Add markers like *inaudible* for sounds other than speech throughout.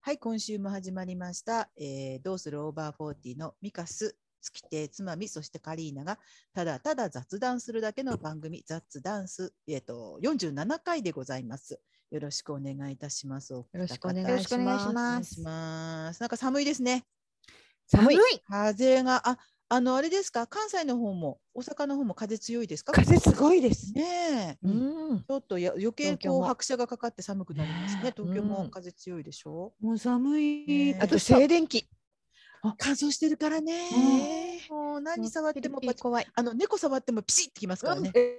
はい、今週も始まりました。えーどうするオーバーフォーティーのミカス、月亭つまみ、そしてカリーナがただただ雑談するだけの番組、雑ダンス、えっ、と、47回でございます。よろしくお願いいたします。よよろしくお願いよろしくお願いしお願まいしす。ます。なんか寒いですね。寒い風が、あ、あの、あれですか、関西の方も、大阪の方も風強いですか風すごいです。ねえ。うちん。ょっとや余計東京こうも拍車がかかって寒くなりますね。東京うもん風強いでしょ。もう寒いね。あと静電気。乾燥してるからね。もう何触ってもピリピパリチ怖い。あの猫触ってもピシッてきますからね。ええ。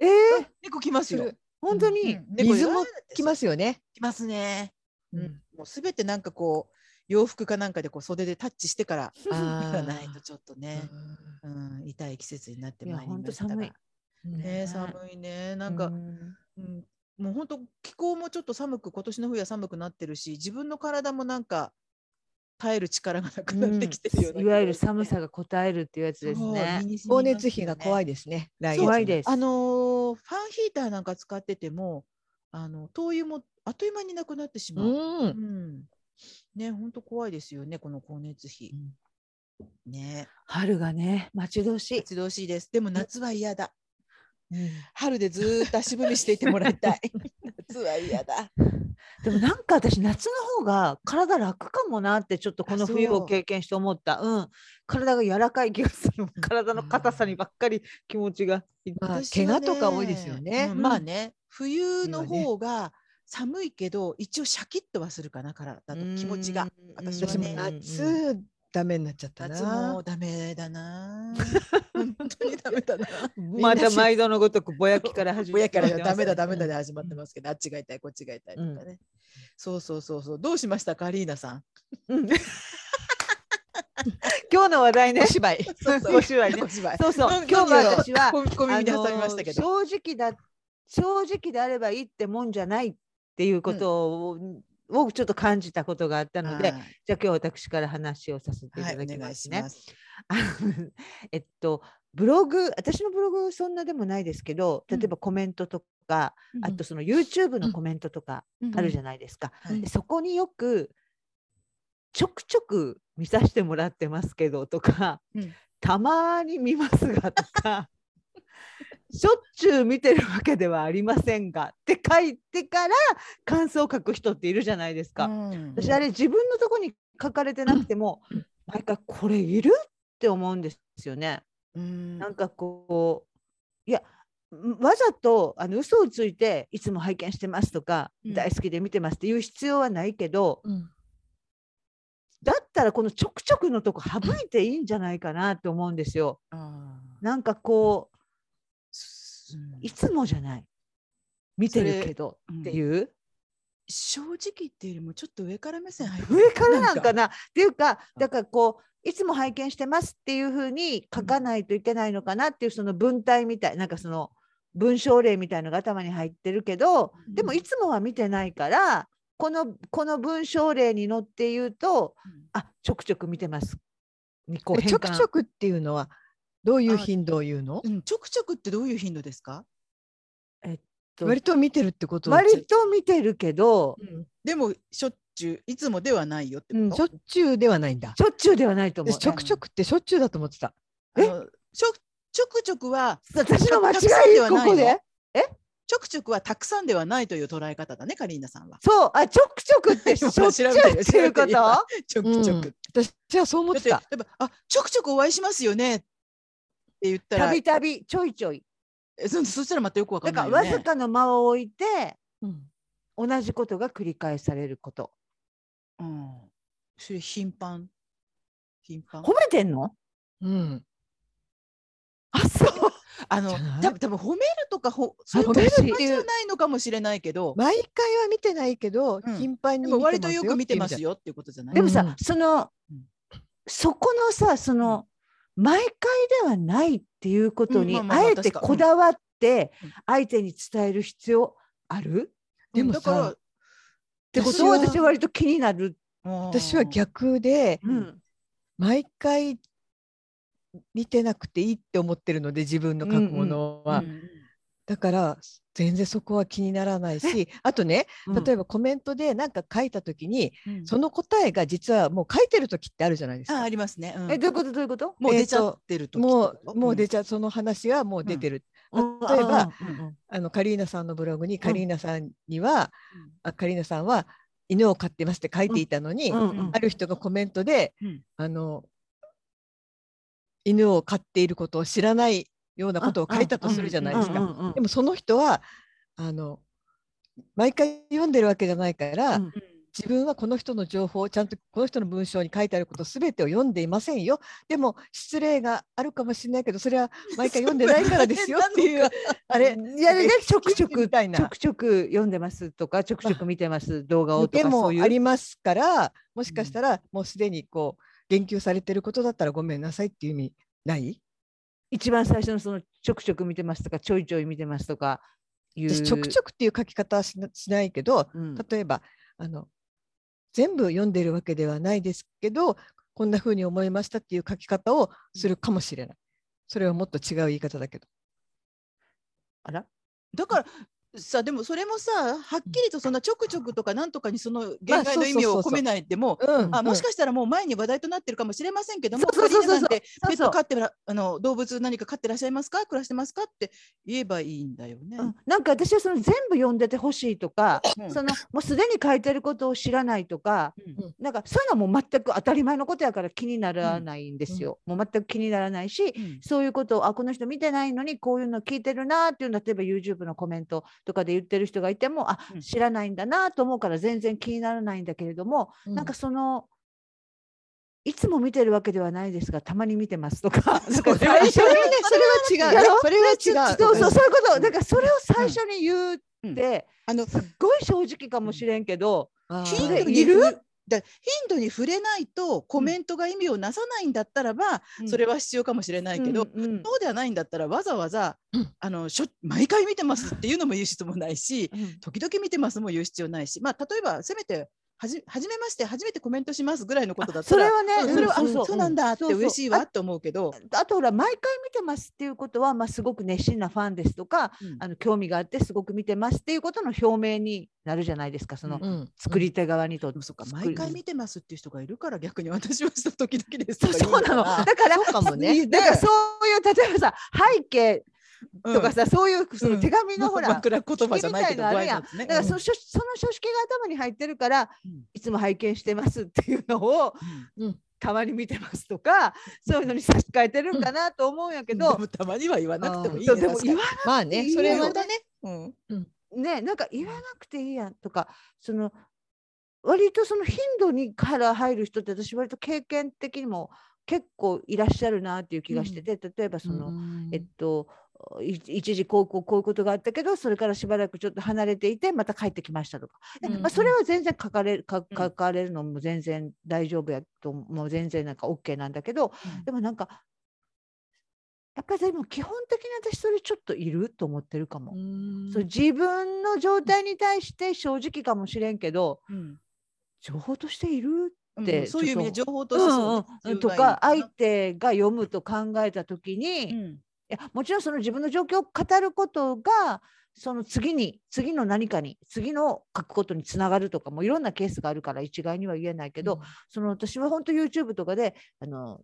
猫きますよ。本当にうん猫水もきますよね。きますね。ううんん、もうすべてなんかこう洋服かなんかでこう袖でタッチしてから行あかないとちょっとーね、うん、痛い季節になっていやまいりましたほんが。と寒いねえ寒いね。なんか、ううん、もう本当気候もちょっと寒く今年の冬は寒くなってるし、自分の体もなんか耐える力がなくなってきてるような気がして、いわゆる寒さが応えるっていうやつですそう。身ね。に染光みます熱費が怖いですね。来月怖いです。あのーファンヒーターなんか使ってても、あの灯油もあっという間になくなってしまう。う。うんん、ね、本当怖いですよね、この光熱費。ね、春がね、待ち遠しい。待ち遠しいです。でも夏は嫌だ。うん春でずーっと足踏みしていてもらいた *laughs* い。夏は嫌だ。でもなんか私夏の方が体楽かもなってちょっとこあの冬そをう経験して思った。うん。体が柔らかい気がする。体の硬さにばっかり気持ちがいっまあ私怪は我ねとか多いですよねう。んままああね、冬の冬はね方が寒いけど、一応シャキッとはするかな、からだと気持ちが。。私は私もね夏ダメになっちゃった夏なも。ダメだな。本当にダメだな。まみんなたし毎度のごとくぼやきから始親めかてらまだすダメだダメだで始まってますけど、あっちが痛いこっちが痛いとかね、うそうそうそうそうどうしましたかアリーナさんうん *laughs* 今日の話題ねお。芝居。そうそうお芝居ねお芝居そうそうな。今日は何を私は小小耳に挟みましたけど、あのー正直だ正直であればいいってもんじゃないっていうことを,、をちょっと感じたことがあったのではじゃあ今日私から話をさせていい、はたい、だきお願まいしすね。ます。あの *laughs* えっとブログ私のブログそんなでもないですけど例えばコメントとか、あとその YouTube のコメントとかあるじゃないですか。はいでそこによくちょくちょく見させてもらってますけどとか、うんたまに見ますがと *laughs* かしょっちゅう見てるわけではありませんがって書いてから感想を書く人っているじゃないですか。うん私あれ自分のとこに書かれてなくても毎回これいるって思うんですよね。うんなんかこういやんわざとあの嘘をついていつも拝見してますとか、うん大好きで見てますっていう必要はないけどうんだったらこのちょくちょくのとこ省いていいんじゃないかなって思うんですよ。あーなんかこすうんういつもじゃない見てるけどそれっていう、正直っていうよりもちょっと上から目線入って上からなんなかなっていうかだからこういつも拝見してますっていうふうに書かないといけないのかなっていうその文体みたいなんかその文章例みたいのが頭に入ってるけどうんでもいつもは見てないからこのこの文章例にのって言うとうんあちょくちょく見てますにこうち変ょく換ちょくっていうのはどういう頻度を言うの？うん、ちょくちょくってどういう頻度ですか？と割と見てるってことを割と見てるけどうん、でもしょっちゅういつもではないよってうんこしょっちゅうではないんだ。しょっちゅうではないと思う。私ちょくちょくってしょっちゅうだと思ってた。と。あのちょちょくちょくは私の間たくさん違でいはこないのこでちょくちょくはたくさんではないという捉え方だね、カリーナさんは。そうあちょくちょく *laughs* ってしょっちゅうっていう調べてこるよとちょくちょうくん。私はそう思っだってて、例た。えば、あ、ちょくちょくお会いしますよね。って言ったたらび、たびちょいちょい。えそそしたらまたよくわかだんないからよわね。ずかの間を置いてうん同じことが繰り返されること。うん。それ頻繁。頻繁。褒めてんのうん。あそう。あのじゃな、い多分多分褒めるとかほそういう褒めるっていうことじゃないのかもしれないけど、毎回は見てないけど、うん頻繁でにも割とよく見てますよ。よっていうことじゃない。でもさ、うんそのうんそこのさその、毎回ではないっていうことに、うんまあまああまあえ確てかこだわって、うん相手に伝える必要あるでもだからさ、ってことを私は割と気になる。私は逆で、うん毎回見てなくていいって思ってるので自分の過去ものは、うんだから全然そこは気にならな *laughs* いしあとね例えばコメントで何か書いた時に、うんその答えが実はもう書いてる時ってあるじゃないですあか。ありますね。うんえどういうことどういうこともう出ちゃってる時ってもこうともう出ちちゃうその話はもう出てる、例えばあのカリーナさんのブログにカリーナさんには、うんあカリーナさんは犬を飼ってますって書いていたのに、うんうんある人がコメントで、うんあの犬を飼っていることを知らないようなことを書いたとするじゃないですうんか。うんうんでもその人はあの毎回読んでるわけじゃないから、うん自分はこの人の情報をちゃんとこの人の文章に書いてあることすべてを読んでいませんよでも失礼がああるかもしれないけどそれは毎回読んでないからですよって *laughs* いうあれいやねちょくちょくみたいちょなくちょく読んでますとかちょくちょく見てます動画をとでかもそういうありますからもしかしたらもうすでにこう言及されてることだったらごめんなさいっていう意味ない一番最初のそのちょくちょく見てますとかちょいちょい見てますとかいう私ちょくちょくっていう書き方はしなしないけどうん例えばあの全部読んでるわけではないですけどこんな風に思いましたっていう書き方をするかもしれないそれはもっと違う言い方だけどあらだからさでもそれもさはっきりとそんなちょくちょくとかなんとかにその限界そうのそう意味そをうそう込めないでもうんあもしかしたらもう前に話題となってるかもしれませんけども、そうそうそうそうカリーナさんってそペッうそうト飼ってらあの動物何か飼ってらっしゃいますか暮らしてますかって言えばいいんだよね。うんなんか私はその全部読んでてほしいとか、うんそのもうすでに書いてることを知らないとか、うんなんかそういうのはもう全く当たり前のことやから気にならないんですよ。もう全く気にならないし、うんそういうことをあこの人見てないのにこういうの聞いてるなっていうの例えば YouTube のコメントとかで言ってる人がいてもあうん知らないんだなと思うから全然気にならないんだけれども、なんかそのいつも見てるわけではないですがたまに見てますとかなんか *laughs* それはね、それ *laughs* は違やうろ。それは違う。そうそうそういうことんだからそれを最初に言うって、うんあのすっごい正直かもしれんけど、あーヒンそれトにいる触れだヒントに触れないとコメントが意味をなさないんだったらば、それは必要かもしれないけど、うんうんそうではないんだったらわざわざ、うんあのしょ毎回見てますっていうのも言う必要もないしうん時々見てますも言う必要ないし、まあ、例えばせめてはじ初めまして初めてコメントしますぐらいのことだあったそれらはね、うんそれはそあうそうそうなんだってそうそう嬉しいわって思うけど、あとほら毎回見てますっていうことは、まあ、すごく熱心なファンですとかうんあの興味があってすごく見てますっていうことの表明になるじゃないですかそのうん作り手側にとっでて。もそっか作り毎回見てますっていう人がいるから逆に私はした時々ですそうそうなのだからそうかもねだからそういう例えばさ背景とかさ、さ、そういうその手紙うんまのほら、枕言葉じゃないけど聞きみたいのあご挨るやん拶ねだからそうんの書その書式が頭に入ってるから、うんいつも拝見してますっていうのをうんたまに見てますとかそういうのに差し替えてるんかなと思うんやけどで、もたまには言わなくてもいいそうね。でも言わまあね、それはね。ね。うんねなんか言わなくていいやんとかその割とその頻度にから入る人って私割と経験的にも結構いらっしゃるなっていう気がしてて、例えばその、えっとい一時こうこうこういうことがあったけどそれからしばらくちょっと離れていてまた帰ってきましたとか、でうんまあ、それは全然書かれるかうん書かれるのも全然大丈夫やともう全然なんか OK なんだけど、うんでもなんかやっぱりでも基本的に私それちょっといると思ってるかも。そう自分の状態に対して正直かもしれんけどうん情報としている、うんそういう意味でちょ情っ報とうしてんそううんねうん、必と要がかいい相の手が読むと考えた時に、ういんやもちろんその自分の状況を語ることがその次に次の何かに次の書くことにつながるとかもいろんなケースがあるから一概には言えないけど、その私は本当 YouTube とかであの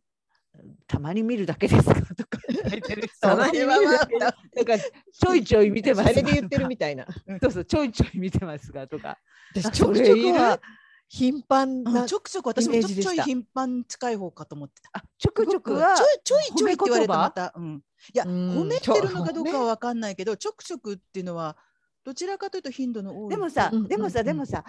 たまに見るだけですかとか *laughs* 書いてる人たはまなにん見るだけか *laughs* ちょいちょい見でてまもすあとかれで言ってるみたいな。 *laughs* そうそう、ちょいちょい見てますがとか。私あちょくそちょれいくるは頻繁うんなちょくちょく私もイメちょージくでちょしいた頻繁近い方かと思ってた。あ、ちょくちょくごくはちょ。いちょいちょいって褒め言葉言われてまた。うんいやうん褒めてるのかどうかはわかんないけどちょくちょくっていうのはどちらかというと頻度の多い。でもさうんうんうん、でもさ、でもさ。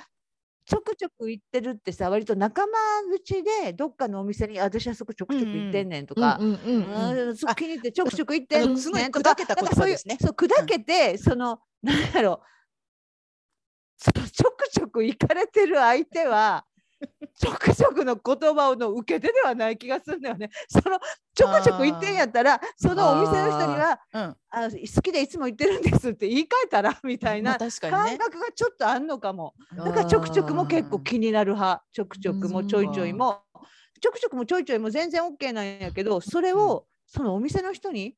ちょくちょく行ってるってさ、割と仲間口でどっかのお店に、あ私はそこちょくちょく行ってんねんとか。うんうんううんん、そうあ気に入ってちょくちょく行っあてんのねんすごいとか砕けたなんか言葉ですねそういうそう砕けて、そのなんだろうそのちょくちょく行かれてる相 *laughs* 手はちょくちょくの言葉をの受け手ではない気がするんだよねそのちょくちょく行ってんやったらそのお店の人にはうんあ好きでいつも行ってるんですって言い換えたら *laughs* みたいまあな確かに感ね。覚がちょっとあんのかも。だだからちょくちょくも結構あー気になる派ちょくちょくもちょいちょいもちょくちょくもちょいちょいも全然 OK なんやけどそれをそのお店の人に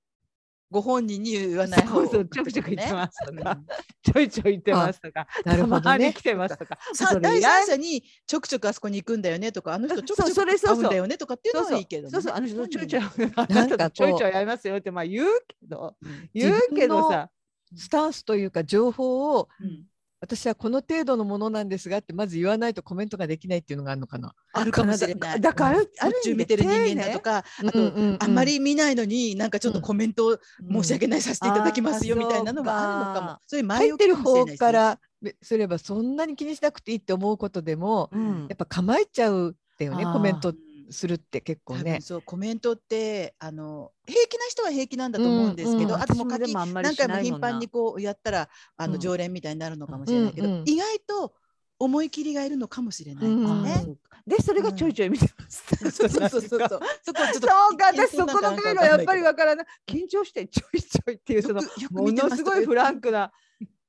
ご本人に言わない方そうそうちょくちょく言ってますとか、うんちょいちょい言ってますとか、なるほたまどにね来。てますとか、さそれ第いらん三者にちょくちょくあそこに行くんだよねとかあの人ちょくそうちそょれくそう会そううんだよねとかっていうそのうそはういいけどねそうそうあの人ちょいちょいあななかこうんたとちょいちょいやりますよってまあ言うけどうん言うけどさスタンスというか情報をうん私はこの程度のものなんですがってまず言わないとコメントができないっていうのがあるのかな。あるかもしれないだからあるああるる意味見てる人間だとかあと、あんまり見ないのになんかちょっとコメントを申し訳ないさせていただきますようんみたいなのがあるのかもあー。そういう前入っ置てきるかもしれ方ないですねからすればそんなに気にしなくていいって思うことでも丁寧うんやっぱ構えちゃうってよねあーコメンうトんするって結構多ね分。そうコメントってあの平気な人は平気なんだと思うんですけど、うんうんあともう書私きもあんまり何し回もない頻繁にこうやったらあうのん常連みたいになるのかもしれないけど、うんうん意外と思い切りがいるのかもしれないですうんあーね。そうかでそれがちょいちょい見てます。そうそうそうそう。そこちょっとそうか、一見私そんなこの感覚回わ路かんやなっいぱけりどわからない。緊張してちょいちょいっていうそのよくよくも見てのますすとかご言いってフランクな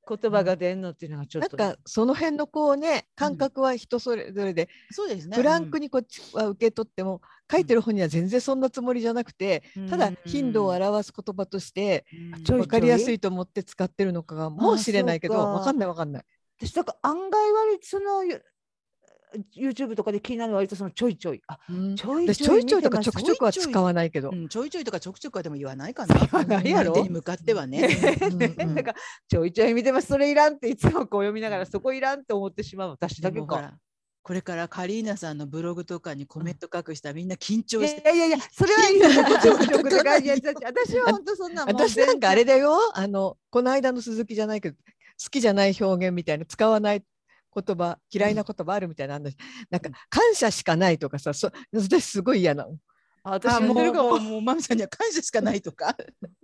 言葉が出んのっていうのがちょっなんとね。かその辺のこうねうん感覚は人それぞれでそうですね。フランクにこっちは受け取っても書いてる本には全然そんなつもりじゃなくてうんただ頻度を表す言葉としてうんちょい分かりやすいと思って使ってるのかがもう知れないけどあそうか分かんない分かんない。私だから案外割とそのゆ YouTube とかで気になるのは割とそのちょいちょい。あうんちょい私ちちょょいいちょいと見てまかちょすくちょくは使わないけどう。んちょいちょいとかちょくちょくはでも言わないかな。言わないやろ相手に向かってはね。うんねうんなんかちょいちょい見てますそれいらんっていつもこう読みながうらんそこいらんって思ってしまう私だけでもほからこれからカリーナさんのブログとかにコメント書く人はみんな緊い張やしていやいやいやそれはいいよちょくちょくとかいやちょ私は本当そんなもん私なんかあれだよあのこの間の鈴木じゃないけど好きじゃない表現みたいな使わない言葉嫌いな言葉あるみたいな話、なんか感謝しかないとかさそ私すごい嫌なのあ私あやもっうてるかももうもうマミさんには感謝しかないとか。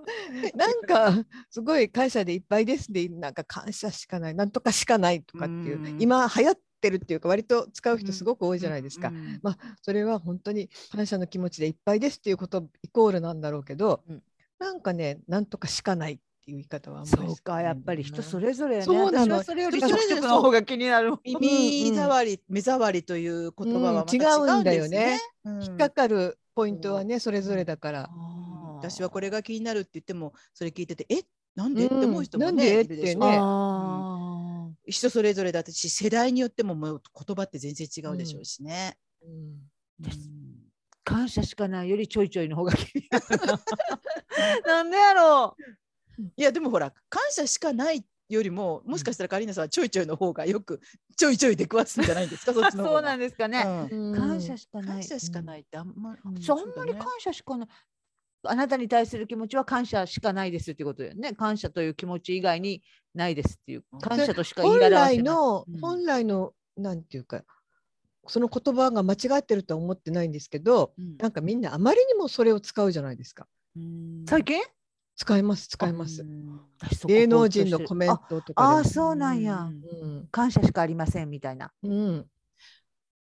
*laughs* なんかすごい感謝でいっぱいですでなんか感謝しかないなんとかしかないとかっていううん今流行ってるっていうか割と使ううん人すごく多いじゃないですか、うんまあそれは本当に感謝の気持ちでいっぱいですっていうことイコールなんだろうけど、うんなんかねなんとかしかないっていう言い方はあんまりそうかやっぱり人それれぞれねそうなの私はそれより人ちそょれくぞちれょくそのう方が気になる耳障り、目障りという言葉はまた違うんですね。うん引っかかるポイントはね、それぞれだから。うん私はこれが気になるって言ってもそれ聞いててえなんで、うんって思う人もなんねでいるでしょねあー人それぞれだし世代によってももう言葉って全然違うでしょうしね。ですうん感謝しかないよりちょいちょいの方が気になる *laughs* なんでやろういやでもほら感謝しかないよりももしかしたらカリーナさんはちょいちょいの方がよくちょいちょい出くわすんじゃないですかそっちのそ方うなが。んですかねうん感謝しかない感謝しかないってあんま,うん、そうあんまり感謝しかない。あなたに対する気持ちは感謝しかないですっていうことだよね。感謝という気持ち以外にないですっていううん感謝としか言い本表せない。来の、うん本来のなんていうかその言葉が間違ってるとは思ってないんですけど、うんなんかみんなあまりにもそれを使うじゃないですか。うん最近使います使います。私そこ芸能人のコメンあトとあかーでそうなんや。も。感謝しかありませんみたいな。うんうん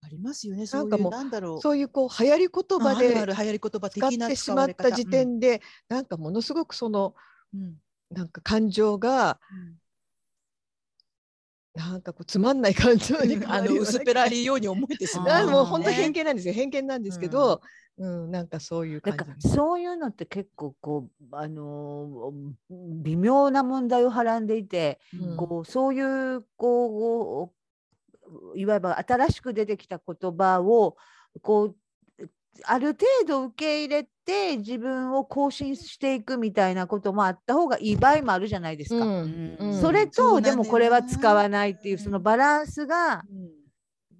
ありますよね。そなうんいかうもうなんだろう。そういうこう流行り言葉ああでるある流行り言葉使っ的なてし使まわっれた方時、点で、なんかものすごくそのうんうんなんか感情がうんなんかこうつまんない感情に変わあるのような薄っぺらいように思えてしまあう、もう本当ね偏見なんですよ偏見なんですけど、うんなんかそういうなん感かじです。そういうのって結構こうあのー微妙な問題をはらんでいて、うんこうそういうこういわば新しく出てきた言葉をこうある程度受け入れて自分を更新していくみたいなこともあった方がいい場合もあるじゃないですか。うんうんそれそうなんだと、でよなもこれは使わないっていううんそのバランスがうん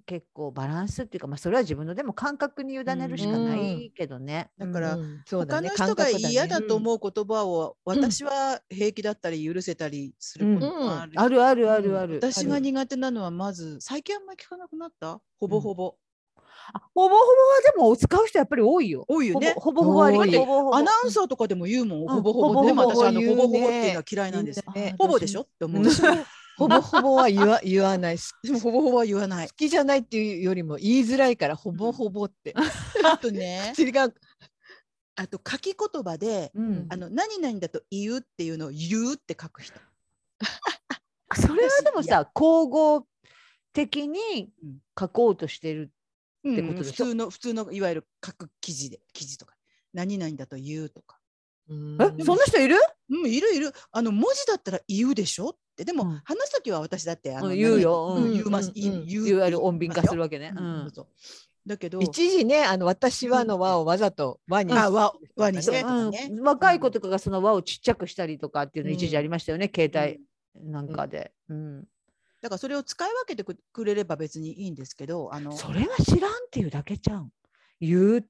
結構バランスっていうか、まあ、それは自分のでも感覚に委ねるしかないけどね。だから、うんそうだ他ねの人が嫌だ感覚と思う言葉を私は平気だったり許せたりすることもある、あるあるあるある。私あがる苦手なのはまず最近あんまり聞かなくなったほぼほぼ、あほぼほぼはでも使う人やっぱり多いよ。多いよねほぼほぼほぼあり多いほぼほぼアナウンサーとかでも言うもん、んほぼほぼほぼでもほぼ私あの言うほねぼほぼっていうのは嫌いなんです、みんなねほぼでしょって思うしほぼほぼは言わ言わないすでもほぼほぼは言わな好いきじゃないっていうよりも言いづらいからほぼほぼって、あとね口があと書き言葉でうんあの何々だと言うっていうのを言うって書く人それはでもいやさ交互的にうん書こうとしてる、ってことでし普通の普通のいわゆる書く記事で記事とか何々だと言うとかえそんな人いるうん、いるいる。あの文字だったら言うでしょって。でも、うん話すときは私だってあのうん言うよ何うん言うます、うんうん言ういわゆる穏便化するわわけね。ううんんそうそうだけど、一時ね、あの私はの和をわざと和に。あ和和にしてとかね。うん、若い子とかがその輪をちっちゃくしたりとかっていうのうん一時ありましたよね、携うん帯なんかで、うんだからそれを使い分けてくくれれば別にいいんですけど、あのそれは知らんっていうだけじゃん言う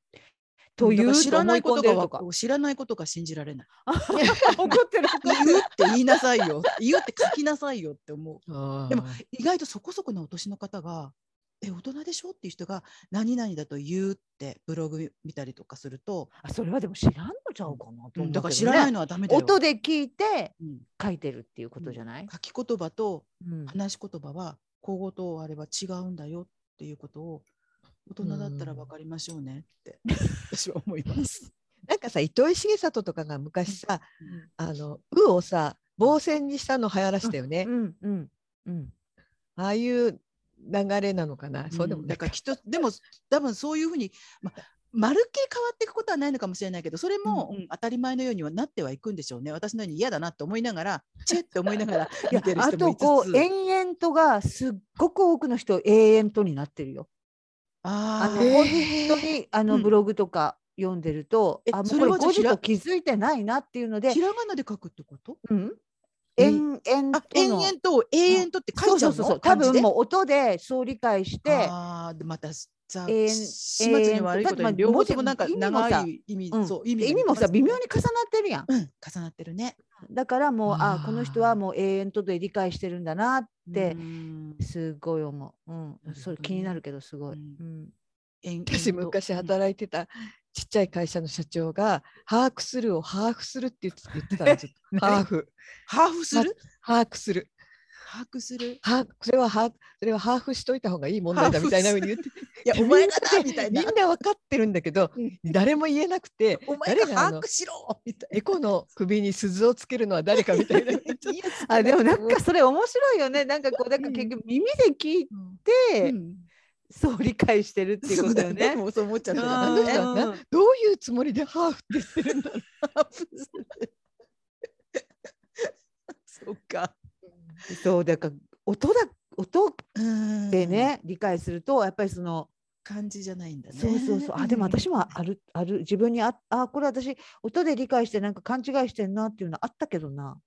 といだうから知らないこととが思い込んでるわとか知らないことが信じられない。怒ってる言うって言いなさいよ。言うって書きなさいよって思う。ででも意外とそこそこのお年の方が「え大人でしょ?」っていう人が「何々だと言う」ってブログ見たりとかすると、 *laughs* あそれはでも知らんのちゃうかなと思うけどね、だから知らないのはダメだよ。音で聞いてうん書いてるっていうことじゃない、書き言葉とうん話し言葉は口語とあれは違うんだよっていうことを大人だったら分かりましょうねって *laughs* 私は思います。なんかさ、糸井重里とかが昔さ、あの、うをさ、防線にしたの流行らしたよね。うんうんうんああいう流れなのかな。そうでもんなだいかからきっとでも多分そういうふうに、ま、まるっきり変わっていくことはないのかもしれないけどそれも、うん当たり前のようにはなってはいくんでしょうね私のように嫌だなと思いなが *laughs* らチェって思いながらい見やてるあ人もといつこつう延々とがすっごく多くの人永遠とになってるよ。ああの、ーえー本当にあうのんブログとか読んでると、えあもそうれこはれじゃあ5時ひらと気づいてないなっていうのでひ、らがなで書くってことうん、え延々あと延の々と永遠とって書そいうちゃそううのそうそう多分うもう音でそう理解してあーでまたさ永遠始末に悪いことだっにて両まあ方ともなんか文字も意味もさ長い意味うんそう意味が意味もさ微妙に重なってるやんうん重なってるね。だからもうああーこの人はもう永遠とで理解してるんだなってうんすごい思う、うんほどねそれ気になるけどすごい、うんうん延々と私昔働いてたちっちゃい会社の社長が「把握する」を「把握する」って言って言ってたんですよ。把握ハーフする把握する把握する把握それは把握それは把握しといた方がいい問題だみたいなふうに言っていやお前がだみたいみなんな分かってるんだけどうん誰も言えなくてお前誰ががあ把の握しろみたいエコの首に鈴をつけるのは誰かみたいな。 *laughs* な。いやあでもなんかそれ面白いよねなんかこうなんか結局耳で聞いて、うんそう理解してるっていうそこうとだよよねね。。もうそう思っちゃったあらの人はうなんどういうつもりで「ハーフ」って言ってるんだろう。ハーフする。 *laughs* そうか。そうだから音だ音うんでね、理解するとやっぱりその感じじゃないんだね。そうそうそうあでも私もあるある自分にああこれ私音で理解してなんか勘違いしてんなっていうのあったけどな。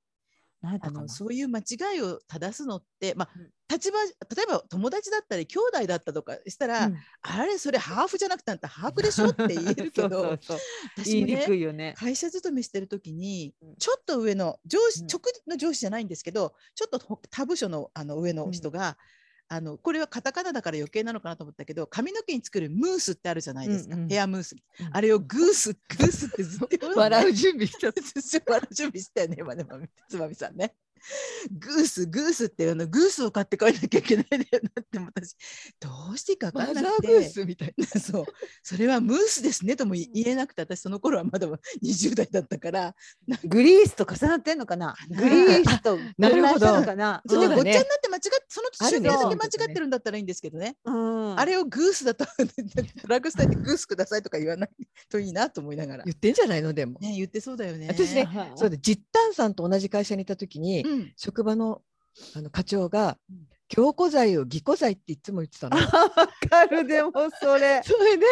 何やったあかなのそういう間違いを正すのって、まあうん、立場例えば友達だったり兄弟だったとかしたら、うんあれそれハーフじゃなくてあんたハーフでしょって言えるけどそうそうそう私言いもにねくいよね。会社勤めしてる時にうんちょっと上の上司うん直の上司じゃないんですけど、ちょっとほ他部署のあの上の人が、あのこれはカタカナだから余計なのかなと思ったけど髪の毛に作るムースってあるじゃないですか、うんうんヘアムースうんあれをグース *laughs* グースってずっと言 *laughs* のね笑う準備しちゃった。笑う準備したよね、今でも、つまみさんね。グース、グースっていうの、グースを買って帰らなきゃいけないんだよなって、私、どうしていいか分マかんザなーくブて。ースみたいな。 *laughs* そうそれはムースですねとも言言えなくて私その頃はまだ20代だ *laughs* ったからグリースと重なってんのかな。グリースとなるほど混乱したのかな。それでうだごねっちゃになって間違ってそのあ瞬間るねだけそういう間ことね違ってるんだったらいいんですけどねうんあれをグースだとドラッグスタイルでグースくださいとか言わないといいなと思いながら、ね言、ってんじゃないのでも。言ってそうだよね私ねそうで実丹さんと同じ会社にいた時に、うん、職場のあの課長がうん。「凝固剤を偽固剤」っていつも言ってたの。わかるでもそれ。 *laughs* それで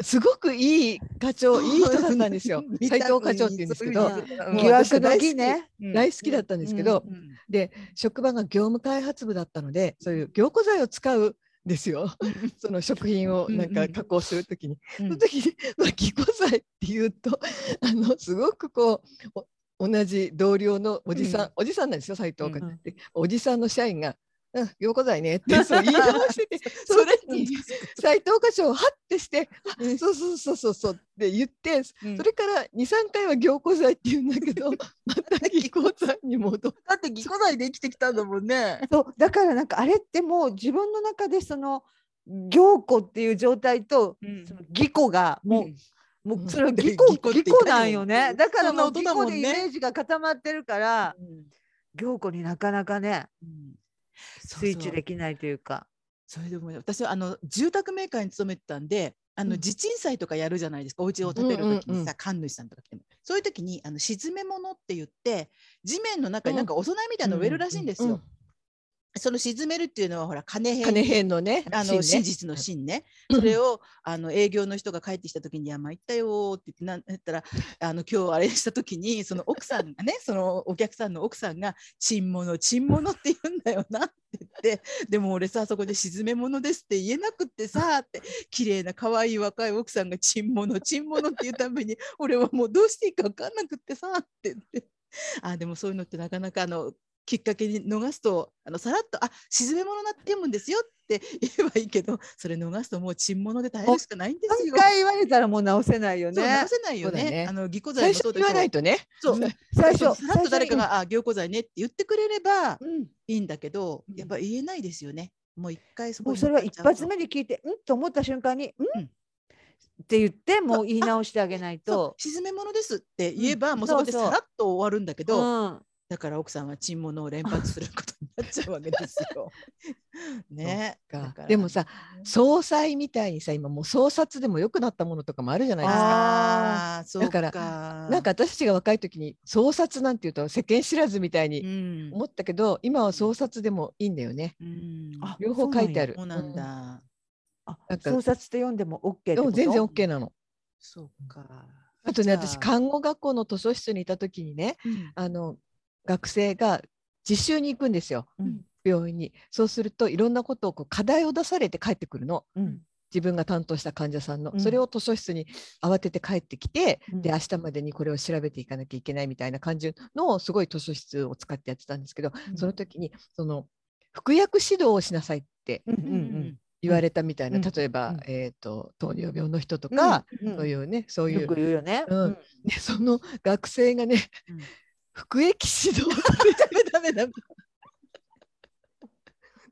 すごくいい課長いい人だったんですよ *laughs* 見た斉藤課長って言うんですけそうどいううんもう疑私惑は大の好疑きね。うん大好きだったんですけど、うんうんで職場が業務開発部だったのでそういう凝固剤を使うんですよその食品をなんうんかうん加工するときに。うんその時に、まあ、技巧剤っていうとあのすごくこうお同じ同僚のおじさん、うんおじさんなんですよ斉藤君、うんでおじさんの社員が「うん凝固剤ね」 *laughs* ってそう言い直しててそそれれにに、斉藤課長をハッてして「あそうそうそうそうそう」って言ってそそれれから23回は凝固剤って言うんだ *laughs* けどまた技巧剤に戻ってだってぎこないで生きてきたんだもんね。 *laughs* そうだからなんかあれってもう自分の中でその凝固っていう状態とその義故がもう、もうそれは義うん故義故って義故なんよいかにね。もだからもそうんな義音だも故んねでイメージが固まってるから凝固になかなかねススイッチできないというか。それでもね私はあの住宅メーカーに勤めてたんであの地鎮祭とかやるじゃないですかお家を建てる時にさ、うんうんうん神主さんとか来てもそういう時にあの沈め物って言って地面の中になんかお供えみたいなの植えるらしいんですよ。ううその沈めるっていうのはほら金うん編金編のね、あの芯ね真実の真ね、それをあの営業の人が帰ってきた時に「いや参ったよ」って言ってなん言ったらあの今日あれした時にその奥さんがねそのお客さんの奥さんが「沈物沈物って言うんだよな」って言って「でも俺さそこで沈め物です」って言えなくってさって綺麗な可愛い若い奥さんが「沈 *laughs* 物沈物っていうたびに俺はもうどうしていいか分かんなくってさって言って。あでもそういうのってなかなかあのきっかけに逃すとあのさらっと「あ沈め物なってもんですよ」って *laughs* 言えばいいけどそれ逃すともう沈物で耐えるしかないんです一よ。回言われたらもう直せないよそうね直。せないよそうね。だねあの技巧剤最もそうだ初言わないけとね。ど、そう最初、さらっと誰か最初に。が「あ行剤ね」って言ってくれればうんいいんだけどうんやっぱ言えないですよね。もう一回そもこうにそれは一発乗っ目に聞いて、うんと思った瞬間に、うん、うんって言って、もう言い直してあげないちゃうとと「そう。沈め物です」って言えば、うんもうそこでそうさそうらっと終わるんだけうど、ん、だから奥さんは沈物を連発することになっちゃうわけです *laughs* よ。ね。がだからでもさ総裁みたいにさ今もう総札でも良くなったものとかもあるじゃないですか。ああー、そうだからなんか、私たちが若い時に創札なんていうと世間知らずみたいうにん、思ったけど、今は創札でもいいんだよね。うん、あ両方書いてある。そうなんだ。あなんか創殺って読んでも OK ってうん。でこもと全然 OK なの。そうか。あとねじゃあ私看護学校の図書室にいた時にねうんあの学生が実習に行くんですよ、うん病院に。そうするといろんなことをこう課題を出されて帰ってくるの。うん自分が担当した患者さんの、うんそれを図書室に慌てて帰ってきて、うんで明日までにこれを調べていかなきゃいけないみたいな感じのをすごい図書室を使ってやってたんですけど、うんその時にその服薬指導をしなさいってうんううんん言われたみたいな、うん例えば、うんえー、と糖尿病の人とうんか、うんそういうねそういうよく言うよね。うんねその学生がね、うん服役指導ダメダメダメ。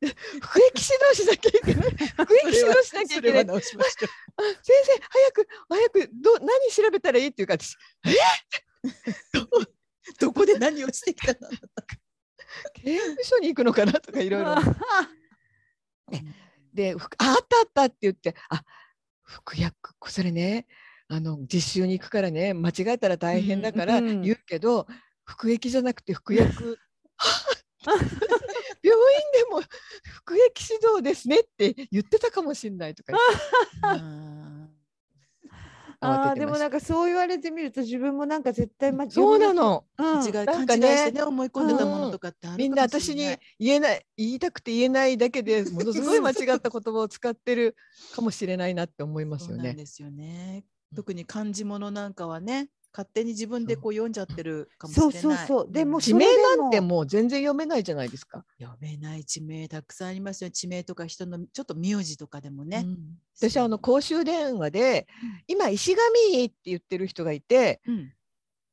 服役指導しなきゃいけない服役指導しなきゃいそれけなはい直しましょう。あ先生早く早くどう何調べたらいいっていうか私どこで何をしてきた *laughs* の？刑務所に行くのかなとかいろいろ。でふくああったあったって言ってあ服薬それねあの実習に行くからね間違えたら大変だからうんうん言うけど、服役じゃなくて服 *laughs* 薬病院でも服役指導ですねって言ってたかもしれないとかああ慌 *laughs* あててでまもしなんかそう言われてみると自分もなんか絶対間違たそうなの。のうんー違いな勘違んいかねしてね思い込んでたものとかってあるみんなかもしれ私にない言えない言いたくて言えないだ *laughs* けでものすごい間違った言葉を使ってるかもしれないなって思いますそうよなんね。ですよね。うん特に漢字ものなんかはね、勝手に自分でこう読んじゃってるかもしれそなうい。そうそう。でも地名なんてもう全然読めないじゃないですか。読めない地名たくさんありますよ。地名とか人のちょっと名字とかでもね。うん私あの公衆電話で今石神井って言ってる人がいてうん、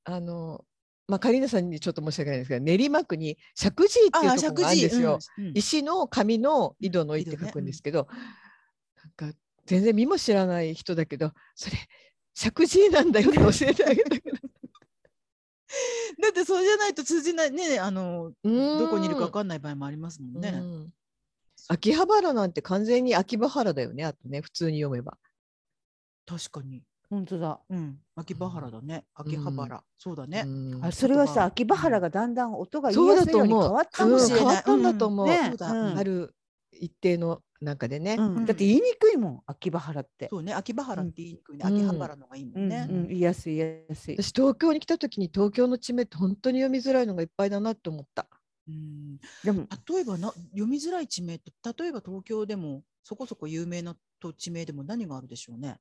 あのまあカリーナさんにちょっと申し訳ないですが練馬区に石神井っていうところがあるんですよ。うんうん石の紙の井戸の井っ井戸てね書くんですけど、なんか全然身も知らない人だけどそれ石神井なんだよって教えてあげたけどだってそうじゃないと通じないねあのどどこにいるかわかんない場合もありますもんね。秋葉原なんて完全に秋葉原だよねあとね普通に読めば。確かに。本当だ。うん、秋葉原だね。秋葉原、そうだうね。んあそれはさ秋葉原がだんだん音が言いやすいように変わったかもしれないうん変わったんだと思う。ねそうだうんある一定の中でね、うんだって言いにくいもん秋葉原って。そうね、秋葉原って言いにくいね。うん秋葉原の方がいいもうんんね。うん言いやすい言いやすい。私東京に来た時に東京の地名って本当に読みづらいのがいっぱいだなと思った。うんでも例えばな、読みづらい地名って、例えば東京でも、そこそこ有名なと地名でも何があるでしょうね。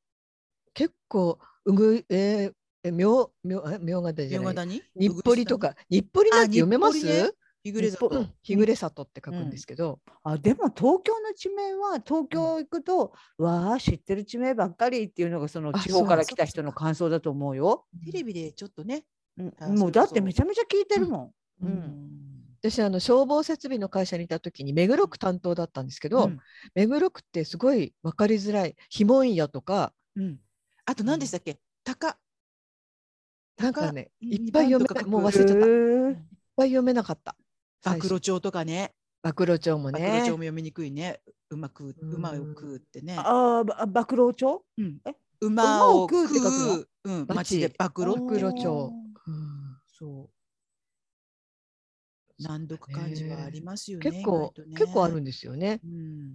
結構うぐえーえ妙妙え妙がだじゃ山ない。形に日暮里と。か日暮里なんて読めます？あ日暮里ね小栗さん日暮里うだと。ん日暮里って書くんですけど、あでも東京の地名は東京行くと、わあ知ってる地名ばっかりっていうのがそのあ地そ方うからそ来うた人の感想だと思うよ。テレビでちょっとね。うんあもそううだっそてうめちゃめちゃ聞いてるもん。うん私あの消防設備の会社にいた時に目黒区担当だったんですけど、うん目黒区ってすごい分かりづらい「ひもんや」とかうんあと何でしたっけ、高なんかねうんいっぱい読め二番とかな書くいもう忘れちゃったいっへえぱい読めなかった。暴露最初帳とかね暴露帳も暴ね露帳も読みにくいねうまくうん馬を食うってね。ああ、ば暴露帳うんえ馬を馬を食食うって書くのう。うん、バ町チで暴露って暴露帳。うんそう。難読漢字はありますよね。結構、意外とね結構ある。んですよね。うん。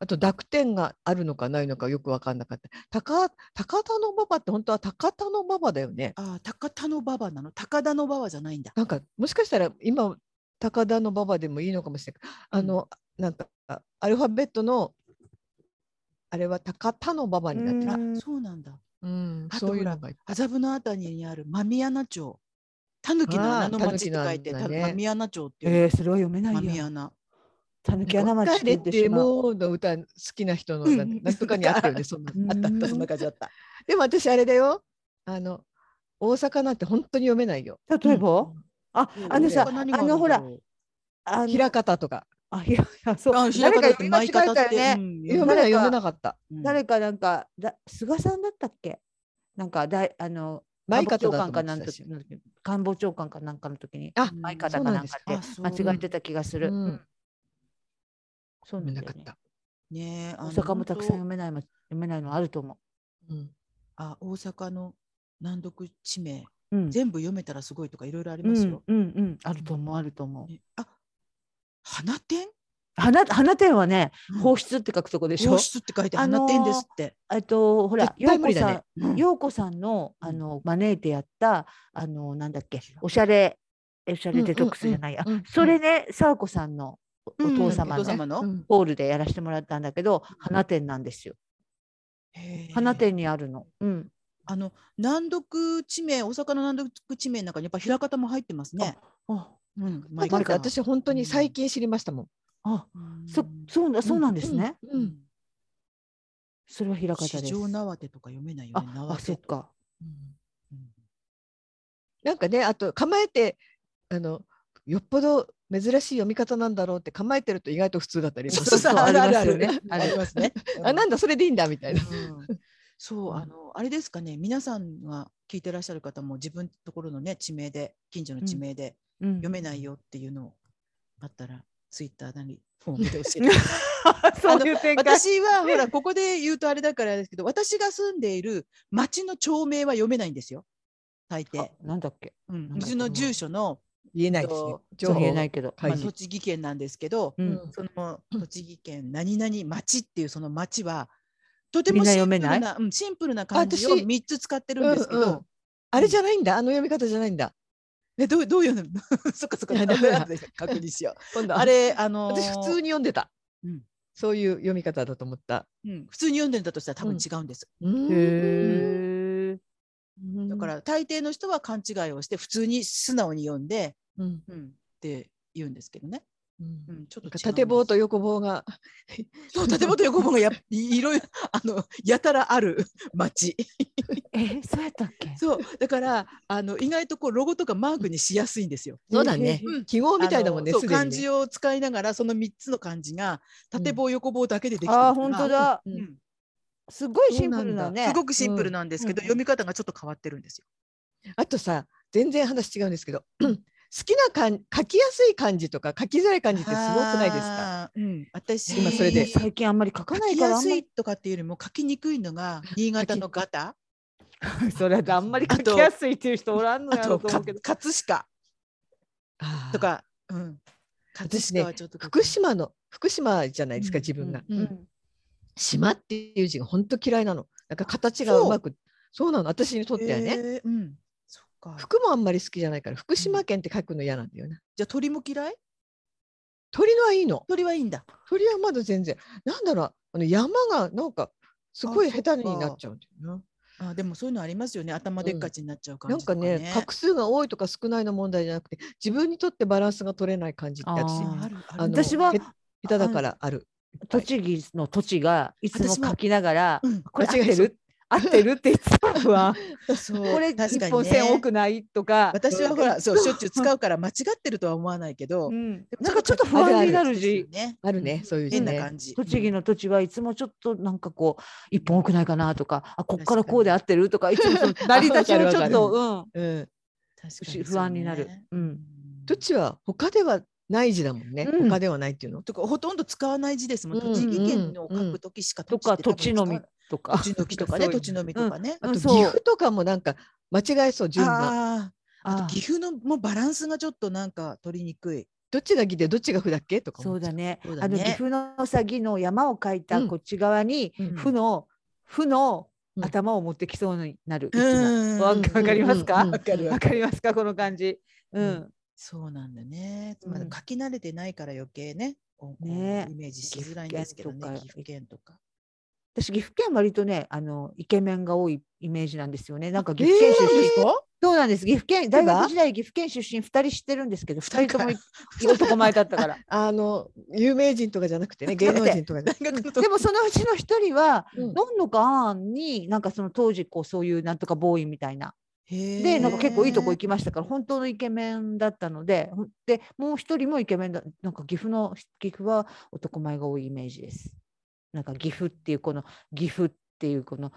あと濁点があるのかないのかよく分かんなかった。高高田の馬場って本当は高田の馬場だよね。ああ、高田の馬場なの。高田の馬場じゃないんだ。なんかもしかしたら今高田の馬場でもいいのかもしれない。あの、なんかアルファベットのあれは高田の馬場になってある。、そうなんだ。うん、あとそういほうらのがいっぱい麻布のあたりにある間宮穴町。たぬきの穴のあー町って書いて、狸のた穴ね間宮穴町っていえう。ー、それは読めな間い宮や。穴。たぬき穴なんか町帰れっっててしまう。もうの歌好きな人のうんなんなんとかにあったよね。そんなうんあったあったそそんな感感じだった。じ。でも私あれだよ。あの大阪なんて本当に読めないよ。例えば、あ、あのさ、大あ阪何があるんだろうのほら、あの、平方とかあ、ひら、そう、あ、平誰方っか読てみ間違舞いえ方ったよて。ね。読めない誰か読めなかった。誰かなんか、だ、菅さんだったっけ。なんか、だい、あの、舞官い房方長だと思官かっなんてたとし。官房長官かなんかの時に。あ相方かなんかってそうなんですか間違えてた気がする。うんうんそう読なめんなかだよっね。た。ねえ、あ大の阪もたくさん読本めないも、読めないのあると思うん当あ、大阪の難読地名、う。うん。全部読めたらすごいとかいろいろありうますんよ。、うん、うん、あると思う、あると思う。ねあ、花店花、花店はね、うん放出って書くとこでしょ皇。室って書いてあのー花店ですって。えっと、ほら、絶よ対う無こ理さだんね、ようこさんの、あの、招いてやった、あの、なんだっけ、おしゃれ。えおしゃれデトックスじゃないやうんうんうんうん。それね、さあこさんの、おおうん父様お父の様。のうんホールでやらせてもらったんだけど、花店なんですよ。へえ花店にあるの。うん。あの難読地名、大阪の難読地名の中にやっぱ平方も入ってますね。あ、うん、な舞んい方か私本当に最近知りましたもん。あ、うんそ、そうな、そうなんですね。うん。うんそれは平方です。市場縄手とか読めないよね。あ、縄あ、そ手っ。か。うんなんかねあと構えてあのよっぽど珍しい読み方なんだろうって構えてると意外と普通だったりそうもそすうる。そうああるるああるるああるるねね。あるありますね *laughs* あなんだそれでいいんだみたいな。うんそう、あの、あれですかね、皆さんが聞いてらっしゃる方も、自分のところのね、地名で、近所の地名で、うん、読めないよっていうのあったら、ツイッターなり、フォームで教え *laughs* てください。 *laughs* そういう展開。私は、ほら、ここで言うとあれだからですけど、私が住んでいる町の町名は読めないんですよ。大抵あ。なんだっけ。うん、んだうちの住所の、言えないですね。情情報報言えないけど。まあ、開示栃木県なんですけど、う。うんんその栃木県何々町っていうその町は、とてみもんなシン読プめルないな、うん、シンプルな漢字を私3つ使ってるんですけど、うんうんあれじゃないんだ。あの読み方じゃないんだ。えどうどういうの *laughs* そっかそっかいやダメだ後で確認しよう今度あれあのー私普通に読んでたうん。そういう読み方だと思った。うん普通に読んでんだとしたら多分うん違うんです、うんへえ。だか、ら大抵の人は勘違いをして普通に素直に読んで、うんうん、って言うんですけどね、うんうん、ちょっと違うんです縦棒と横棒がそう縦棒と横棒がやいいろいろあのやたらある町え、そうやったっけ。そうだからあの意外とこうロゴとかマークにしやすいん *laughs* ですよそうだねうん記号みたいだもんね。あのそすでう漢にね字を使いながらその3つの漢字が縦棒横棒だけでできてるから、あー、本当だ。ううんんすごいシンプルなね。すごくシンプルなんですけど、うん読み方がちょっと変わってるんですよ。あとさ全然話違うんですけど *clears throat* 好きな漢書きやすい漢字とか書きづらい漢字ってすごくないですかあーうん、私今それで最近あんまり書書かないきから。やあんすまいりとかっていうよりも書きにくいのが新潟のガタ、それであんまりあ書ときやすいっていう人おらんのあやろとうとか思うけど。葛飾あーとか、うん、葛飾はちょっと福島の福島じゃないですかうん自分が、うんううんん島っていう字が本当嫌いなのなんか形がうまくそうなの私にとってはね、えーうん、そっか。服もあんまり好きじゃないから福島県って書くの嫌なんだよなじゃあ鳥も嫌い？鳥のはいいの鳥はいいんだ。鳥はまだ全然なんだろうあの山がなんかすごい下手になっちゃうんだよなあでもそういうのありますよね。頭でっかちになっちゃうな感んじとかか、ねね。画数が多いとか少ないの問題じゃなくて自分にとってバランスが取れない感じって私あーあるあるあの私はへ下手だからある栃木の土地がいつも私も書きながらうん、これ合っ間違えてる合ってるっていつも不 *laughs* 安そうこれ確かに一本ね線多くないとか私はほら、そうしょっちゅう使うから間違ってるとは思わないけど、うんなんかちょっと不あるあ安るになる字ね。あるねそういう字変なね感じ。栃木の土地はいつもちょっとなんかこう一本多くないかなとかあこっか確からにこうで合って *laughs* るとかいつもその成り立ちをちょっわかると、うん確かうん、に不安になる、そうねうん、どっちは他ではない字だもんね、うん他ではないっていうの。とかほとんど使わない字ですもん。うん栃木県のを書くときしかとかって多分使土地わのみとか土地の木とかね、そういう土地のみとかね。うんあと岐そう阜とかもなんか間違えそう順番。ああ、あと岐阜のもうバランスがちょっとなんか取りにくい。どっちが義でどっちが負だっけとかそ思うっちゃだねそうだあのね岐阜のさぎの山を描いたうんこっち側にうん負の負のうん頭を持ってきそうになるいつもうんわうんわかりますかうんわかるわかりますかこ *laughs* の感じううんそうなんだね。うんまだ書き慣れてないから余計ね。こうねイメージしづらいんですけどね。岐岐阜阜県とか。私岐阜県割とねあのイケメンが多いイメージなんですよねなんか岐う。え阜県出身、ーそうなんです岐阜県大千葉学時代岐阜県出身2人知ってるんですけど2人ともい人男前だったからあの有名人とかじゃなくてね芸能人とかじゃなくて。大学ので *laughs* もそのうちの1人はうんどんのかあんになんかその当時こうそういうなんとかボーイみたいなでなんか結構いいとこ行き。きましたから本当のイケメンだったのでほんでもう一人もイケメンだなんか岐阜の岐阜は男前が多いイメージです。なんか岐阜っていうこの岐阜っていうこの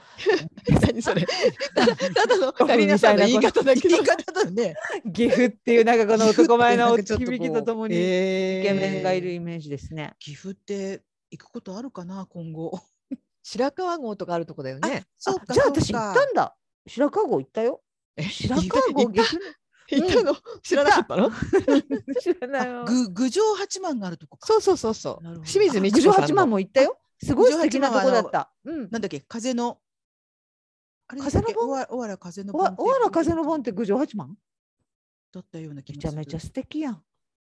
何それ。ただただの古風カリナさんの言いみた方いなだけど言い。方だよね。 *laughs* 岐阜っていうなんかこの男前の岐阜ってなんかちょっとこう響きとともにイえーケメンがいるイメージですね。岐阜って行くことあるかな今 *laughs* 後。白川郷とかあるとこだよね。そうあか。じゃあそうか私行ったんだ白川郷行ったよ。え白川郷行った岐阜行ったの、知らなかったの？知らないよ。ぐ郡上八幡があるとこか。そうそうそうそなるう。ほど清水美智子郡上さ八ん幡の。も行ったよ。すごい郡素上敵な八と幡こはだあのった。うん。なんだっけ風の。あれだっけ風の盆おわおわら風のお盆わっておわら風の盆って郡上八幡だったような気めがちすゃる。めちゃ素敵やん。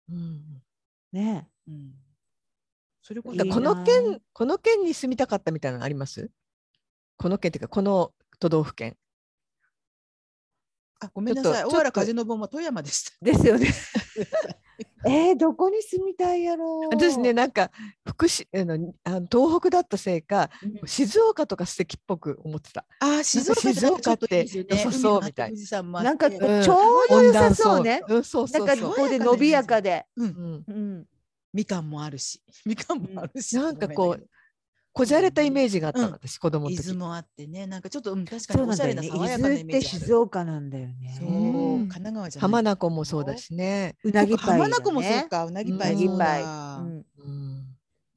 うんねうん。それこいいそだなこの県この県に住みたかったみたいなのあります？この県っていうかこの都道府県。あごめんなさちい。ょおっとわら風の盆は富山でした。え。ですよね。 *laughs* えー、どこに住みたいやろう。私ねなんか福祉あのあの東北だったせいか静岡とか素敵っぽく思ってた。あー静岡なんかじゃなく静岡ってちょといいですよね良さそうみたい海もあって富士山もあってなんかちょうど温良さ暖そう層ね。うんそうそうなんかそこう。こで伸びやかで。うんうん。みかんもあるし、 *laughs* みかんもあるし、なんかごこめんうこじゃれたイメージがあったの、うん私子供だのけど時伊。豆もあってね、なんかちょっと、うん、確かにそうおなんしゃだれよな爽やかなね。伊豆イっメーてジある。静岡なんだよね。そう、うん神奈川じゃない。浜名湖もそうだしね。うなぎパイだ浜ね。名湖もそうか、うなぎパイうなそぎうパイだ。ううんん。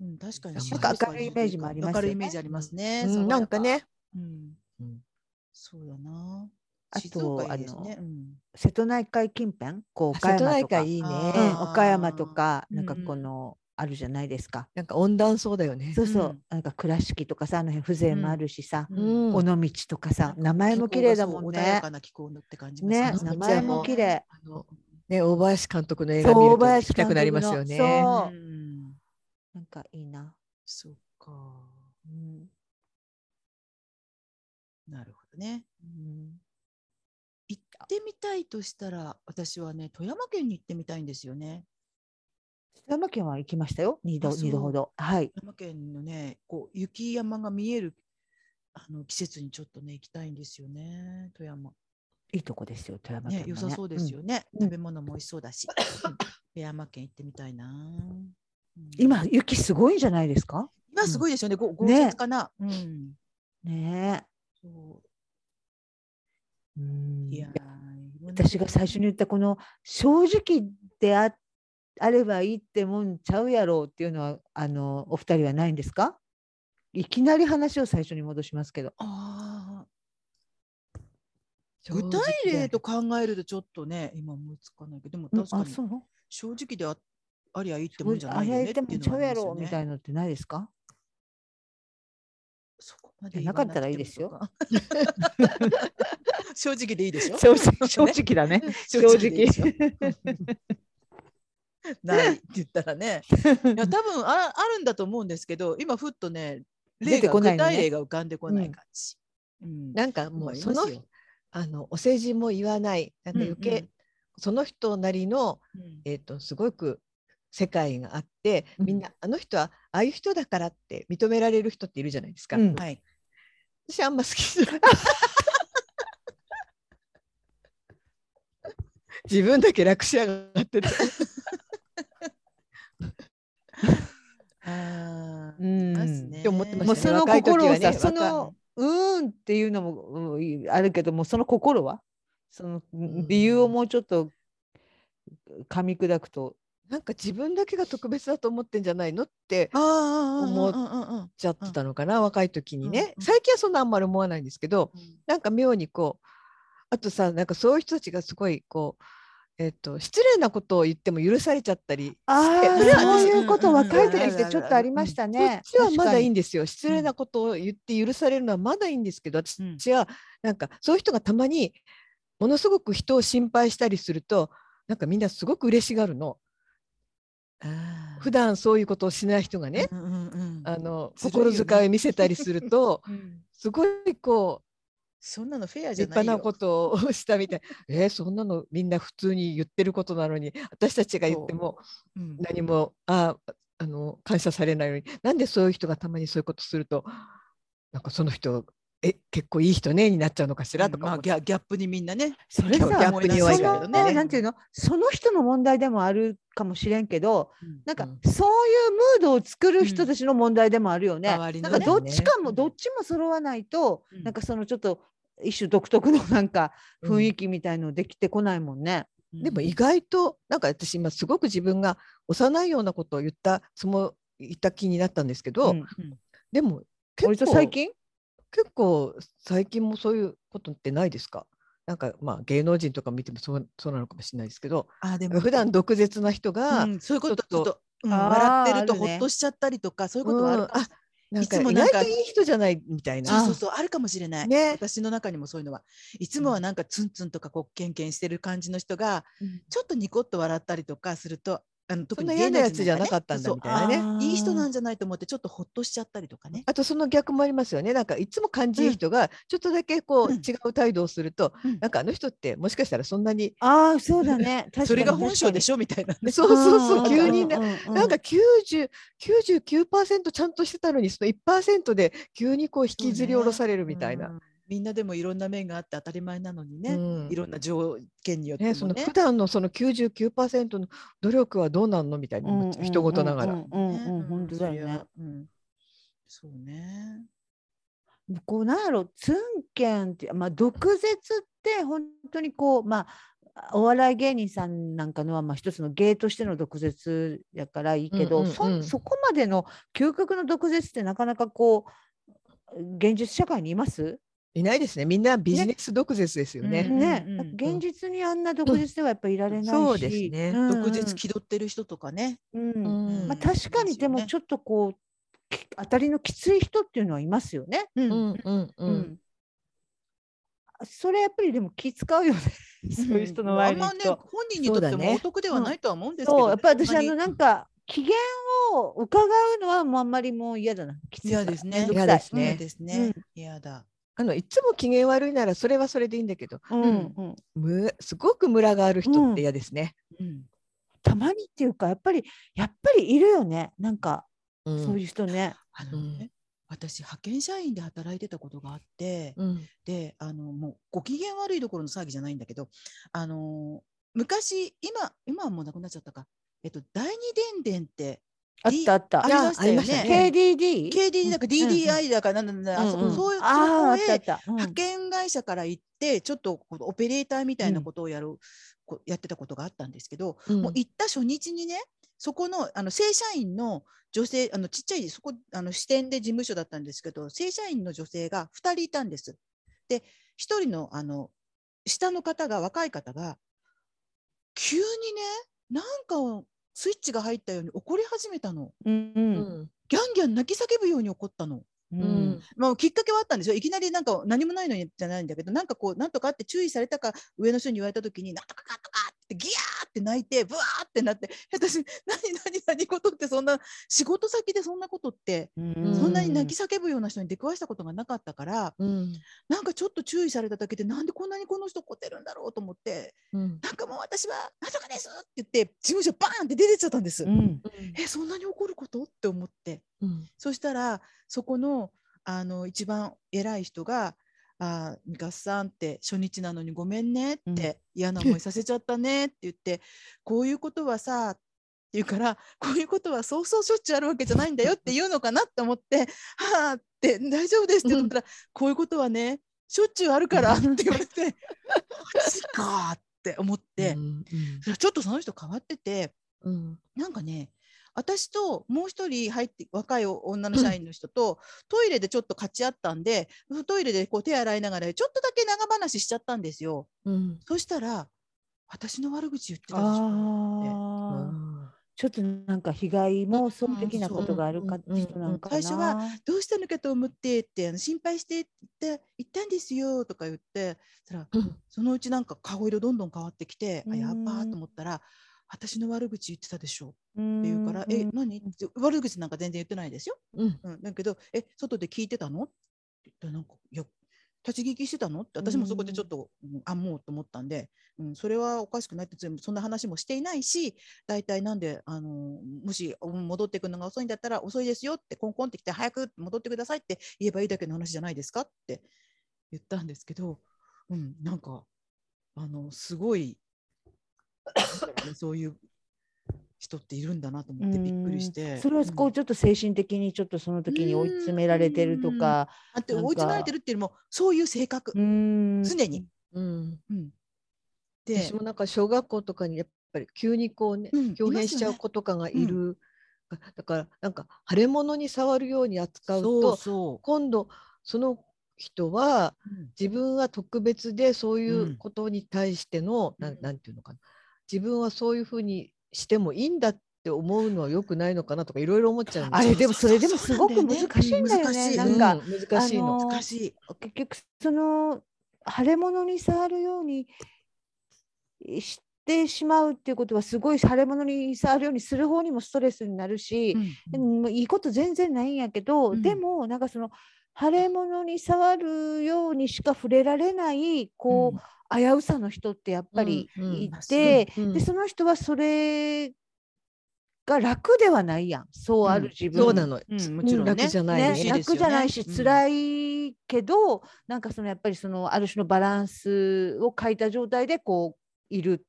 うんうん、確かになん静か岡明るいイメージもあります明よねるいイメージありますね。うん爽やかなんか。ね。うんうんそうだな。あと静岡いいですね。うん瀬戸内海近辺、こう岡瀬戸山内とか、う海いいね。あん、岡山とか、あーなんかうんうん、このあるじゃないですか。なんか温暖そうだよね。そうそううんなんか倉敷とかさ、あの辺風情もあるしさ、うん尾道とかさ、名前も綺麗だも気候んがそう穏やねか。な気候のって感じもしねま、す名そう前も綺麗。あのね大林監督の映そ画う見る大と行林きたくなりますよ監督ね。のそううんなんかいいな。そっか。うんなるほどね。うん行ってみたいとしたら、私はね、富山県に行ってみたいんですよね。富山県は行きましたよ。二あ度、そう二度ほど。はい。富山県のね、こう雪山が見えるあの季節にちょっとね、行きたいんですよね、富山。いいとこですよ。富山県ねも、ね。良さそうですよね。うん食べ物も美味しそうだ *coughs* し。うん富山県行ってみたいな。うんうん。今、雪すごいんじゃないですか。今すごいですよね、ご豪ね雪かな。うん。ねそえ。ううんいやー、私が最初に言ったこの正直でああればいいってもんちゃうやろうっていうのはあのお二人はないんですかいきなり話を最初に戻しますけど。ああ、正直具体例と考えるとちょっとね、今思いつかないけど、でもうん確かあにそう正直であありゃいいってもんじゃないよあれねっ言いっててもんうちのゃはうあやりますろようみねたいのってないですかそこまでじゃなかったらいいですよ言わなくてもとか。正直でいいでしょ正直正直だね。正でいいでしょ *laughs* ないって言ったらね。いや多分ああるんだと思うんですけど、今ふっとね、例出てがこな具いのね体例が浮かんでこなういん感じ。うんなんかまもあういそまのすよあのお世辞も言わないなんか余計、うんうんその人なりのうんえっ、とすごく世界があってうんみんな、あの人はああいう人だからって認められる人っているじゃないですか。うんはい。私あんま好きじゃない。 *laughs* 自分だけ楽しやがってて。あーうんいますね。って思ってまもしたねうその若い時心をはさ、ねその若うーんっていうのもうんあるけどもその心はその理由をもうちょっと噛み砕くとなんか自分だけが特別だと思ってんじゃないのってああ思っ思ちゃってたのかな、若い時にうんねうん最近はそんなあんまり思わないんですけどうんなんか妙にこうあとさなんかそういう人たちがすごいこう、えっと失礼なことを言っても許されちゃったりあしてあ、それはそういうこうとんうんうん若いあ時るあっるあてるちょっとありましたそっね。ちはまだいいい。んですよ失礼なことを言って許されるのはまだいいんですけど、私はなんかそういう人がたまにものすごく人を心配したりするとなんかみんなすごく嬉しがるのあー普段そういうことをしない人がね、うんうんうんあのずるいよ心ね遣いを見せたりするとうんすごいこそんなのフェアうじ立ゃないよ派なことをしたみたいえーそんなのみんな普通に言ってることなのに私たちが言ってもうん何もあーあの感謝されないのになんでそういう人がたまにそういうことするとなんかその人え結構いい人ねになっちゃうのかしらとかま思あっギちゃう、ャギャップにみんなねそれさ、ギャップに弱いからそねのなんていうの、その人の問題でもあるかもしれんけど、なんかうんそういうムードを作る人たちの問題でもあるよね。うん周りのなんねかどっちかも、うんどっちも揃わないと、うんなんかそのちょっと一種独特のなんかうん雰囲気みたいのできてこないもんね。でもい意外となんか私今すごく自分が幼いようなことを言ったつも言った気になったんですけど、うんでも割結と構最近結構最近もそういうことってないですかなんかまあ芸能人とか見てもそうそうなのかもしれないですけどあでなんか普段毒舌な人が、うんそういうことちちょょっとっとうんあー笑ってるとあるねほっとしちゃったりとかそういうことはあるかもしなんいかつも意なん外かといい人じゃないみたいそうなそうそうあるかもしれない。ね私の中にもそういうのはいつもはなんかツンツンとかこうケンケンしてる感じの人がうんちょっとニコッと笑ったりとかするとあの特そんなに嫌芸な能や人つじゃんなかかったんだみたいねそなね。うそういい人なんじじゃないと思ってちょっとほっとしちゃったりとかね。あとその逆もありますよね。なんかいつも感じいい人がちょっとだけこううん違う態度をすると、うんなんかあの人ってもしかしたらそんなにああ、そう *laughs* だね。確かにそれが本性でしょみたいなね。そうそうそうんうんううん急にななんか90 99%ちゃんとしてたのにその1%で急にこう引きずり下ろされるみたいな。 *laughs* みんなでもいろんな面があって当たり前なのにね、うんいろんな条件によってもね、ね。その普段のその99%の努力はどうなんのみたいに思っちゃう人事ながら、うんうんうんうん、本当だよね。。うんそうね。こうなんやろツンケンってまあ毒舌って本当にこうまあお笑い芸人さんなんかのはまあ一つの芸としての毒舌やからいいけど、うんうんうんそんそこまでの究極の毒舌ってなかなかこう現実社会にいます、いないですねみんなビジネス毒舌ですよねうんね、うんなんか現実にあんな毒舌ではやっぱいられないし、そうですねうんうん毒舌気取ってる人とかね。うんうんまあ、確かにでもちょっとこう、き当たりのきつい人っていうのはいますよね。う。うんんうんううんんそれやっぱりでも気使うよね *laughs* そういう人の前にあ行んまね、くと。本人にとってそうだねもお得ではないとは思うんですけどね、そうやっぱり私本あ当にのなんか機嫌を伺うのはもうあんまりもう嫌だな。きついから嫌ですねめんどくさい嫌ですねそうですね。嫌だ。あのいつも機嫌悪いならそれはそれでいいんだけどうんうんうんむすごくムラがある人って嫌ですね。うん。たまにっていうかやっぱりやっぱりいるよねなんかうんそういう人ね。あのね、うん私派遣社員で働いてたことがあって、うんであのもうご機嫌悪いどころの騒ぎじゃないんだけどあの昔今今はもうなくなっちゃったか、えっと、第二電電ってあったあった。ありましたよあありましたね。ね KDD? KD だか DDI だかなんだなんだあそうんこうんそういうそあああこったあへった。うん派遣会社から行ってちょっとこのオペレーターみたいなことをやる、こやってたことがあったんですけど、うんもう行った初日にねそこのあの正社員の女性あのちっちゃいそこあの支店で事務所だったんですけど正社員の女性が2人いたんです。で1人のあの下の方が若い方が急にねなんかをスイッチが入ったように怒り始めたのうんううんんギャンギャン泣き叫ぶように怒ったの。ううんんまあ、きっかけはあったんですよ。いきなりなんか何もないのにじゃないんだけど、なんかこう、なんとかって注意されたか、上の人に言われたときに、なんとかかんとかってギャーって泣いて、ブワーってなって、私、何、何、何事って、そんな、仕事先でそんなことって、うんそんなに泣き叫ぶような人に出くわしたことがなかったから、うんなんかちょっと注意されただけで、なんでこんなにこの人怒ってるんだろうと思って、うんなんかもう私は、なんとかですって言って、事務所バーンって出てっちゃったんです。うんえ、そんなに怒ることって思って。うんそしたらそこのあの一番偉い人が「あーミカスさんって初日なのにごめんね」って、嫌な思いさせちゃったねって言って「こういうことはさ」って言うから「こういうことはそうそうしょっちゅうあるわけじゃないんだよ」って言うのかなって思って「はあ」って「大丈夫です」って言ったら「こういうことはねしょっちゅうあるから」って言われて「マジか」って思って。うんそれはちょっとその人変わっててうんなんかね私ともう一人入って若い女の社員の人とトイレでちょっと勝ち合ったんでトイレでこう手洗いながらちょっとだけ長話しちゃったんですようんそしたら私の悪口言ってたでしょああちょっとなんか被害妄想的なことがあるかうんうん人なんか最な初はどうしたのかと思ってってあの心配してって言って行ったんですよとか言ってそしたらうんそのうちなんか顔色どんどん変わってきてうあんやっばーと思ったら私の悪口言ってたでしょっって言うから「え何?」って悪口なんか全然言ってないですよ。うんうん、だけど「え外で聞いてたの?」って言ったらなんか「いや立ち聞きしてたの?」って私もそこでちょっと、うんあもうと思ったんで、うん、それはおかしくないって全部そんな話もしていないし大体なんであのもしうん戻ってくるのが遅いんだったら遅いですよってコンコンってきて早く戻ってくださいって言えばいいだけの話じゃないですかって言ったんですけど、うん、なんかあのすご *laughs* いなんかねそういう人っているんだなと思ってびっくりして。それはこううんちょっと精神的にちょっとその時に追い詰められてるとかあってなんか追い詰められてるっていうのもそういう性格、うーん常に。うんうん、で私もなんか小学校とかにやっぱり急にこうねうん豹変しちゃう子とかがいいますよるがだからなんか腫れ物に触るように扱うそうとそ今度その人はう、うん自分は特別でそういうんうことに対しての、なうんんなんていうのかな自分はそういうふうにしてもいいんだって思うのは良くないのかなとかいろいろ思っちゃうんあれでもそれでもそすうなんごだよくね難しいんだよ難しねいなんか、かうん難しいの。あの難しい。結局その腫れ物に触るようにしてしまうっていうことはすごい腫れ物に触るようにする方にもストレスになるし、でももういいこと全然ないんやけど、うんでもなんかその腫れ物に触るようにしか触れられないこう、危うさの人ってやっぱりうんうんいますて、うんでその人はそれが楽ではないやんそうある自分、そうなの、うんももちちろろんんね楽じゃないよよねね、ね楽ですよね楽じゃないしうん辛いけど、なんかそのやっぱりそのある種のバランスを欠いた状態でこういる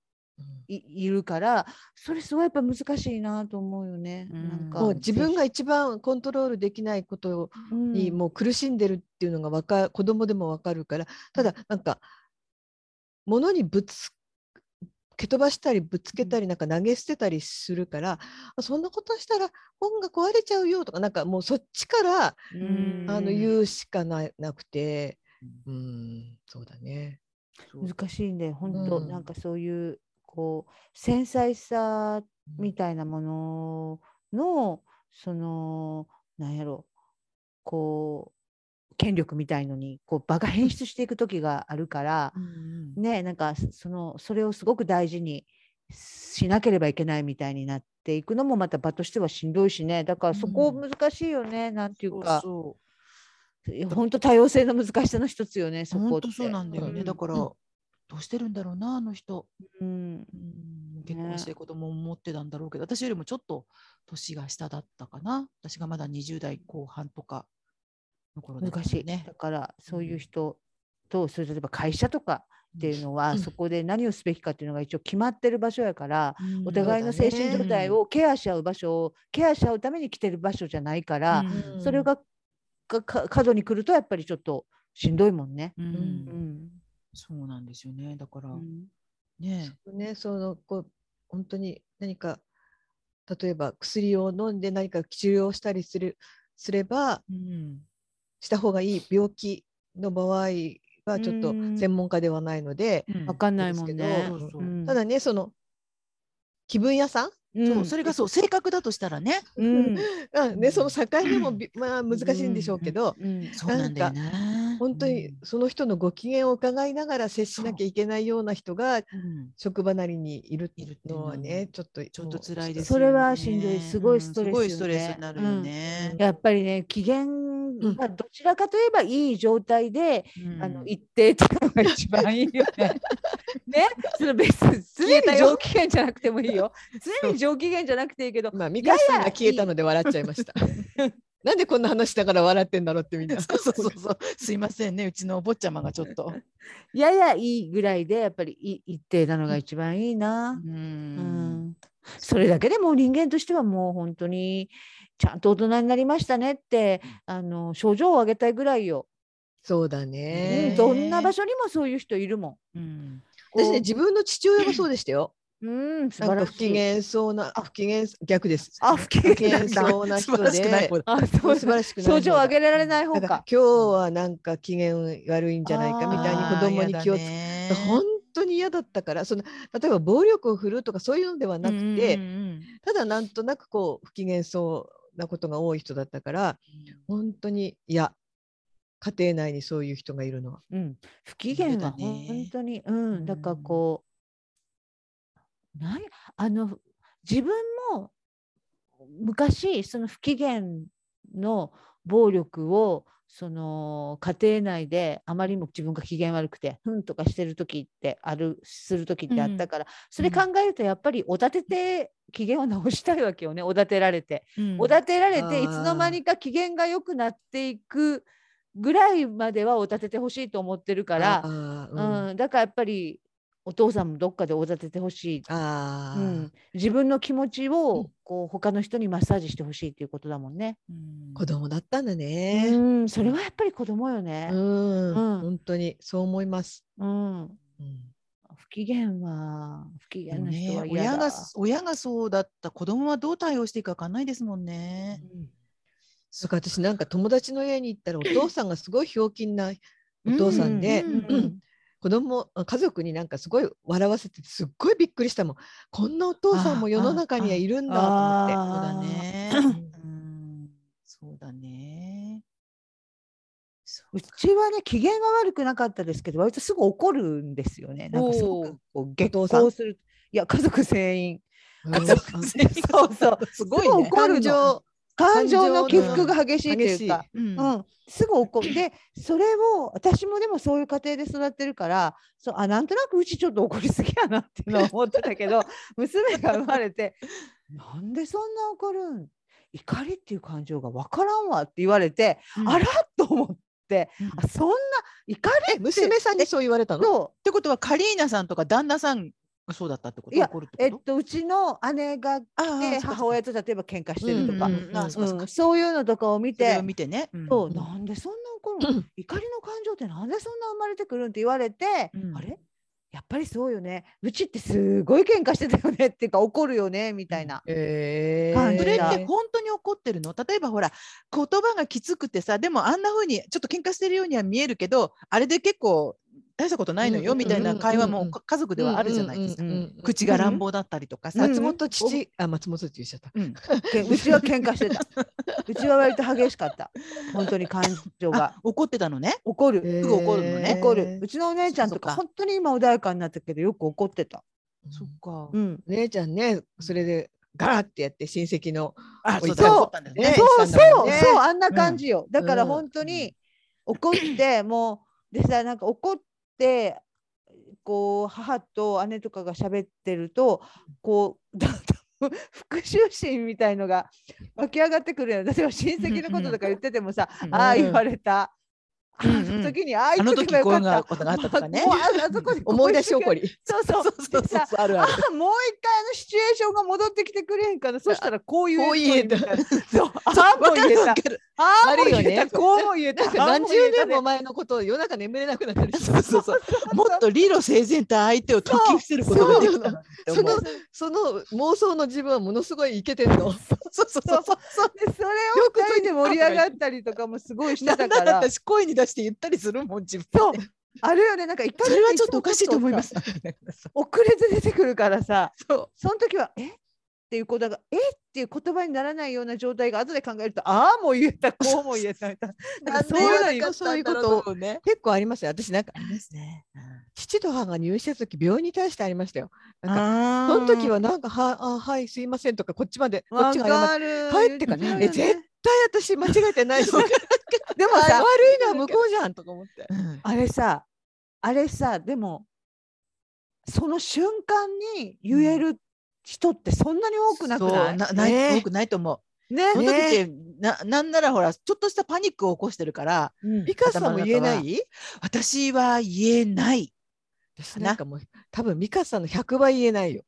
いいるからそれすごいやっぱ難しいなと思うよね。うんなんかもう自分が一番コントロールできないことにもう苦しんでるっていうのがわか子供でもわかるからただなんか物にぶつ蹴飛ばしたりぶつけたりなんか投げ捨てたりするから、そんなことしたら本が壊れちゃうよとかなんかもうそっちから、ううんあのう言うしかななくてうんそうだね。難しいんで本当、うんなんかそういうこう繊細さみたいなもののそのなんやろこう権力みたいのにこう場が変質していく時があるから、ねなんかそそのそれをすごく大事にしなければいけないみたいになっていくのもまた場としてはしんどいしねだからそこう難しいよね、なんていうかそういや本当多様性の難しさの一つよねそこ本って当そうなんだよね。うんだから、うんどうしてるんだろうなあの人。うんうん結婚して子供を持ってたんだろうけど、私よりもちょっと年が下だったかな。私がまだ20代後半とかの頃だった難んしでいねだ。からそういう人とそれ例えば会社とかっていうのは、うんそこで何をすべきかっていうのが一応決まってる場所やから、うんお互いの精神そうだ状ね態をケアし合う場所をケアし合うために来てる場所じゃないから、うんそれががか過度に来るとやっぱりちょっとしんどいもんね。うんうんうんそうなんですよね。だから、うんねね、そのこう本当に何か例えば薬を飲んで何か治療をしたりするすればうんした方がいい病気の場合はちょっとうん専門家ではないので、わかんなないいももんんねね。そうそうただねその気分屋さん、そうそれがそう性格だとしたらね、うんうんね、その境目も *laughs* び、まあ、難しいんでしょうけど、うんそうなんだよね。本当にその人のご機嫌を伺いながら接しなきゃいけないような人がうん職場なりにいるいるっていうののははねちょっとちょっと辛いですよね。それはしんどいすごいストレスよねうんすごいストレスになるよね。やっぱりね機嫌がどちらかといえばいい状態で、うんあの一定っていうのが一番いいよ *laughs* ね。ねその別に常に上機嫌じゃなくてもいいよ。常に上機嫌じゃなくていいけどまあ、ミカさんが消えたので笑っちゃいました。 *laughs* なんでこんな話だから笑ってんだろうってみんな。そうそうそうそう。すいませんね、うちのお坊ちゃまがちょっと。ややいいぐらいでやっぱりい一定なのが一番いいな。う。うんんそれだけでもう人間としてはもう本当にちゃんと大人になりましたねってあの症状を上げたいぐらいよ、そうだうねねん、。どんな場所にもそういう人いるもん。うん。私こうね自分の父親もそうでしたよ。うん、素な晴んから不し機い。嫌そうな、あ不機嫌、逆です。あ、不機不機嫌嫌なんだ。そうな素人晴で、らしくない方だあ、そそうう素晴らしくない方だ。症状を上げられない方だからか。今日はなんか機嫌悪いんじゃないかみたいに子供に気をつけけて本当に嫌だったからその例えば暴力を振るうとかそういうのではなくて、ただなんとなくこう不機嫌そうなことが多い人だったから本当に嫌家庭内にそういう人がいるのは。うん、不機嫌はそうだね本当に、うん、だからうんこう、ない、あの、自分も昔、その不機嫌の暴力を、その家庭内であまりにも自分が機嫌悪くて、ふんとかしてる時ってある、する時ってあったから、それうん考えるとやっぱりおだてて機嫌を直したいわけよね、おだてられて。うんおだてられていつあーの間にか機嫌が良くなっていくぐらいまではおだててほしいと思ってるから、あーううんんだからやっぱりお父さんもどっかでおだててほしい、あうー、ん、自分の気持ちをこう他の人にマッサージしてほしいっていうことだもんね。うん子供だったんだうね。んそれはやっぱり子供よねう。ん、うん本当にそう思います。うんうん不機嫌は不で機嫌もな人ねは、親嫌だ。が親がそうだった子供はどう対応していいかわかんないですもんね。だから私なんか友達の家に行ったらお父さんがすごいひょうきんなお父さんで、ううんう *clears throat* 子供あ家族になんかすごい笑わせてすっごいびっくりしたもんこんなお父さんも世の中にはいるんだそうだと思っあーね。ううんそうだね。そううちはね機嫌が悪くなかったですけど割とすぐ怒るんですよね。なんかすごおーくこうお父激さん高する。いや家族全員て。あうんそうそうそう。すごいすぐね。怒る感の情感情の起伏感情が激しいというか、うんうん、すぐ怒る。で、それを私もでもそういう家庭で育ってるから、そうあなんとなくうちちょっと怒りすぎやなっていうのは思ってたけど、娘が生まれて、なんでそんな怒るん怒りっていう感情がわからんわって言われて、うんあらっと思って、うんあそんな怒りえ娘さんにそう言われたのとってことはカリーナさんとか旦那さんがそうだったってこといや怒るってえっことと、うちの姉が来あーそてうか母親と例えば喧嘩してるとか、ううんんうんうんあそうかそうかそういうのとかを見それてを見てね。うんそううんなんでそんな怒るの怒りの感情ってなんでそんな生まれてくるんって言われて、うんあれやっぱりそうよねうちってすごい喧嘩してたよねっていうか怒るよねみたいな、えー、感じそれっだて本当に怒ってるの例えばほら言葉がきつくてさでもあんな風にちょっと喧嘩してるようには見えるけどあれで結構大したことないのようんうんみうんたいな会話もうんか家族ではあるじゃないですかうんうんうんうん口が乱暴だったりとかさ、うん松本父あ松本って言っちゃった。うんけうちは喧嘩してたうちは割と激しかった本当に感情あが怒ってたのね怒る、ぐ怒るのね怒るうちのお姉ちゃんとそかっか本当に今穏やかになったけどよく怒ってた、そっか、うん、姉ちゃんねそれでガラってやって親戚のあそそううだそう怒ったんだよねねそうしそたんだもんうねそうあんな感じよ、だからうん本当に怒って、もうでさなんか怒ってこう母と姉とかが喋ってるとこうだんだん復讐心みたいのが湧き上がってくるよね例えば親戚のこととか言っててもさ、うんああうん言われた、うんあの時にあああ言っのと時けばよこういうかっのたがことがあったとかねもうああそこで思い出しこ怒うり。そうそうそう *laughs* そうでそうさあるあるあもう一回あのシチュエーションが戻ってきてくれへんかなそしたらこういうこう言えたみいな *laughs* そうああもわか言えるたわかるああ、悪いよねもう言えたこうも言えた。なんか何十年も前のことを夜中眠れなくなったりしてそうそうそうもっと理路整然と相手を解き伏せることができたのにって思そうのその妄想の自分はものすごいイケてんその。うそうそうそうそうでそれをよく二人で盛り上がったりとかもすごいしてなたんなからら。私声に出して言ったりするもん自分そう。あるよね、なんか怒りってそれはちょっとおかしいと思いまつす。もちょっとさ。遅れて出てくるからさ、そうその時は、えっていうことが、えっていう言葉にならないような状態が後で考えると、ああも言えた、こうも言えたみたいな。なんかそういうのになんで言わなかったんだろうをね。結構ありますよ。私なんかありますね。父と母が入院した時病院に対してありましたよ。なんあかその時はなんかはあはいすいませんとかこっちまでこっちが謝ってわる帰ってから言うえよね絶対私間違えてないし悪でもいさ、のは向こうじゃんとか思って。うんあれさ、あれさ、でも、その瞬間に言える人ってそんなに多くなくそなういなない、ねえ多くないと思う。ねその時ってななんならほらちょっとしたパニックを起こしてるからうん美香さんも言えな頭のい？私は言えない。私なんかもう多分美香さんの100倍言えないよ。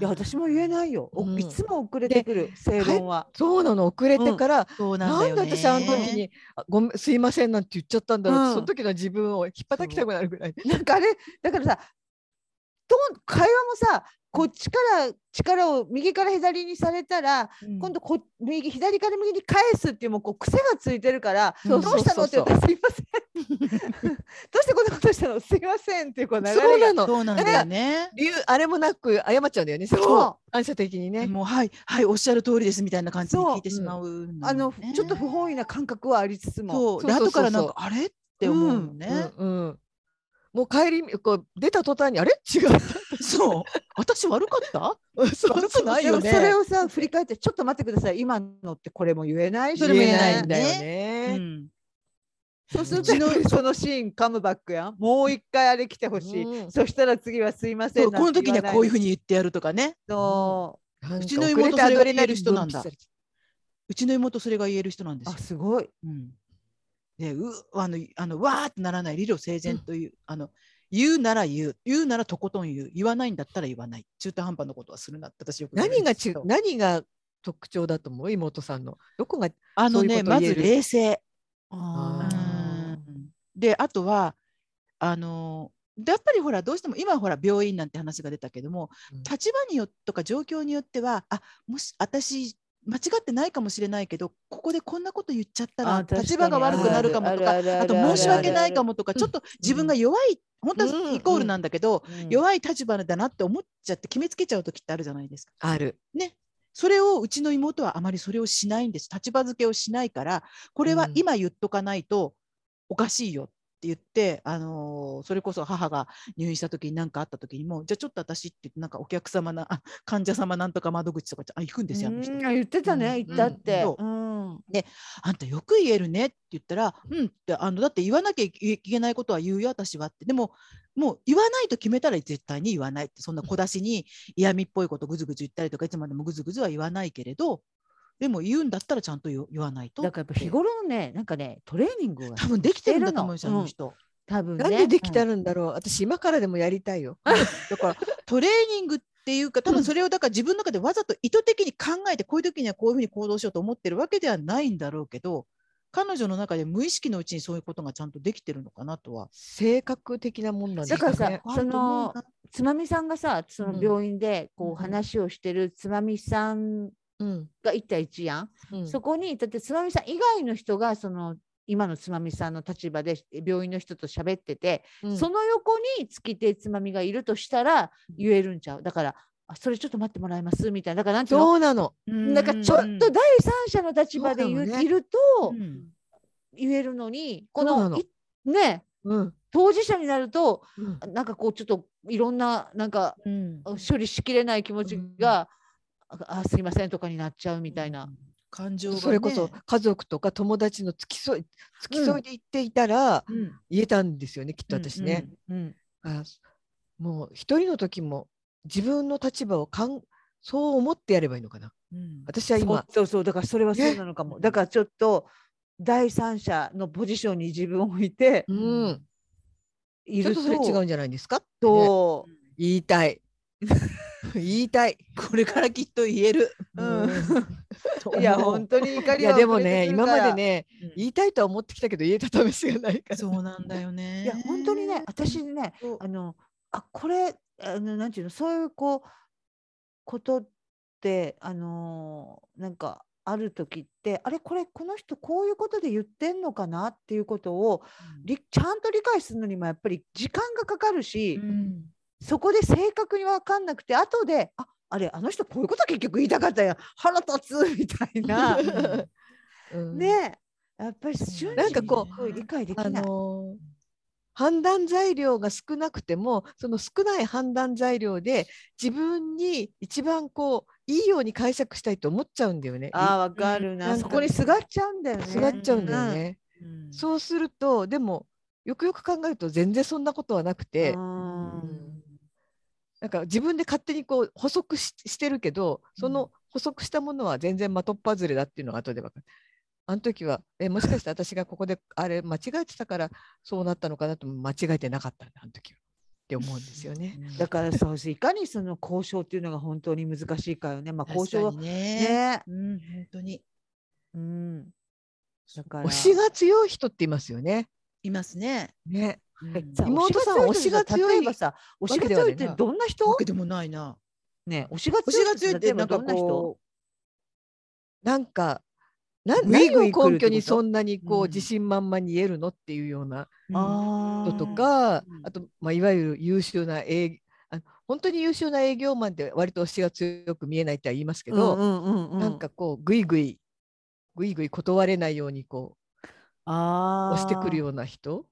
いや私も言えないよ、おうんいつも遅れてくる正論は。そうなの遅れてからそうなんなだんよでね。私あの時にあごめんすいませんなんて言っちゃったんだろうって、うんその時の自分を引っ叩きたくなるぐらい。なんかあれだからさん会話もさこっちから力を右から左にされたら、今度こ右左から右に返すっていうもうこう癖がついてるから「そうどうしたの?」って言そうったら「すいま *laughs* せん」「どうしてこんなことしたのすいません」っていうこう流れがそうなのそうなんだよね。理由あれもなく謝っちゃうんだよねそう反射的にね、もうはいはいおっしゃる通りですみたいな感じで聞いてしまうのね、あのちょっと不本意な感覚はありつつも。そうそうでそうそ後かうらなんかあれって思うのね、うんうんもう帰りこう出た途端にあれ *laughs* 違うそう私悪かったそう悪くないでよもねそれをさ振り返ってちょっと待ってください今のってこれも言えないしそれも言えないんだよねうんそうするとうちのやっぱりそのシーンカムバックやんもう一回あれ来てほしい、うんそしたら次はすいませそんうこの時にはこういうふうにに言ってやるとかねなんかうちの妹遅れそれが言えてるアドレナリン人なんだ分泌されてうちの妹それが言える人なんですあよ。すごいうん、でうあのあのわーってならない理路整然という、あの言うなら言う言うならとことん言う言わないんだったら言わない中途半端なことはするなって私よく言われる何んがでちすけど何が特徴だと思う妹さんのどこがあのねそういうことまを言えずる冷静。あうーんであとはあのでやっぱりほらどうしても今ほら病院なんて話が出たけどもうん立場によってとか状況によってはあもし私間違ってないかもしれないけどここでこんなこと言っちゃったらあ確かに立場が悪くなるかもとかあるあるあるあと申し訳ないかもとかうんちょっと自分が弱い本当はイコールなんだけどうん弱い立場だなって思っちゃって決めつけちゃう時ってあるじゃないですか。あるそれをうちの妹はあまりそれをしないんです立場付けをしないからこれはうん今言っとかないとおかしいよって言って、あのーそれこそ母が入院した時に何かあった時にもじゃあちょっと私って言ってなんかお客様なあ患者様なんとか窓口とかあ行くんですよあの人うんあ言ってたねうん言ったって、うんうんあんたよく言えるねって言ったら、うんって、あのだって言わなきゃいいけないことは言うよ、私はって。でも、もう言わないと決めたら絶対に言わないって、そんな小出しに嫌味っぽいことぐずぐず言ったりとか、いつまでもぐずぐずは言わないけれど、でも言うんだったらちゃんと言言わないと。だからやっぱ日頃のねなんかねトレーニングが多分できてるんだと思うんですよ、あのして人。るのうん多分ねなんでできたるんだろう、私今からでもやりたいよだから、トレーニングっていうか、多分それをだから自分の中でわざと意図的に考えて、こういう時にはこういうふうに行動しようと思ってるわけではないんだろうけど、彼女の中で無意識のうちにそういうことがちゃんとできてるのかなとは。性格的なもんなんだからかさねあそると思うのなつまみさんがさそうんの病院でうんこうんう話をしてるつまみさんうんが一対一やん、うんそこにだってつまみさん以外の人がその今のつまみさんの立場で病院の人と喋ってて、うんその横に月手つまみがいるとしたら言えるんちゃうだからあそれちょっと待ってもらえますみたいなだからなんていうのそうなのなんかちょっと第三者の立場でそう言う、なのねいるうとん言えるのに、そこうなののいねうん当事者になるとうんなんかこうちょっといろんななんかうん処理しきれない気持ちが、ああすいませんとかになっちゃうみたいな。感情が、ね、それこそ家族とか友達の付き添い付き添いで行っていたらうん、言えたんですよねきっと私ね。うんあもう一人の時も自分の立場をかんそう思ってやればいいのかな。うんうん私は今そうそうそうだからそれはそうなのかも、ねだからちょっと第三者のポジションに自分を置いてううんん、いちょっるととそれ違うんじゃないですかってね、と言いたい *laughs* 言いたい。これからきっと言える。うんと思ういや本当に怒いりやはでも溢れねてくる今からまでねうん言いたいとは思ってきたけど言えた試しがないから。そうなんだよね。いや本当にね私ねそうあのあこれあのなんていうのそういうこうことってあのーなんかある時ってあれこれこの人こういうことで言ってんのかなっていうことをりちゃんと理解するのにもやっぱり時間がかかるし、うんそこで正確に分かんなくて後でああれあの人こういうこと結局言いたかったやん腹立つみたいな *laughs* うんねえやっぱり瞬なんか時こうに理解できあない。のー判断材料が少なくてもその少ない判断材料で自分に一番こういいように解釈したいと思っちゃうんだよね。あーわかるなな。んかそこにすがっちゃうんだよね。すがっちゃうんだよね。うんそうするとでもよくよく考えると全然そんなことはなくて、うんうんなんか自分で勝手にこう補足ししてるけどその補足したものは全然的っ外れだっていうのが後で分かる。あの時はえもしかして私がここであれ間違えてたからそうなったのかなと間違えてなかったんだあの時はって思うんですよね。だからそうしいかにその交渉っていうのが本当に難しいかよね。まあ交渉は確かにねね、うん、本当にうん、だから推 *laughs* しが強い人っていますよね。いますね。うね。んえさ妹さん推しが強い例えばさ推しわけでがは強ないいってどんな人わけでもないな。ね推しが推しが強強いいっって例えてばなんかどんな人こなんかなぐい何ぐをい来る根っ拠てことにそんなにこうう、ん自信満々に言えるのっていうようなうあ人とーか、うんあと、まあ、いわゆる優秀な営あの本当に優秀な営業マンって割と推しが強く見えないっては言いますけど、うんうんうなんかこうぐいぐいぐいぐい断れないようにこうあ押してくるよような人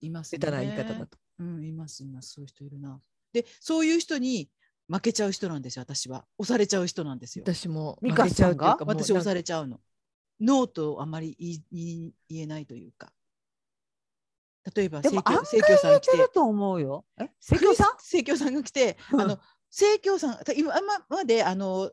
います下ね。手な言い方だと。うん、います、います。そういう人いるな。で、そういう人に負けちゃう人なんですよ、私は。押されちゃう人なんですよ。私もミ負カけちゃさうんというがかもう私な押んかされちゃうの。ノーとあまり言い言い言えないというか。例えば、でも教案生協さん言えが来てるて、と思うよえ生協さん生協さんが来て、あうんの、生協さん、た今まで、あの、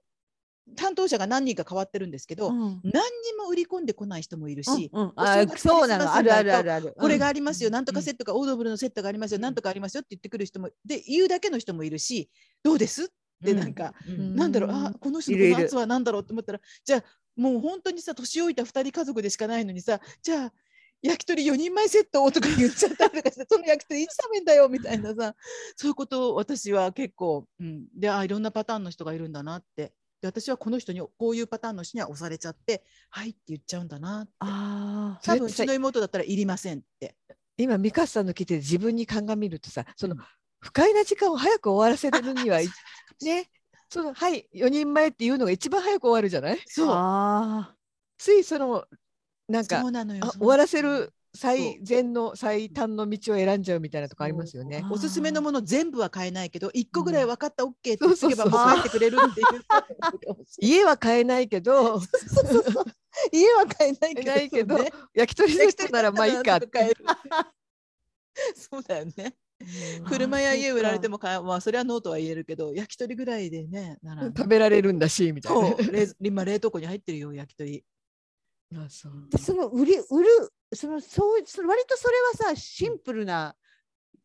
担当者が何人か変わってるんですけど、うん何にも売り込んでこない人もいるし、うんうん、お正あ月そうなクリスマのスあになるるあとるあるあるこれがありますよ、うんなんとかセットか、オードブルのセットがありますよ、うんなんとかありますよって言ってくる人も、で、言うだけの人もいるし、どうですってなんか、うんうんなんだろう、あこの人いのるいこるの圧はなんだろうって思ったら、じゃあ、もう本当にさ、年老いた2人家族でしかないのにさ、じゃあ、焼き鳥4人前セットをとか言っちゃったりとかして、 *laughs* その焼き鳥いつ食べんだよみたいなさ、そういうことを私は結構、うん、で、あいろんなパターンの人がいるんだなって。で私はこの人にこういうパターンの人には押されちゃって「はい」って言っちゃうんだなってあーそれ多って分うちの妹だったらいりませんって。今ミカさんの聞いて自分に鑑みるとさそのうん不快な時間を早く終わらせるにはねそのはい4人前っていうのが一番早く終わるじゃないそう。あついそのなんかそうなのよ。あそう終わらせそうる最善の最短の道を選んじゃうみたいなとこありますよねそう。おすすめのもの全部は買えないけど、一個ぐらい分かった、オッケーってそ言うっとそけうそばうもう帰ってくれるっていう。家は買えない *laughs* けど家は買えない買えないけどそうね焼き鳥セットならまあいいかっ焼てき鳥買えるそうだよね。ー車あやー家そう売られかても買え、まあ、それはノーとは言えるけど、焼き鳥ぐらいでね、ならね。食べられるんだしみたいそなう。 *laughs* 冷蔵今冷凍庫に入ってるよ、焼き鳥。あそうでその売り売るそのそうその割とそれはさシンプルな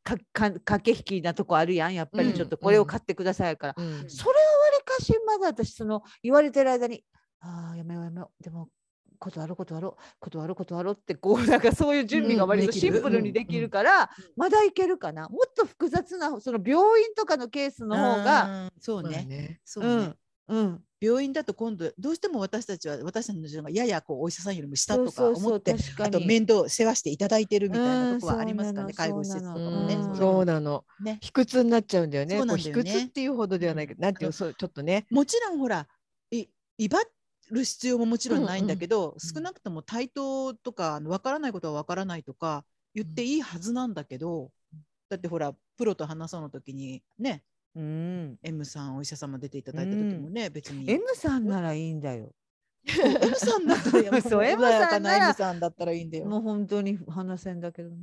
かか駆け引きなとこあるやんやっぱうりんちょっとこれうをん買ってくださいやから、うんそれはわりかしまだ私その言われてる間にああやめようやめようでも断ろう断ろう断ろう断ろうってこうなんかそういう準備がうん割とできシるンプルにできるから、まだいけるかなもっと複雑なその病院とかのケースの方がうん。そうまあね。ねそううね。んうん病院だと今度どうしても私たちは私たちの順がややこうお医者さんよりも下とかそうそうそう思って確かあにと面倒世話していただいてるみたいなとこうはんありますからねそう介なの護施設とかうもねそうなのそんういうそうのなのね卑屈になっちゃうんだよねそうなんこうだよ卑ね屈っていうほどではないけど、なんてあのいうのそうちょっとねもちろんほらい威張る必要ももちろんないんだけど、少なくとも対等とかあの分からないことは分からないとか言っていいはずなんだけど、だってほらプロと話そうの時にねうん M さんお医者様出ていただいた時もね、別に M さんならいいんだよそう M さんだったらいいよ *laughs* そう M 穏やかさんななら M さんだったらいいんだよ。もう本当に話せんだけどね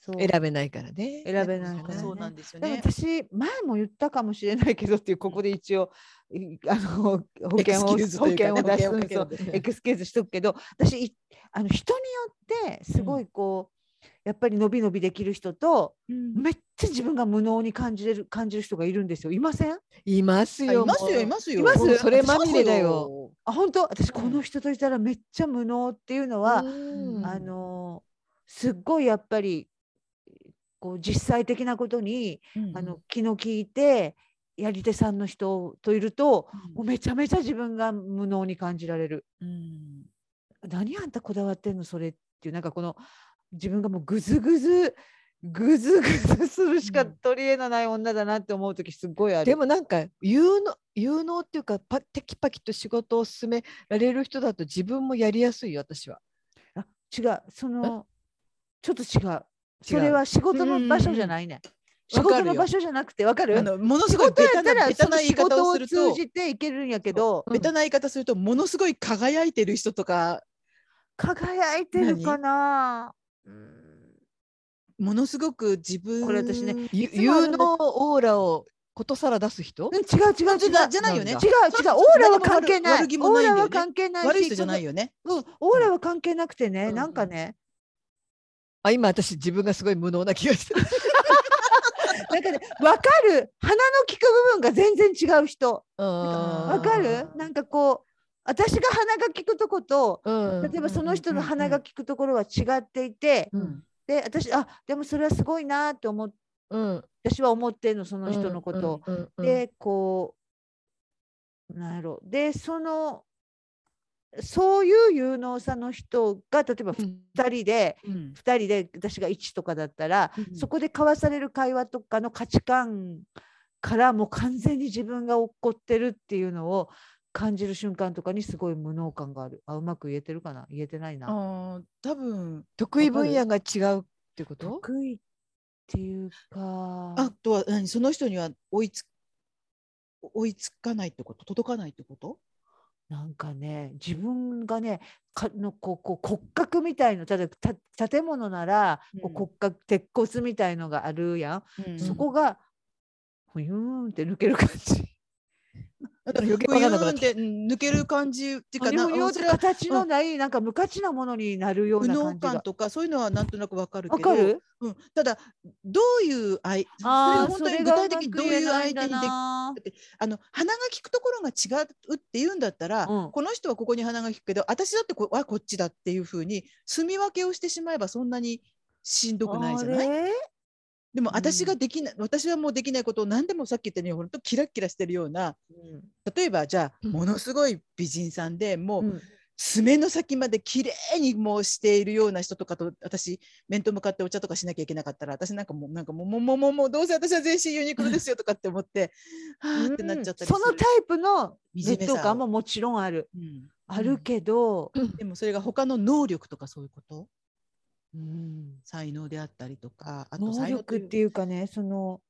そう選べないからね。選べないそかうら、ね、そうなんですよでもね。私前も言ったかもしれないけどっていうここで一応い *laughs* あの保険を、エクスキューズ保という険かをね出す保険をかけるそうでエクスキューズしとくけど私いあの人によってすごいこう、やっぱり伸び伸びできる人とうんめっちゃ自分が無能に感じれる感じる人がいるんですよいませんいますあいよ。ますよ、もういますよ。いますもうそれまみれだよ。あ本当私うんこの人といたらめっちゃ無能っていうのは、うんあのすっごいやっぱりこう実際的なことにあの気の利いてやり手さんの人といるともうめちゃめちゃ自分が無能に感じられる。うん何あんたこだわってんのそれっていうなんかこの自分がもうグズグズグズグズするしかうん取り柄のない女だなって思う時すっごいある。でもなんか有能有能っていうかパテキパキと仕事を進められる人だと自分もやりやすいよ私は。あ違うそのちょっと違うそれ違うは仕事うんうんうのん場所じゃないね。仕わか事るよの場所じゃなくてわかるあのものす仕ごい事ベやタったならベタそのな言い仕方事ををすると通、じていけるんやけどベタな言い方するとものすごい輝いてる人とか輝いてるかなうんものすごく自分これ私ねゆつもあの有能オーラをことさら出す人うん違う違う違うじゃじゃないよね違うそ違うそうオーラは関係ない悪気オもなーいんだラよねは関係ないし悪い人じゃないよね。そのうんオーラは関係なくてね、うんなんかねあ今私自分がすごい無能な気がして *laughs* る。なんかねわかる鼻の利く部分が全然違う人わわかあるーなんかこう私が鼻が利くとことうん例えばその人のうんうんうんうん鼻が利くところは違っていて、うんで私あでもそれはすごいなって思っうん、私は思ってんのその人のことを。うん、うん、でこうなんやろでそのそういう有能さの人が例えばう2ん、人で、うん二人で私が1とかだったら、うんそこで交わされる会話とかの価値観からもう完全に自分が起こってるっていうのを感じる瞬間とかにすごい無能感があるあうまく言えてるかな言えてないなあー多分得意分野が違うってこと？得意っていうかあとは何その人には追いつ追いつかないってこと届かないってことなんかね自分がねかのこうこう骨格みたいの例えばた建物なら、こううん骨格鉄骨みたいのがあるやん、そこがふゆーんって抜ける感じ。だから余余計計わわかかんんななくなったて抜くなっける感じっていうかふになょふにょっそてれは形のないなんか無価値なものになるよう右な脳感じ感が。とかそういうのはなんとなくわかるわけかど、る？うん、ただどういう相それあはあ本そ当にれ具が体的にどういう相手にできであの鼻が効くところが違うって言うんだったら、うんこの人はここに鼻が効くけど私だってこはこっちだっていうふうに住み分けをしてしまえばそんなにしんどくないじゃないい？でうもん私ができない、私はもうできないことを何でもさっき言ったように本当キラッキラしてるようなうん例えばじゃあうんものすごい美人さんでもううん爪の先まで綺麗にもうしているような人とかと私面と向かってお茶とかしなきゃいけなかったら私なんかもうなんかもうもうもうもうもうどうせ私は全身ユニクロですよとかって思っ *laughs* てはあってなっちゃったりすそる、のタイプの劣惨め等さを感ももちろんある。うんあるけど、でもそれが他の能力とかそういうことうん才能であったりとかあと能才能と力いっうていうかねその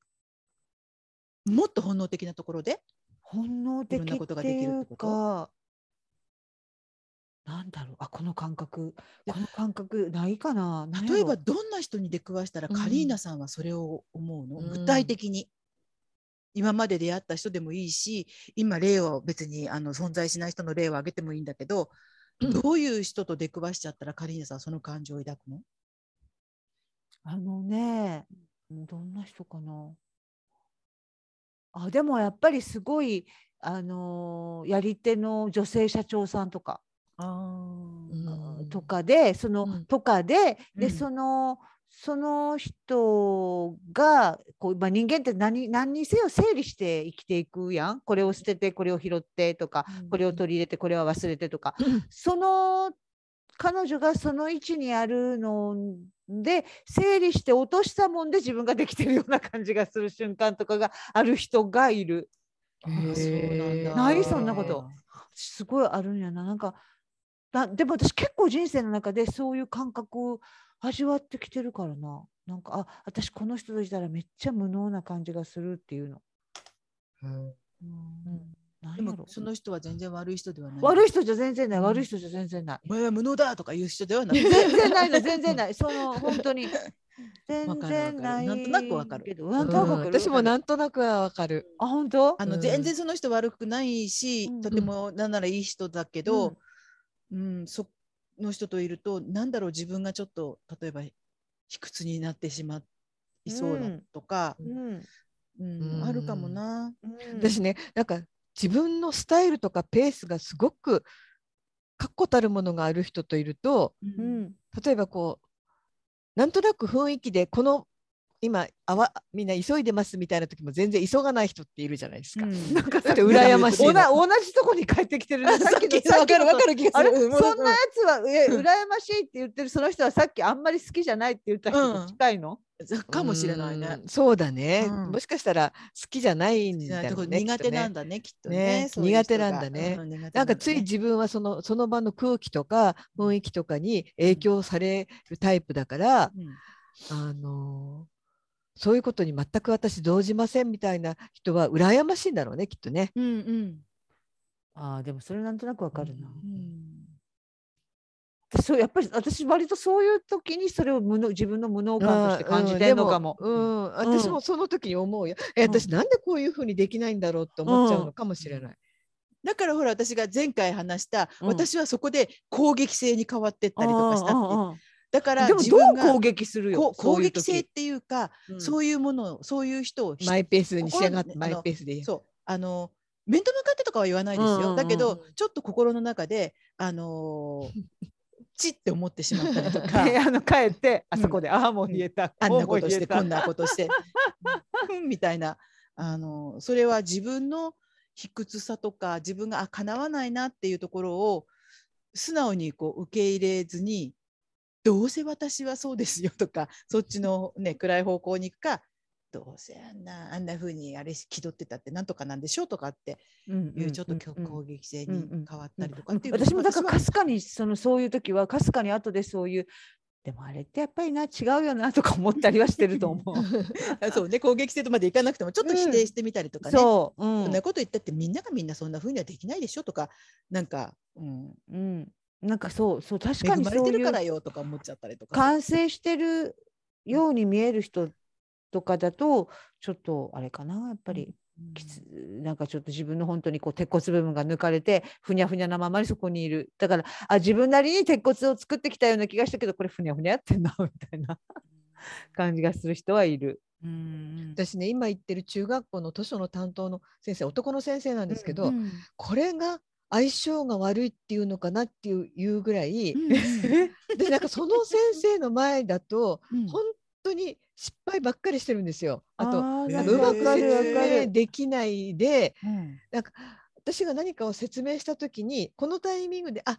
もっと本能的なところで本能的いろんなことっがてでいきるっうてことかなんだろうあこの感覚やこの感覚ないかななんやろ例えばどんな人に出くわしたらうんカリーナさんはそれを思うの、うん具体的に今まで出会った人でもいいし今例を別にあの存在しない人の例を挙げてもいいんだけど、うんどういう人と出くわしちゃったらカリーナさんはその感情を抱くのあのねどんな人かなあでもやっぱりすごいあのーやり手の女性社長さんとか、うんとかでその、うんとかでうで、んそのその人がこう、まあ、人間って何何にせよ整理して生きていくやんこれを捨ててこれを拾ってとかこれを取り入れてこれは忘れてとかその彼女がその位置にあるので整理して落としたもんで自分ができてるような感じがする瞬間とかがある人がいるあーそうなんだないそんなことすごいあるんやななんかなでも私結構人生の中でそういう感覚を味わってきてるからななんかあ私この人といたらめっちゃ無能な感じがするっていうの。うんなんでやもろその人は全然悪い人ではない悪い人人じゃ全然ない、うん悪い人じゃ全然ない。お前は無能だとか言う人では *laughs* ない全然ないの全然ないその本当に全然わかないるわかるなんとなくわかるけどうなんんとなくわかる、私もなんんとなくはわかる。あ本当あの、うん全然その人悪くないし、うんとてもなんならいい人だけど、うん、その人といると、なんだろう、自分がちょっと、例えば、卑屈になってしまいそうだとか、うんうんうんあるかもな。うん私ね、なんか自分のスタイルとかペースがすごく確固たるものがある人といると、ううんん例えばこうなんとなく雰囲気でこの今あわみんな急いでますみたいな時も全然急がない人っているじゃないですか。なんかだって羨ましいおの。な同じとこに帰ってきてるね *laughs* さっきのさっわきかのるわかる気があすれる。そうんんなやつはえ羨ましいって言ってるその人はさっきあんまり好きじゃないって言った人と近いうの、んかもしれないねう。ん。そうだね、うんもしかしたら好きじゃないんだだろかうらね。苦きっと手ねなんだね、きっとねね。そういう人が苦手なんだねう苦手なんなんかつい自分はそのその場の空気とか雰囲気とかに影響されるタイプだから、うんあのーそういうことに全く私動じませんみたいな人は羨ましいんだろうねきっとね。うんうん。あーでもそれなんとなくわかるな、うんでそうやっぱり私割とそういう時にそれを無能自分の無能感として感じてるんのかも。うん、私もその時に思うよ。えうん私なんでこういうふうにできないんだろうって思っちゃうのかもしれない。だからほら私が前回話した、うん私はそこで攻撃性に変わってったりとかしたって、うんうんうんだからでも自どう分が攻撃するよこ攻撃そう性いうっていうか、時うんそういうものをそういう人をひマイペースに仕上がって、心マのねイペースで *laughs* いい。そうあの面と向かってとかは言わないですよ、うんうんうん *laughs* だけどちょっと心の中であのーちって思ってしまったりとか。であの帰ってあうんそこで、ああもう言えた、あんもうなことして、言えたこんなことして、うんみたいな、あの、それは自分の卑屈さとか、自分が、あ、叶わないなっていうところを、素直にこう受け入れずに、どうせ私はそうですよとか、そっちのね、暗い方向に行くか、どうせあんな、あんな風にあれ気取ってたってなんとかなんでしょうとかってうんいう、ちょっとうんうん攻撃性うんにうん変わったりとかっていう私もだからか私はすかにそのそういう時はかすかに後でそういうでもあれってやっぱりな違うよなとか思ったりはしてると思 *laughs* そうね、攻撃性とまでいかなくても、ちょっと否定してみたりとかう。ね。そう、うんそんなこと言ったってみんながみんなそんな風にはできないでしょとかなんか、うん、うん、なんかそうそう確か恵にまれそうてるいからうよとか思っちゃったりとか完成してるように見える人とかだとちょっとあれかなやっぱりうんきつなんかちょっと自分の本当にこう鉄骨部分が抜かれてふにゃふにゃなままにそこにいるだからあ自分なりに鉄骨を作ってきたような気がしたけどこれふにゃふにゃやってんなみたいな感じがする人はいる。うん私ね今行ってる中学校の図書の担当の先生男の先生なんですけど、うんこれが相性が悪いっていうのかなっていういうぐらい、うんうんでなんかその先生の前だとうん本当に失敗ばっかりしてるんですよ。あとーなあんのうかまわくか説るわか明るできないでうんなんか私が何かを説明した時にこのタイミングであ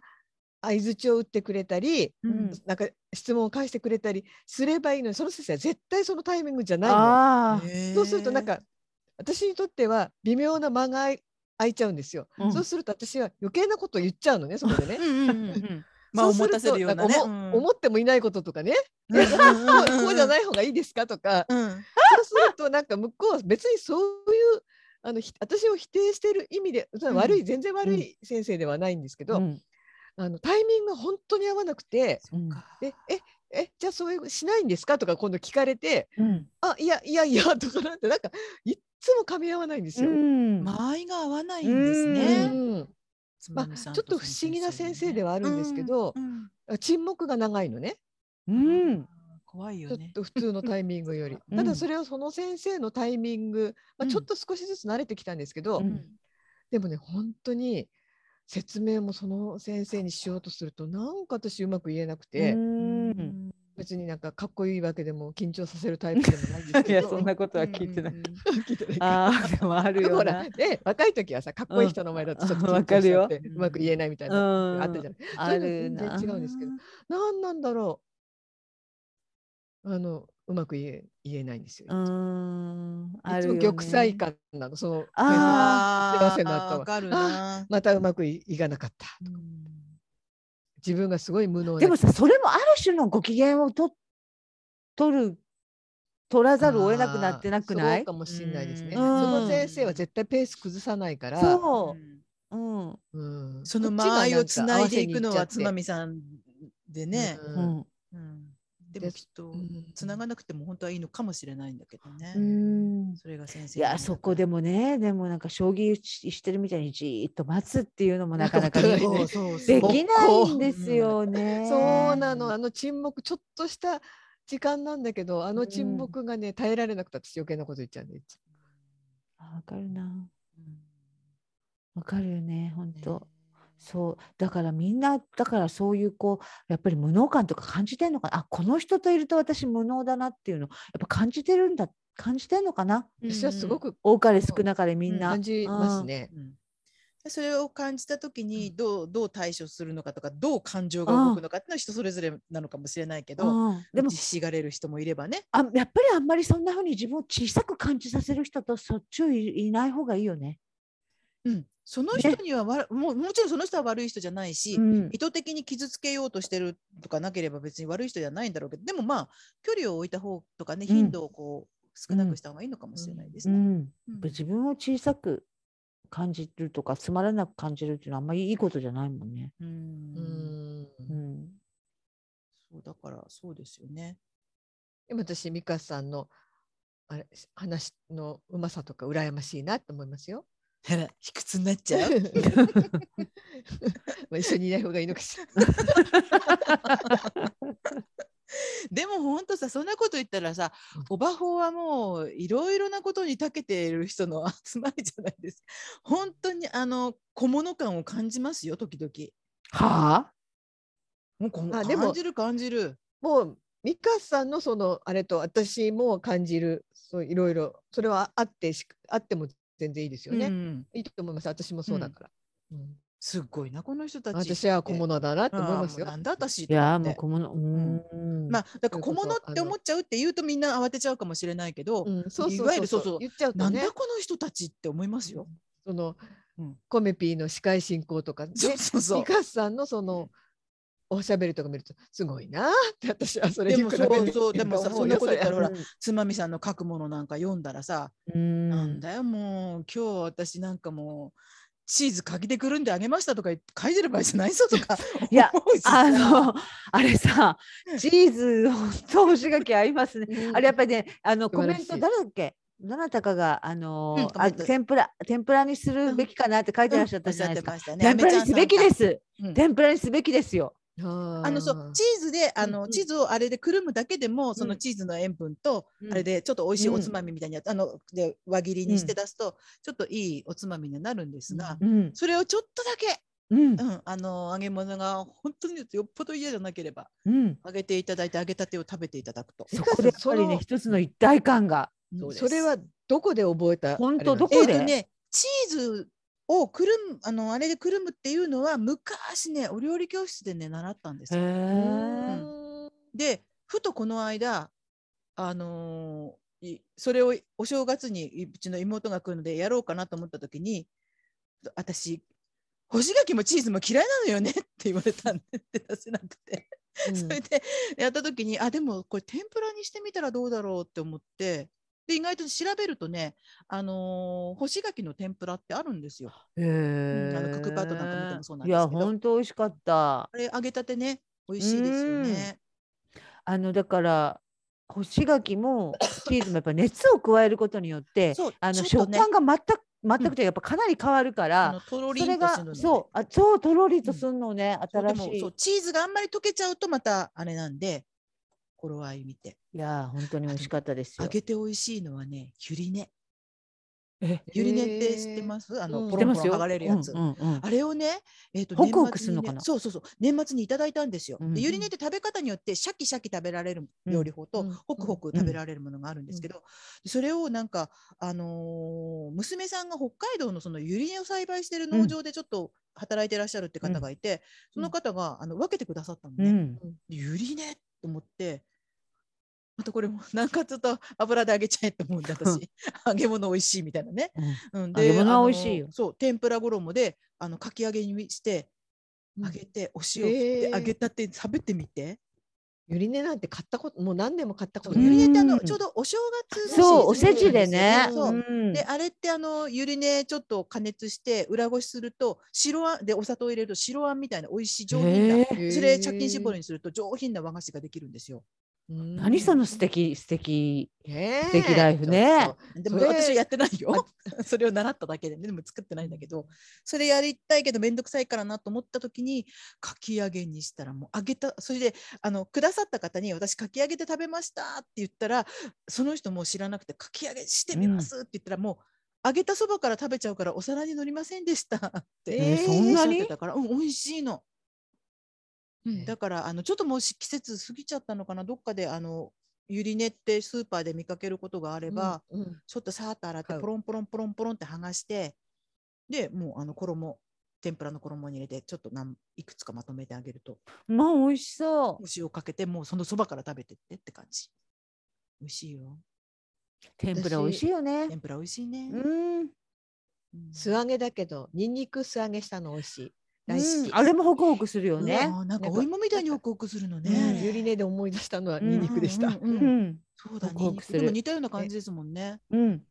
相づちを打ってくれたり、うんなんか質問を返してくれたりすればいいのにその先生は絶対そのタイミングじゃないの。あーそうするとなんか私にとっては微妙な間が空いちゃうんですよ。うんそうすると私は余計なこと言っちゃうのねそこでねう。んうんうんうん *laughs* まあそうす思るたせとるようなんなかね思思ってもいないこととかね、うんこ *laughs* うこうじゃいない方がいいですかとか、うんそうするとなんか向こうは別にそういうあのひ私を否定してる意味でそれは悪い、全然悪い先生ではないんですけど、うんあのタイミングが本当に合わなくてそっか「えええじゃあそういうしないんですか?」とか今度聞かれてうん「あいやいやいや」とかなんてなんかいっつも噛み合わないんですよ。うん間合いが合わないんですうねんつままみあ、さんちょっと不思議な先生ではああるんですけど、沈黙が長いのねうん怖いちょよっね。と普通のタイミングよりうんただそれをその先生のタイミング、うまあ、んちょっと少しずつ慣れてきたんですけど、ううんんでもね本当に説明もその先生にしようとするとなんか私うまく言えなくて、うん別になんかかっこいいわけでも緊張させるタイプでもないんです *laughs* けいどやそんなことは聞いてない。うんうんうん聞いてない *laughs* かああでもあるよほなら、。ね、若い時はさかっこいい人の前だとちょっと緊張しちゃってうんうまく言えないみたいな、うんあったじゃない。ある全な。然違うんですけどなんなんだろうあのうまく言え言えないんですよ。うーん。あいるつよもね玉砕。感なの、その。ああ幸せーになったわわかるなまたうまくいいかなかった。自分がすごい無能なでもさそれもある種のご機嫌をと取る取らざるを得なくなってなくなそういかもしれないですうね。んその先生は絶対ペース崩さないから。そうう。うん。うん。その間合いをつないでいくのはつまみみさんでね。ううんん。うんでもきっとうんつながなくても本当はいいのかもしれないんだけどね。うんそれが先生いやそこでももねでもなんか将棋ししてるみたいにじーっと待つっていうのもなかなかなでかなかねきないんでですよね。そうなの、あの沈黙、ちょっとした時間なんだけど、あうのん沈黙がね、耐えられなくて、私余計なこと言っちゃうんで。いつあわかるな。わかるよね本当。そうだからみんなだからそういうこうやっぱり無能感とか感じてんのかなあこの人といると私無能だなっていうのやっぱ感じてるんだ感じてんのかなも私はすごくく多かれ少なかれみんな。感じますね。それを感じた時にどうどう対処するのかとかどう感情が動くのかっていうのは人それぞれなのかもしれないけうどん、でも打ちひしがれる人もいればね。あやっぱりあんまりそんな風に自分を小さく感じさせる人とそっちをいいない方がいいよね。うんその人にはわらもうもちろんその人は悪い人じゃないしう、ん意図的に傷つけようとしてるとかなければ別に悪い人じゃないんだろうけどでもまあ距離を置いた方とかねうん頻度をこう少なくした方がいいのかもしれないですうね。ん、うん自分を小さく感じるとかつまらなく感じるっていうのはあんまりいいことじゃないもんね。ううんん。うん、そうだからそうですよね。今私、美香さんの。あれ話のうまさとか羨ましいなと思いますよ。へら *laughs* 卑屈になっちゃう。 *laughs* まあ一緒にいない方がいいのかしら。 *laughs* でもほんとさそんなこと言ったらさオバホはもういろいろなことに長けている人の集まりじゃないですか。本当にあの小物感を感じますよ時々。はあもうこのあでも感じる感じる。 *laughs* もう美香さんのそのあれと私も感じるそういろいろそれはあってしあっても全然いいですよね、うんいいと思います私もそうだから、うんすっごいなこの人たちって。私は小物だなと思いますよあーもうなんだ私いとや思ってーもう小物うーんまあだから小そうそうそう物って思っちゃうって言うとみんな慌てちゃうかもしれないけど、うん、そうそうそういわゆるそうそう言っちゃうなとんねだこの人たちって思いますよ。その、うんコメピーの司会進行とかねそうそうそうミ。カさんのそのおしゃべりとか見るとすごいなって私はそれでにも比そべてうそうでもさ思そうんよなこと言ったらほらうんつまみさんの書くものなんか読んだらさ、うーんなんだよもう今日私なんかもうチーズかきでくるんであげましたとか言って書いてる場合じゃないぞとかいや思うしさあのあれさチー *laughs* ズ本当干し柿合いますねうんあれやっぱりね、あの素コ晴メらンしいト誰だっけ、どなたかが、あのーうんコメあント天ぷら、天ぷらにすうるんべきかなって書いてらっしゃっおたっじしゃゃなっいてですか。ましたね。天ぷらアメちゃにすんさんべきでかす。うん天ぷらにすべきですよ。あのそうチーズであの、うんチーズをあれでくるむだけでもそのうんチーズの塩分と、うんあれでちょっと美味しいうんおつまみみたいにやっあので輪切りにして出すと、ちょっといいおつまみになるんですが、うん、それをちょっとだけ、うん、うん、あの揚げ物が本当によっぽど嫌じゃなければうん。揚げていただいて揚げたてを食べていただくと。そこでやっぱりね、その一つの一体感が。うんそれはどこで覚えたほんとあれなんどでこえでっ、とねチーズをくるむあのあれでくるむっていうのは昔ねお料理教室でね習ったんですへよ。え。でふとこの間あのーいそれをお正月にいうちの妹が来るのでやろうかなと思った時に私干し柿もチーズも嫌いなのよねって言われたんで手出せなくて、すそれでやった時にあでもこれ天ぷらにしてみたらどうだろうって思ってで意外と調べるとね、あのー干し柿の天ぷらってあるんですよ。へえ。あのクックパッドなんか見てもそうなんいですけどや、本当美味しかった。あれ揚げたてね美味しいですよね。あの、だから。干し柿もチーズもやっぱ熱を加えることによってそうあのちょっ食とね感が全く全くというかやっぱかなり変わるかあらのとろりそんとれすがるの、ね、そう、あ、そう、とろりとうんすんのね、そうで新もしい。そうチーズがあんまり溶けちゃうとまたあれなんで頃合い見ていやー、本当に美味しかったです揚よ。げて美味しいのはねゆり根え、ゆり根って知ってますあの、うんポ出ロンポますロン剥よ。がれるやつ、うんうんうんあれをね、えー、とホ年クホク末にするのかねなそうそうそう年末にいただいたんですよ、うんでゆり根って食べ方によってシャキシャキ食べられる料理法と、うんホクホク食べられるものがあるんですけど、それをなんか、あのー娘さんが北海道のそのゆり根を栽培してる農場でちょっと働いてらっしゃるって方がいて、その方があの分けてくださったのね、うんゆりねと思って、またこれもなんかちょっと油で揚げちゃえと思うんで、 *laughs* 私、揚げ物美味しいみたいなね。うんうん、揚げあ物のは美味しいよそう、天ぷら衣であのかき揚げにして、うん揚げて、お塩振って、へー揚げたって食べてみて。ゆり根なんて買ったこともう何年も買ったことゆないりねってあのうんちょうどお正月のそう、おシーズせンちなでんすよねね。そううんであれってあのゆりねちょっと加熱して裏ごしすると白あんでお砂糖入れると白あんみたいな美味しい上品な、へーそれ茶巾絞りにすると上品な和菓子ができるんですよ。うん何その素敵、素敵。ねえ素敵ライフねそうでもそれ私はやってないよ。それを習っただけで、でも作ってないんだけど、それやりたいけど面倒くさいからなと思った時にかき揚げにしたらもう揚げたそれであのくださった方に私かき揚げで食べましたって言ったらその人も知らなくてかき揚げしてみますって言ったらもう揚げたそばから食べちゃうからお皿に乗りませんでしたって、おえーっしゃそんなにってたから、うん、美味しいの。うえん、ーだからあのちょっともうし季節過ぎちゃったのかなどっかであのゆり根ってスーパーで見かけることがあれば、うんうんちょっとさーっと洗って買うポロンポロンポロンポロンって剥がしてでもうあの衣天ぷらの衣に入れてちょっとなんいくつかまとめてあげるとまあ、美味しそおう。塩かけてもうそのそばから食べてってって感じ美味しいよ天ぷら美味しいよね。天ぷら美味しいね、うん。うん素揚げだけどニンニク素揚げしたの美味しい大好うんきあれもホクホクするよね。あーなんかお芋みたいにホクホクするのねうんあれゆり根で思い出したのはうんニンニクでした。うんうんううんん。そうだホクホねクすでるも似たような感じですもんねうん。うん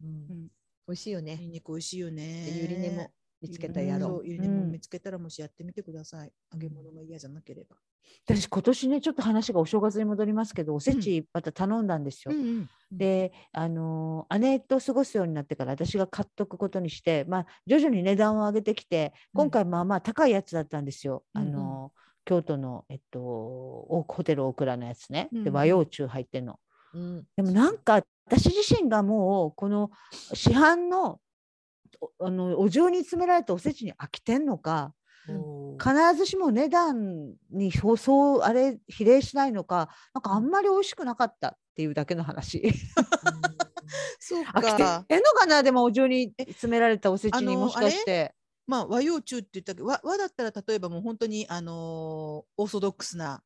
美味しいよねニ。ンニク美味しいよねゆり根も見つけたらやろそうゆり根もうん見つけたらもしやってみてください揚げ物が嫌じゃなければ私、今年ね、ちょっと話がお正月に戻りますけど、おせちまた頼んだんですよ。んで、あのー姉と過ごすようになってから私が買っとくことにして、まあ、徐々に値段を上げてきてうん今回まあまあ高いやつだったんですよ、うんうんあのー京都の、えっと、おホテルオクラのやつね、うんうでん和洋中入ってんの。うん。でもなんか私自身がもうこの市販のおあのお重に詰められたおせちに飽きてんのか必ずしも値段にそうそうあれ比例しないのかなんかあんまり美味しくなかったっていうだけの話そう飽きか。てんのかなでもお重に詰められたおせあちにのもしかしてまあ和洋中って言ったけど和和だったら例えばもう本当にあのーオーソドックスな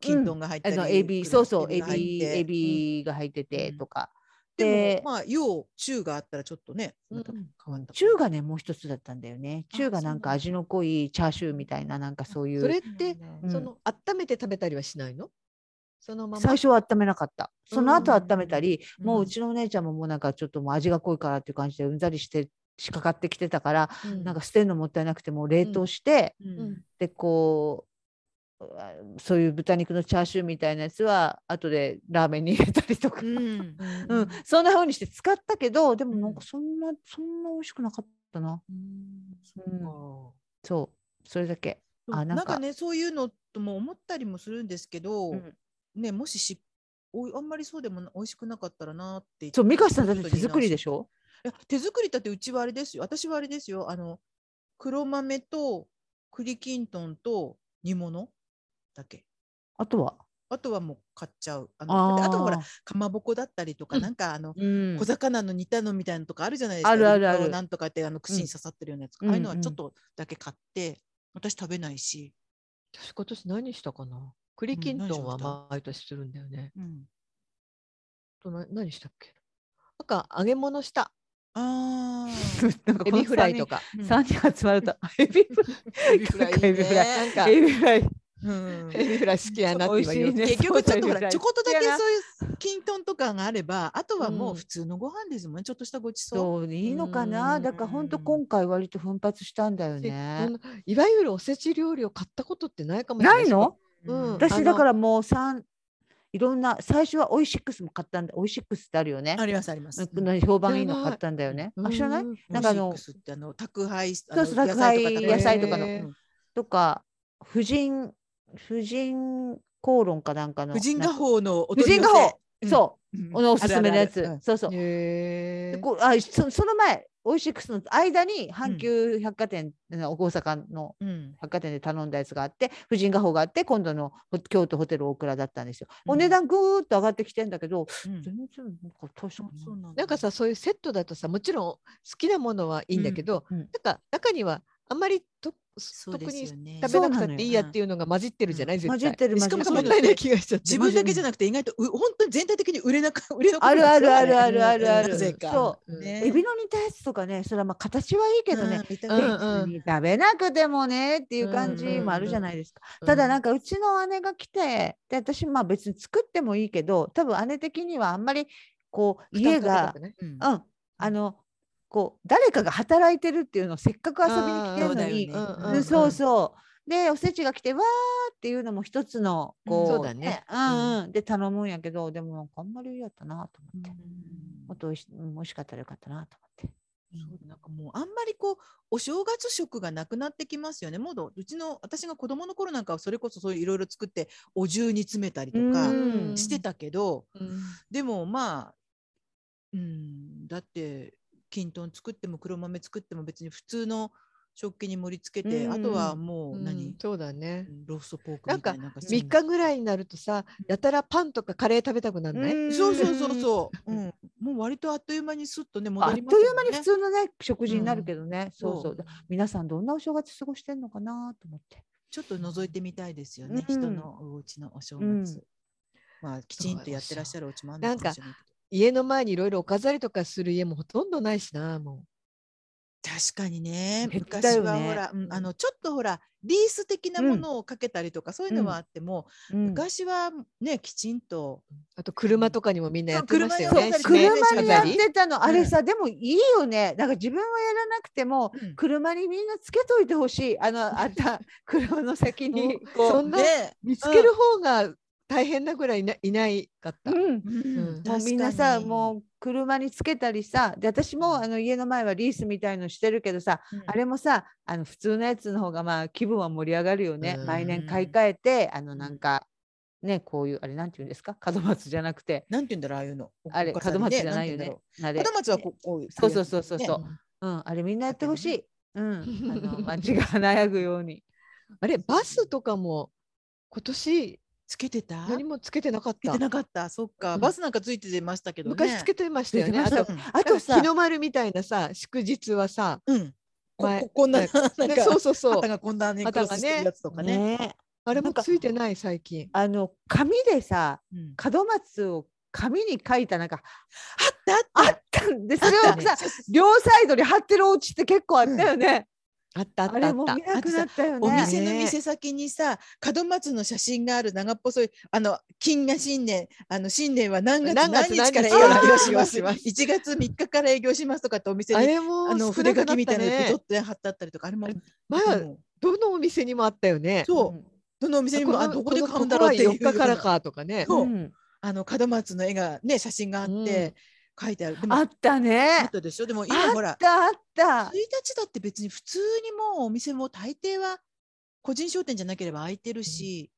金豚が入っあたり、のエビそうそうエ黒が入っビてエビが入っててうんとか、うんででもまあ洋中があったらちょっとね、またうん変わった中がねもう一つだったんだよねあ中がなんかそうなんだ味の濃いチャーシューみたいななんかそういうそれってうんその温めて食べたりはしないのそのまま最初は温めなかった。その後うん温めたり、もううんうちのお姉ちゃんももうなんかちょっともう味が濃いからっていう感じでうんざりして仕掛かってきてたから、うんなんか捨てるのもったいなくてもう冷凍して、うんうんでこううわそういう豚肉のチャーシューみたいなやつは後でラーメンに入れたりとか、うんうんうんそんな風にして使ったけどでもなんうかんそんな、そんな美味しくなかったな。そうそうそれだけ。か *laughs* あななんんかかねそういうのとも思ったりもするんですけど、うんねもししおいあんまりそうでもな美味しくなかったらなってそう美香さんだってちょ手と作りでょしょいや手作りだってうちはあれですよ私はあれですよあの黒豆と栗きんとんと煮物だけあとは。あとはもう買っちゃうああのあーとほらかまぼこだったりとか、うんなんかあのうん小魚の煮たのみたいなのとかあるじゃないですかあるある立派あるなんとかってあの串に刺さってるようなやつ、うんああいうのはうんうんちょっとだけ買って私食べないし、私今年何したかな栗うんきん何としんまはした毎年するんだよね。うん、あとな何したっけなんか揚げ物したあ *laughs* *laughs* なんかエこのビフライとか。三人集まる *laughs* とエビフライエビフライなんなかんかエビフライうんエ *laughs* ビフライ好きやなって今言う美味しいね結局ちょっとほそらうだよねちょこっとだけいやなそういうきんとんとかがあればあとはもううん普通のご飯ですもんねちょっとしたごちそうそういいのかなだから本当うん今回割と奮発したんだよでねそんないわゆるおせち料理を買ったことってないかもしれな。ないいのうんあ私のだからもう三いろんな最初はオイシックスも買ったんだオイシックスってあるよねありますあります。うん評判いい知のらない買ったんだよねあうん知らないなんかあのオイシックスってあの宅配うそう宅配野菜とかののあの野とか婦人婦人口論かなんかの婦人なん画か報のお婦取り人寄画せ報うんそううんおすすめのやあつるあるそうそうへでーこうあそその前オイシックスの間に阪急百貨店、うん大阪のうんうん百貨店で頼んだやつがあって婦人画報があって今度のほ京都ホテル大倉だったんですよ。うんお値段ぐーっと上がってきてんだけど、うん全然なんか大しそたこうそうなとないんだなんかさそういうセットだとさもちろん好きなものはいいんだけど、うんうんなんか中にはあんまりとそう特ですによね食べなくそうなたのっよていいやっていうのが混じってるじゃない、絶混対じってるし混じかってもるもったいない気がしちゃって自分だけじゃなくて意外とう本当に全体的に売れな *laughs* か売れ残ありるがあすごいるあるあねるあるあるなぜかそう、ねエビの煮たやつとかねそれはまあ形はいいけどうね、ん見たう目んうん別に食べなくてもねっていう感じもあるじゃないですか。ただなんかかうちの姉が来てで私まあ別に作ってもいいけど多分姉的にはあんまりこう家が、うんうん、あのこう誰かが働いてるっていうのをせっかく遊びに来てあーるのにそうだよねうんうんうんそうそうでおせちが来てわーっていうのも一つのうんこう,、そうだねうんうん、で頼むんやけどでもなんかあんまり嫌だったなと思って、もっとおいしうん美味しかったらよかったなと思って。そうなんかもうあんまりこうお正月食がなくなってきますよね。もうどうちの私が子供の頃なんかはそれこそそういういろいろ作ってお重に詰めたりとうかんしてたけど、うんでもまあうんだってきんとん作っても黒豆作っても別に普通の食器に盛り付けて、うんあとはもううん何、そうだねローストポークみたいななんかそん3日ぐらいになるとさやたらパンとかカレー食べたくなんない、うんそうそうそうそう、うん、もう割とあっという間にすっとねあ戻っとりいうますよね。間に普通のね食事になるけどね、そうそうそう皆さんどんなお正月過ごしてんのかなと思って。ちょっと覗いてみたいですよね、うん人のお家のお正月、うんまあきちんとやってらっしゃるお家もあるなのんかもかしれないけど家の前にいろいろお飾りとかする家もほとんどないしなも確かにね減った昔よねはほら、うんあのちょっとほらリース的なものをかけたりとか、そういうのはあっても、うん昔はねきちんとうあと車とかにもみんなやってましたよそうね車に車ねにやっ飾りてたの、あれさ、でもいいよね。なんか自分はやらなくても、うん車にみんなつけといてほしい。あの、あ *laughs* った、車の先に。こうそんなね見つける方が大変なぐらいいないないかった。うん。うんうんもうみんなさ、うもう車につけたりさ、で、私もあの家の前はリースみたいのしてるけどさ、あれもさ、あの普通のやつの方がまあ気分は盛り上がるよね。うん毎年買い替えて、あのなんか、ね、こういう、あれなんて言うんですか *laughs* 門松じゃなくて、なんて言うんだろうああいうのあれ、門松じゃないよね。あれ門松はこうこうそうそうそうそうねそう。うん、あれみんなやってほしい。うん、あの街が華やぐように。あれバスとかも今年つけてた何もつけてなかっつけたてなかった。そっか。うんバスなんかついてましたけどね。昔つけてましたよねつけあてうとましんあなんとかさ日、の丸みたいなさ祝日はさうん。こ前ここん *laughs* な、ねなんねか、そうそうそう肩がこんなね、ク肩ロがねスしてるやつとかね。ね、あれなもんかついてない最近あの紙でさ、うん門松を紙に書いたなんかだってあったんでそれをあったねさ両サイドに貼ってるお家って結構あったよね。あったあっあたあれっもた見なくなったよおね。店の店先にさ、門松の写真がある長っぽそい、あの、金が新年、あの、新年は何月何何月日から営何日から業します。営業し *laughs* ま1月3日から営業しますとかってお店あに、れもあの、少な筆くな書ったきみたいなのでねペトって貼ってあったりとか、あれもあれ。前はでもどのお店にもあったよね。そうう、んどのお店にも、あ、のどこでの買うんだろうっていうここは4日からかとかね。そううんあの門松の絵がね写真があって、書いてある。でもあったあねっ。たでしょ。でも今ほあらっ、たあった1。日だって別に普通にもうお店も大抵は個人商店じゃなければ開いてるし、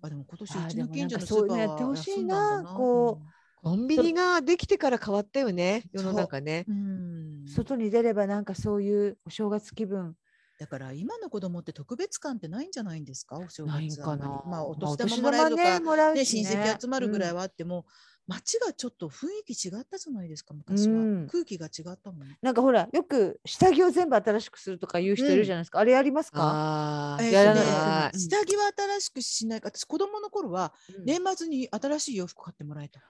あでも今あ年うちでのもな近ん所かのスーそういうパのーやはってほしい休んだんだなこ *laughs* コンビニができてから変わったよね。世の中ね。うんうん外に出ればなんかそういうお正月気分。だから今の子供って特別感ってないんじゃないんですかお正月ないんかな。まあお年ま玉もあらえるとか、ねもらうね、し親戚集まるぐらいうんはあっても、街がちょっと雰囲気違ったじゃないですか昔は、うん空気が違ったもんなんかほらよく下着を全部新しくするとかいう人いるじゃないですか。あれやりますか？ああ、えーやらそうなねい。下着は新しくしないか私子供の頃はうん年末に新しい洋服買ってもらえた、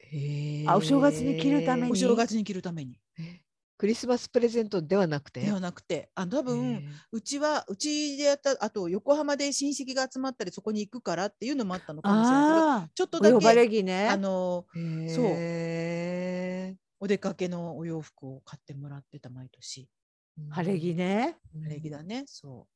へーあお正月に着るためおに正月に着るためにクリスマスプレゼントではなくて。ではなくてあ多分、へーうちはうちでやったあと横浜で親戚が集まったりそこに行くからっていうのもあったのかもしれないけどああ。ちょっとお呼ばだけれ着ね。あのそうへお出かけのお洋服を買ってもらってた毎年ー晴れ着。ね。うん礼儀だね、そう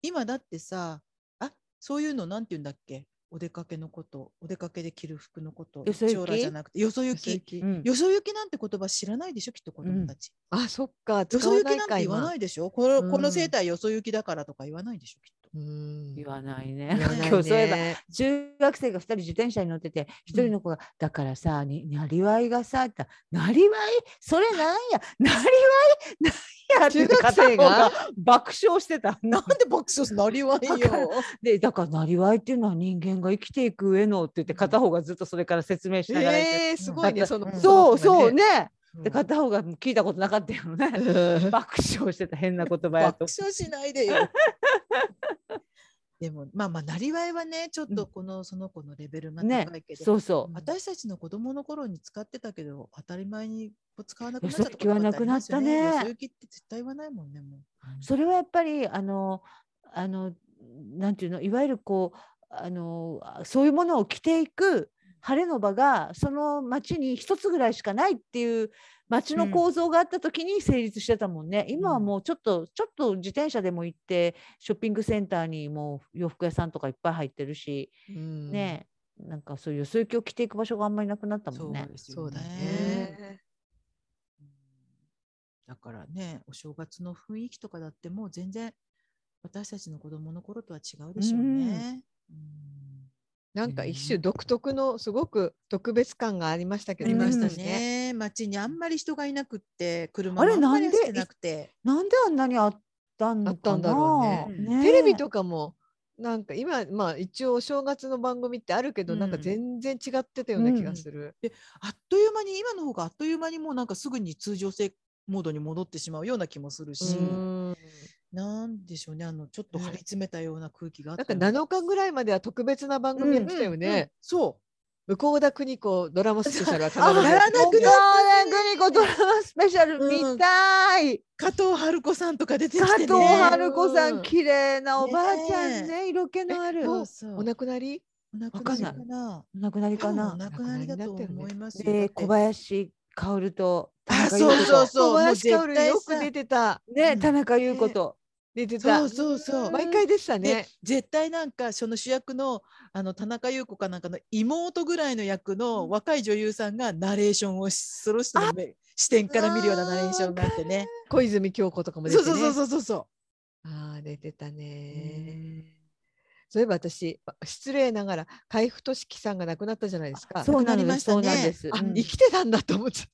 今だってさあそういうのなんて言うんだっけお出かけのことお出かけで着る服のことよそ行き将来じゃなくてよそ行き最近うんよそ行きなんて言葉知らないでしょきっと子供たち、あ、そっか。。よそ行きなんて言わないいでしょこの,、こうのんセーターよそ行きだからとか言わないでしょきっと。うん言言わないね。わないね。今日そういえば中学生が2人自転車に乗ってて1人の子が「だからさになりわいがさ」って言ったらなりわいそれなんやなりわいなんや」って言って中学生が片方爆笑してた。 *laughs* なんでボックスなりわいだからよ。でだからなりわいっていうのは人間が生きていく上のって言って片方がずっとそれから説明しながら言って、えー、すごいね。うんそのーそうそうね。ねで片方が聞いたことなかったよね。 *laughs* うん爆笑してた変な言葉や爆と。笑しないでよ。でもまあまあなりわいはねちょっとこの、その子のレベルがね高いけど、そうそう。私たちの子供の頃に使ってたけど当たり前にこう使わなくなっよちそゃった行きはなくなったねことってありますよよそ行きって絶対言わないもんねもう。それはやっぱりあのあのなんていうのいわゆるこうあのあそういうものを着ていく晴れの場がその町に一つぐらいしかないっていう町うのん構造があった時に成立してたもんね、今はうんもうちょっとちょっと自転車でも行ってショッピングセンターにもう洋服屋さんとかいっぱい入ってるし、うんねなんかそういうよそ行きを着ていく場所があんまりなくなったもんね。ですそうだうんね。だからねお正月の雰囲気とかだってもう全然私たちの子供の頃とは違うでしょうね。うんなんか一種独特のすごく特別感がありましたけあど、りうんました。ね、街にあんまり人がいなくって車あもれあんまりなんで走ってなくてなんであんなにあったのかなあったんだろうねテレビかとかもなんか今まあ一応お正月の番組ってあるけど、なんかうん全然違ってたような気がする。あっという間に今の方があっという間にもうなんかすぐに通常性モードに戻ってしまうような気もするし、うんなんでしょうねあのちょっと張り詰めたような空気があっなんたかような7日ぐらいまでは特別な番組やってたようんうんね。そう向田邦子ドラマスペシャルは必ずあやってたやらなくそうなだってね、ねグニコドラマスペシャルうん見たい。加藤春子さんとか出てき加てね藤春子さうんん、綺麗なおばあちゃねんね、色気のある。そうおそうお亡くなりお亡わくなりかんかないな亡くなりかおな。亡くなりだと思いますよで、小林薫と。あ田中裕子そうそう小林も薫う絶対さよく出てたね、うん田中裕子と。出てたそうそうそう毎回でしたでね。絶対なんかその主役のあの田中優子かなんかの妹ぐらいの役の若い女優さんがナレーションをしその人の目視点から見るようなナレーションがあってね。小泉京子とかも出そてうね。そうそうそうそう。ああ出てたねね。そういえば私失礼ながら海部俊樹さんが亡くなったじゃないですか。そ亡うくなりなのましです。たねそうなんです。あうん生きてたんだと思っちゃ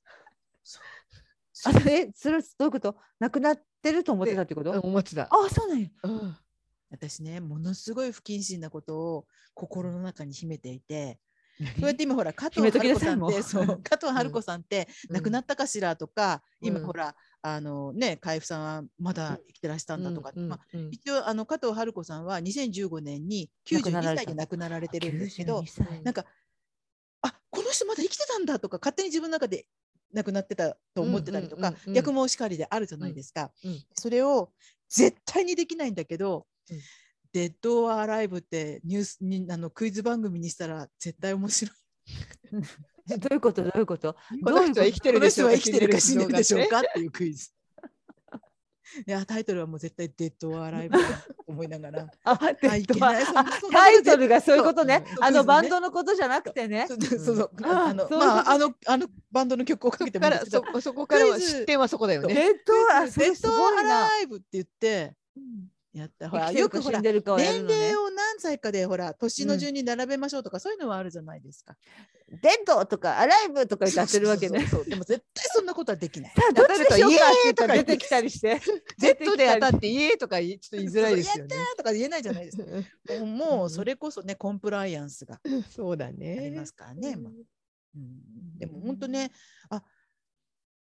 あとね、それはどういうことなくなってると思ってたってこと、うん思ってた。あ、そうなんや。うん私ね、ものすごい不謹慎なことを心の中に秘めていて、何そうやって今ほら、加藤めと春きな子ささいんもっうて、そう、加藤春子さんって、うん亡くなったかしらとか、今うんほら、あのね、海部さんはまだ生きてらしたんだとか、うんまあ、うん一応あの加藤春子さんは2015年に亡くな92られた歳で亡くなられてるんですけど92、歳なんか、あこの人まだ生きてたんだとか、勝手に自分の中で亡くなってたと思ってたりとうかんうんうんう、ん逆もしかりであるじゃないですかうんうん。それを絶対にできないんだけどうん、デッド・オア・アライブってニュースにあのクイズ番組にしたら絶対面白い。どういうことどういうこと *laughs* この人は生きてるこのでし人ょうはか生きてるか死んでるでしょうねかっていうクイ *laughs* ズ。いやタイトルはもう絶対デッド・オア・アライブだと思いながら。あ、あえっといけないあそんなことタイトルがそういうことねそう。あそうのですねバンドのことじゃなくてねそ。うそうそう。うんあのあそういうことまああのあのバンドの曲をかけてそこもからっらてた。そそこからはクイズ出典はそこだよね。えっと、あ、そデれッすドごアいな。ライブって言ってやったほら生きてよるくほか死らんでるかをやる年のね齢。を何歳かでほら年うのん順に並べましょうとか、そういうのはあるじゃないですか。デッドとかアライブとか歌ってるわけそね。うそうそうそうでも絶対そんなことはできない。さあ、どっちでしょう例かえばって言ったらイエーイとか言っ出ててきた *laughs* りして。 Z で当たって家とか言いちょっと言いづらいですよね。とか言えないじゃないですか。もうもうそれこそねコンプライアンスがそうだありねま。すからね。まあうん、でも本当うんねあ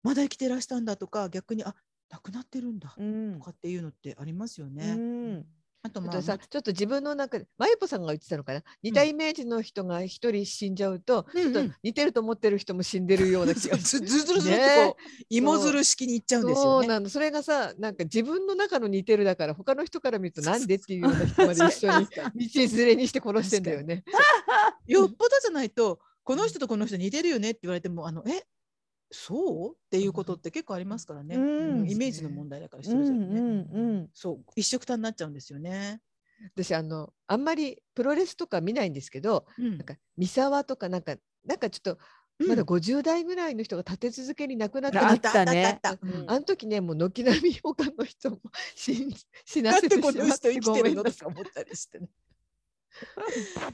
まだ生きてらしたんだとか逆にあ亡くなってるんだうんとかっていうのってありますようね。ん。あとあまあとさちょっと自分の中でマイポさんが言ってたのかな似たイメージの人が一人死んじゃう *laughs* と、うんうんちょっと似てると思ってる人も死んでるような気がすず *laughs* ずずるずるってねこう芋づる式にいっちゃうんる。ですそようね。なのそれがさなんか自分の中の似てるだから他の人から見るとなんでっていうような人ま *laughs* で一緒に道連れにして殺してんだよね。よっぽどじゃないとこの人とこの人似てるよねって言われてもあのえそうっていうことって結構ありますからね。うんイメージの問題だからうそれぞれんね。うんそう一緒くたになっちゃうんですよね。私あのあんまりプロレスとか見ないんですけどうんなんか三沢とかなんかなんかちょっとまだ50代ぐらいの人が立て続けに亡くなってあるっあたったねあったあったうんあの時ね、もう軒並み他の人も死ん死だなっせててしまこっての人生きてるのごめんなとさか思ったりしてね。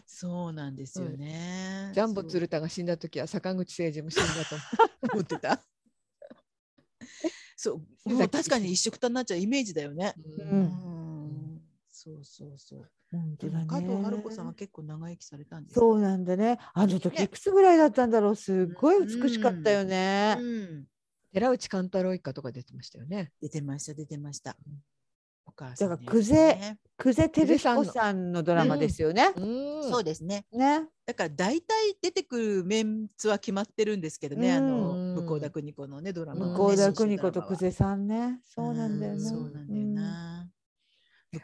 そうなんですよね。いジャンボ鶴田が死んだ時は坂口誠二も死んだ *laughs* そと思う思ってた。そう、須 *laughs* もう崎確かに一緒くたになっちゃうイメージだよね。う。ううんん、そうそうそう。本当でだもね。加藤春子さんは結構長生きされたんですねそうなんだね。あの時ねいくつぐらいだったんだろう。すっごい美しかったよね。うん、寺内貫太郎一家とか出てましたよね。出てました、出てました。お母ださんかのやつらですね。久世照彦久世さんのドラマですよね。うんそうですね。ね。だから大体出てくるメンツは決まってるんですけどね、あうんの向田邦子のねドラマはね、向田新春邦子ドとラマは久世さんね。そうなんだようね。そうなんだようんな。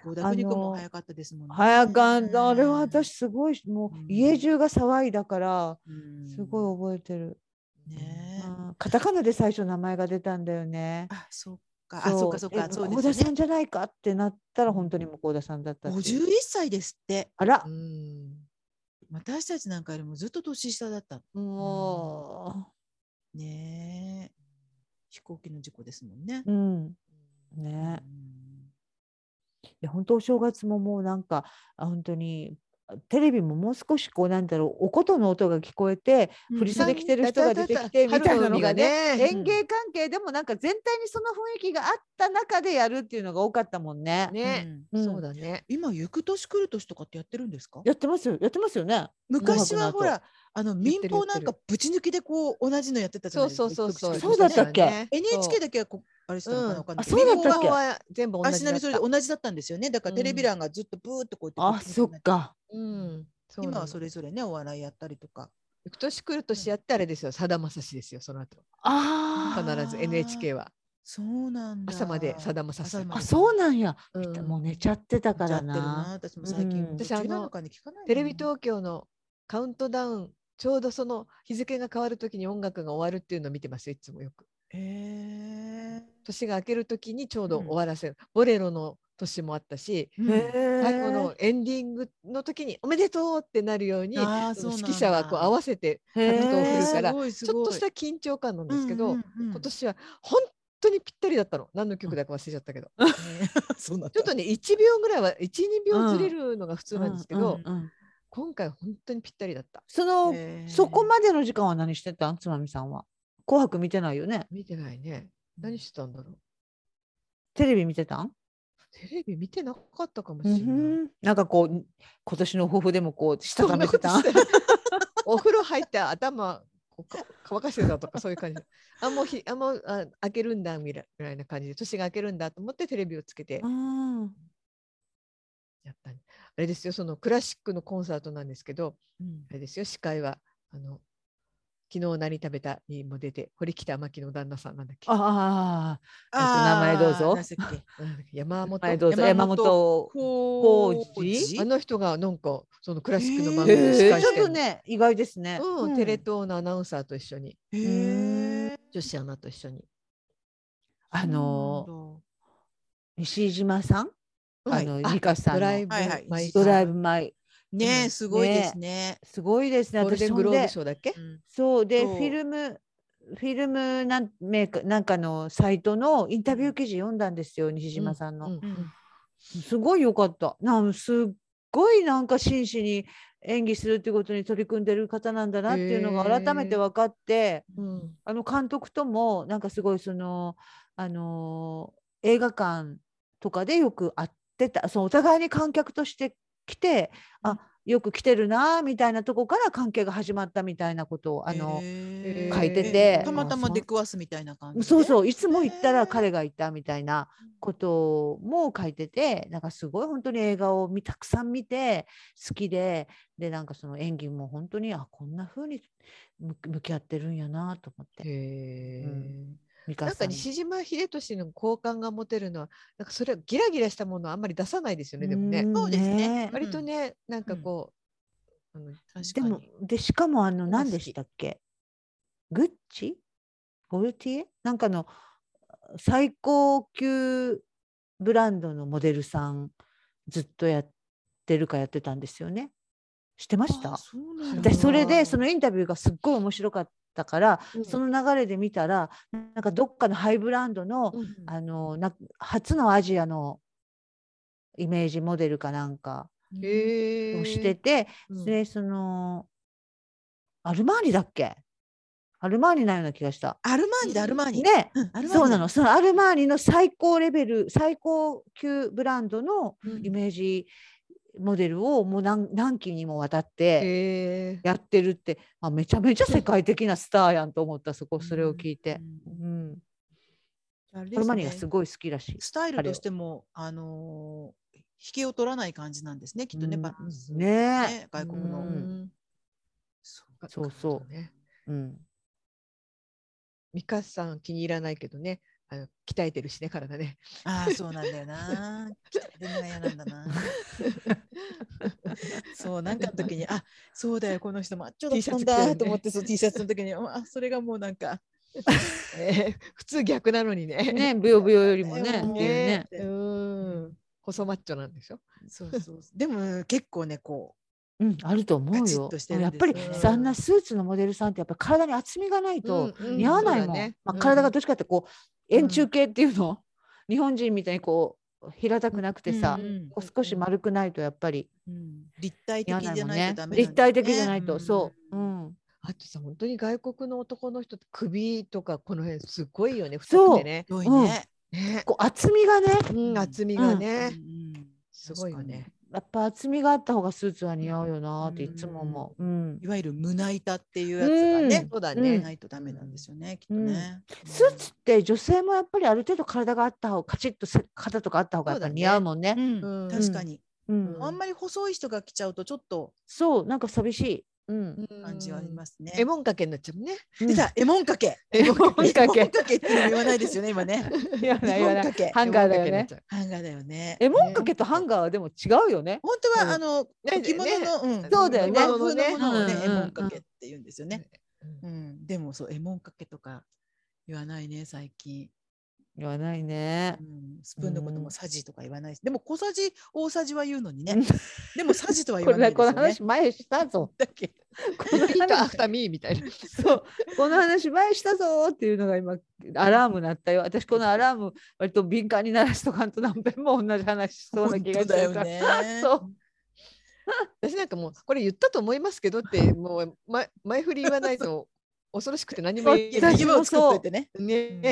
向田邦子も早かったですもんね。早かった。あれは私すごいもううん家中が騒いだからうん、すごい覚えてる。いね。うんカタカナで最初名前が出たんだよね。あ、そうか。あ、そうか、そうえか、そうです向田よさね。んじゃないかってなったら本当に向田さんだったって51いう。歳ですって。あらう。ん。私たちなんかよりもずっと年下だったの。もねえ。飛行機の事故ですもんね。う。うん。ね。いや本当お正月ももうなんかあ本当にあテレビももう少しこうなんだろうお琴の音が聞こえてうん振り袖着てる人が出てきてうんみたいなのがね春の海がね演芸関係でもなんか全体にその雰囲気があった中でやるっていうのが多かったもんね。ね、うんそうだね。今、行く年来る年とかってやってるんですかやってますよやってますよね。昔は紅白の後ほら、あのやっ民てる放なんかぶち抜きでこう同じのやってたじゃそないうですか。そうそうそ行う。そうく年来る年だったっけそうだね NHK だけはこあれしたのかな、うんわかんないあそうだったっけ民放は全部同あじしなだっみそれでた。同じだったんですよね。だからテレビ欄がずっとブーっとこうやってこうあそっか。うん。そうなの今はそれぞれね、お笑いやったりとか。行く年来る年やってあれですよ。さだまさしですよ。その後あー必ず NHK はそうなんだ。朝までさだまさし朝さん。まあそうなんや、うんもう寝ちゃってたからやってるな。私も最近、うん途私あ中のなのかに聞かないなテレビ東京のカウントダウン、ちょうどその日付が変わるときに音楽が終わるっていうのを見てますよ、いつもよく。へえ年が明けるときにちょうどうん終わらせる。ボレロの年もあったし、うん最後のエンディングの時におめでとうってなるように、あーそそのうなんだ指揮者はこう合わせて、へーカウントを振るからすごいすちょごっいとした緊張感なんですけど、うんうんうん今年は本当にぴったりだったの。何の曲だか忘れちゃったけど。ね *laughs* そうなちょっとね、1秒ぐらいは、1、2秒ずれるのが普通なんですけど、うんうんうん今回本当にぴったりだった。そのとそこまでの時間は何してたんつまみさんは。紅白見てないよね。見てないね。何してたんだろうテレビ見てたんテレビ見てなかったかもしうれない。んなんかこう今年の抱負でもこうしたそたんめなてことたして *laughs* ないお風呂入って頭こうか乾かしてたとかそういう感じ。 *laughs* あもうひあもうあ開けるんだみらぐらいな感じで年が明けるんだと思ってテレビをつけてうんやったね、あれですよそのクラシックのコンサートなんですけどうんあれですよ司会はあの昨日何食べたにも出て堀北真希の旦那さんなんだっけああえっと名前どうぞあー何でしたっけなんだっけ山名本前どうぞ山山本本こうじあの人がなんかそのクラシックの番え組えで司ーー会ちょしってるとね意外ですねうん、テレ東のアナウンサーと一緒にへえ。女子アナと一緒にあの西島さんはあいのあ美香さんドライのブ、はいはいマイカードライブ前ねうえんすごいですね。すごいですねゴールデ私ンそグロんーブで賞だっけうんそうでそうフィルムフィルムなんメーカーなんかのサイトのインタビュー記事読んだんですよ西島さんの、うんうんすごい良かったなんすっごいなんか真摯に演技するっていうことに取り組んでる方なんだなっていうのがへー改めて分かって、うんあの監督ともなんかすごいその、あのー映画館とかでよく会ってたそのお互いに観客として来て、うんあよく来てるなみたいなとこから関係が始まったみたいなことをあの、へえ書いててたまたま出くわすみたいな感じで。そうう。そういつも行ったへーら彼がいたみたいなことも書いててなんかすごい本当に映画を見たくさん見て好きででなんかその演技も本当にあこんな風に向向き合ってるんやなと思ってへえ、うん美香なんかさんに西島秀俊の好感が持てるのはなんかそれはギラギラしたものはあんまり出さないですよねでもね、んそうですね割とねなんかこう、あの確でかもに。でしかもあのが好き何でしたっけグッチゴルティエなんかの最高級ブランドのモデルさんずっとやってるかやってたんですよね。してましあたそうなんだ私それうでんそのインタビューがすっごい面白かったから、うんその流れで見たらなんかどっかのハイブランドの,、うんあのな初のアジアのイメージモデルかなんかへえをしてて、うんでそのアルマーニだっけアルマーニなような気がした。アルマーニだアルマーニ。ねうん、アルマーニそうなの。そのアルマーニの最高レベル最高級ブランドのうんイメージモデルをもう何何期にもわたって。へえやってるって、あ、めちゃめちゃ世界的なスターやんと思ったそこそれを聞いてう、んうん、あれでアルマーニがすすねごい好きらしい。スタイルとしても、あのー、引けを取らない感じなんですね、きっとね、うんバランス。ねえ、外国うの。んそうそうそうねうん、ミカさん気に入らないけどね、あの鍛えてるしね、体ね。 *laughs* ああ、そうなんだよな。きっと出ない嫌なんだ *laughs* な。そう、なんかの時に、あ、そうだよ、この人マッチョだったん T シャツ着てるだねと思って、そう T シャツの時に、うんあ、それがもうなんか、えー普通逆なのにね。ね、ブヨブヨよりもね、っていうねね、うん、細マッチョなんでしょ。そうそうそう。でも、結構ね、こうん、あると思ガうチッよとし。てるんやっぱりですよねさあんなスーツのモデルさんってやっぱり体に厚みがないとうんうん似合わないもん。そうだねまあ、うん体がどっちかってこう円柱形っていうの、 *laughs* 日本人みたいにこう平たくなくう、てさう、んこう少し丸くないとやっぱりうん立体似合的わないじもゃんないねとダ。メなんだよね。立体的じゃないと、そう、うんん。あとさ、本当に外国の男の人って首とかこの辺すごいよね、太そくうてね。すごいね。ね、こう厚みがね、うん、厚みがね、うんうんすごいよね。やっぱ厚みがあった方がスーツは似合うよなっていつも思う。うんいわゆる胸板っていうやつがね、そうだうね。んないとダメなんですよね、きっとね。スーツって女性もやっぱりある程度体があった方カチッとせ肩とかあった方がやっぱり似合うもんね。うん、うん確かに、うんあんまり細い人が来ちゃうとちょっとそうなんか寂しい。うん。うん感じはありますね。えもんかけになっちゃうもんね。出た、えもんかけ。えもんかえもんかけっていうの言わないですよね、今ね。 *laughs* 言わない言わないえもんかけハンガーだよね。ハンガーだよね。えもんかけとハンガーはでも違うよね。本当は、うんあの、ね着物の、うん、そうだよね和風のものをね、うんえもんかけって言うんですよね。うんうん、でも、そう、えもんかけとか。言わないね、最近。言わないねう。ん、スプーンのことうもんさじとか言わないし、でも小さじ、大さじは言うのにねうん。でもさじとは言こわなれいで *laughs* こすのよね話。前したぞ。だっけこのリピートア話フターミーみたいな。そうこの話前したぞーっていうのが今アラーム鳴ったよ。私このアラーム割と敏感に鳴らしとかんと何遍も同じ話しそうな気がするから。ねそう私なんかもうこれ言ったと思いますけどってもう前前振り言わないと恐ろしくて何も言えいなやい言葉を作っといてね。ねうん。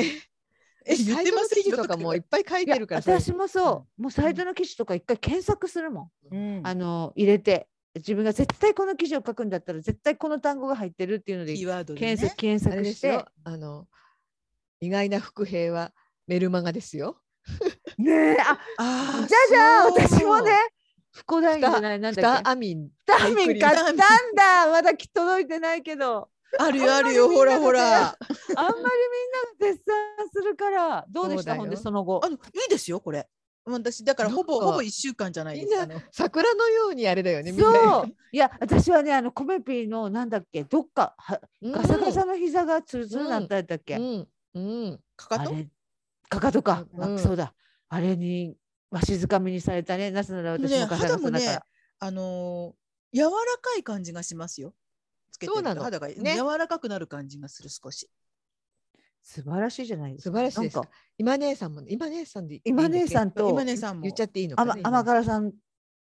え私言っサイてトまのせん記事とかもいっぱい書いいやてるから私もそう、もうサうイんトの記事とか一回検索するもん、うんあの入れて自分が絶対この記事を書くんだったら絶対この単語が入ってるっていうのでキーワードで、ね、検索検あれ索でしすてよあの意外な伏兵はメルマガですよ。ねえああーじゃじゃんそう私もね福大じゃないなんスだタっーアミンけダミン買っダたーミんンだまだき届いてないけどあるよあるよほらほらあんまりみんなが絶賛するからどうでしそうだたよほんでその後あのいいですよこれ私だからほぼなんかほぼ一週間じゃないですかみん桜のようにあれだよね。みんなそういや私はねあのコメピーのなんだっけどっかはうんガサガサの膝がツルツルになったやったっけ、うんうんかかあとれかかとか、あうんそうだあれにわしづかみにされたねなぜなら私ねもガサガ肌もサだねから、あのー柔らかい感じがしますよつけてるそうなとの肌が、ね柔らかくなる感じがする少し素晴らしいじゃないです素か晴らしいですなんか。今姉さんもね今姉さんでいい今姉さんだっんと今姉さけんも言っちゃっていいのかあまな。甘今辛さん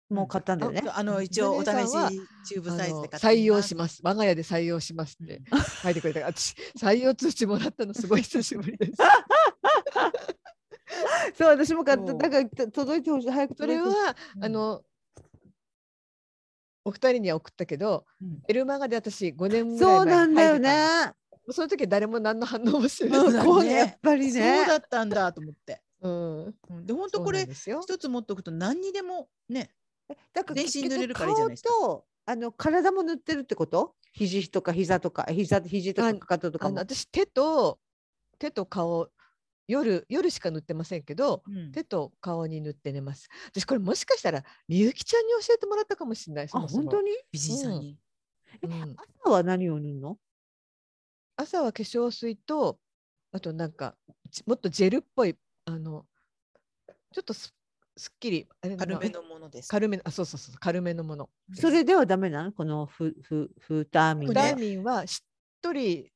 も買ったんだよね。あの一応お試今姉しさんはチューブサイズで買っあのて採み用しまます。我が家で採用しますって書いてくれたから、私採用通知もらったのすごい久しぶりです。そう私も買ったそうだからと届いてほしい早くそ届いれてほしい。はうんあのお二人には送ったけど、 *laughs* うんエルマガで私5年ぐらいそう前なんにだ書いよてたの。ね。その時は誰も何の反応もしてない。ううんん、だこうねねやっぱりすね。そうだったんだと思ってうん。うんで本当こそうなんれですよ。一つ持っておくと何にでもねだから全身結局塗れるからいいじゃないですか顔とあの体も塗ってるってこと？肘とか膝とか膝肘とあかかかととあかのも。私手と手と顔夜夜しか塗ってませんけど、うん手と顔に塗って寝ます。私これもしかしたらみゆきちゃんに教えてもらったかもしれない。そあもそも本当に？美人さんにうん朝は何を塗るの？朝は化粧水とあとなんかじもっとジェルっぽいあのちょっとすすっきりあれな軽めのものです軽めのあそうそうそう軽めのもの。それではダメなの？このフフフーターミンビで。タミンはしっとり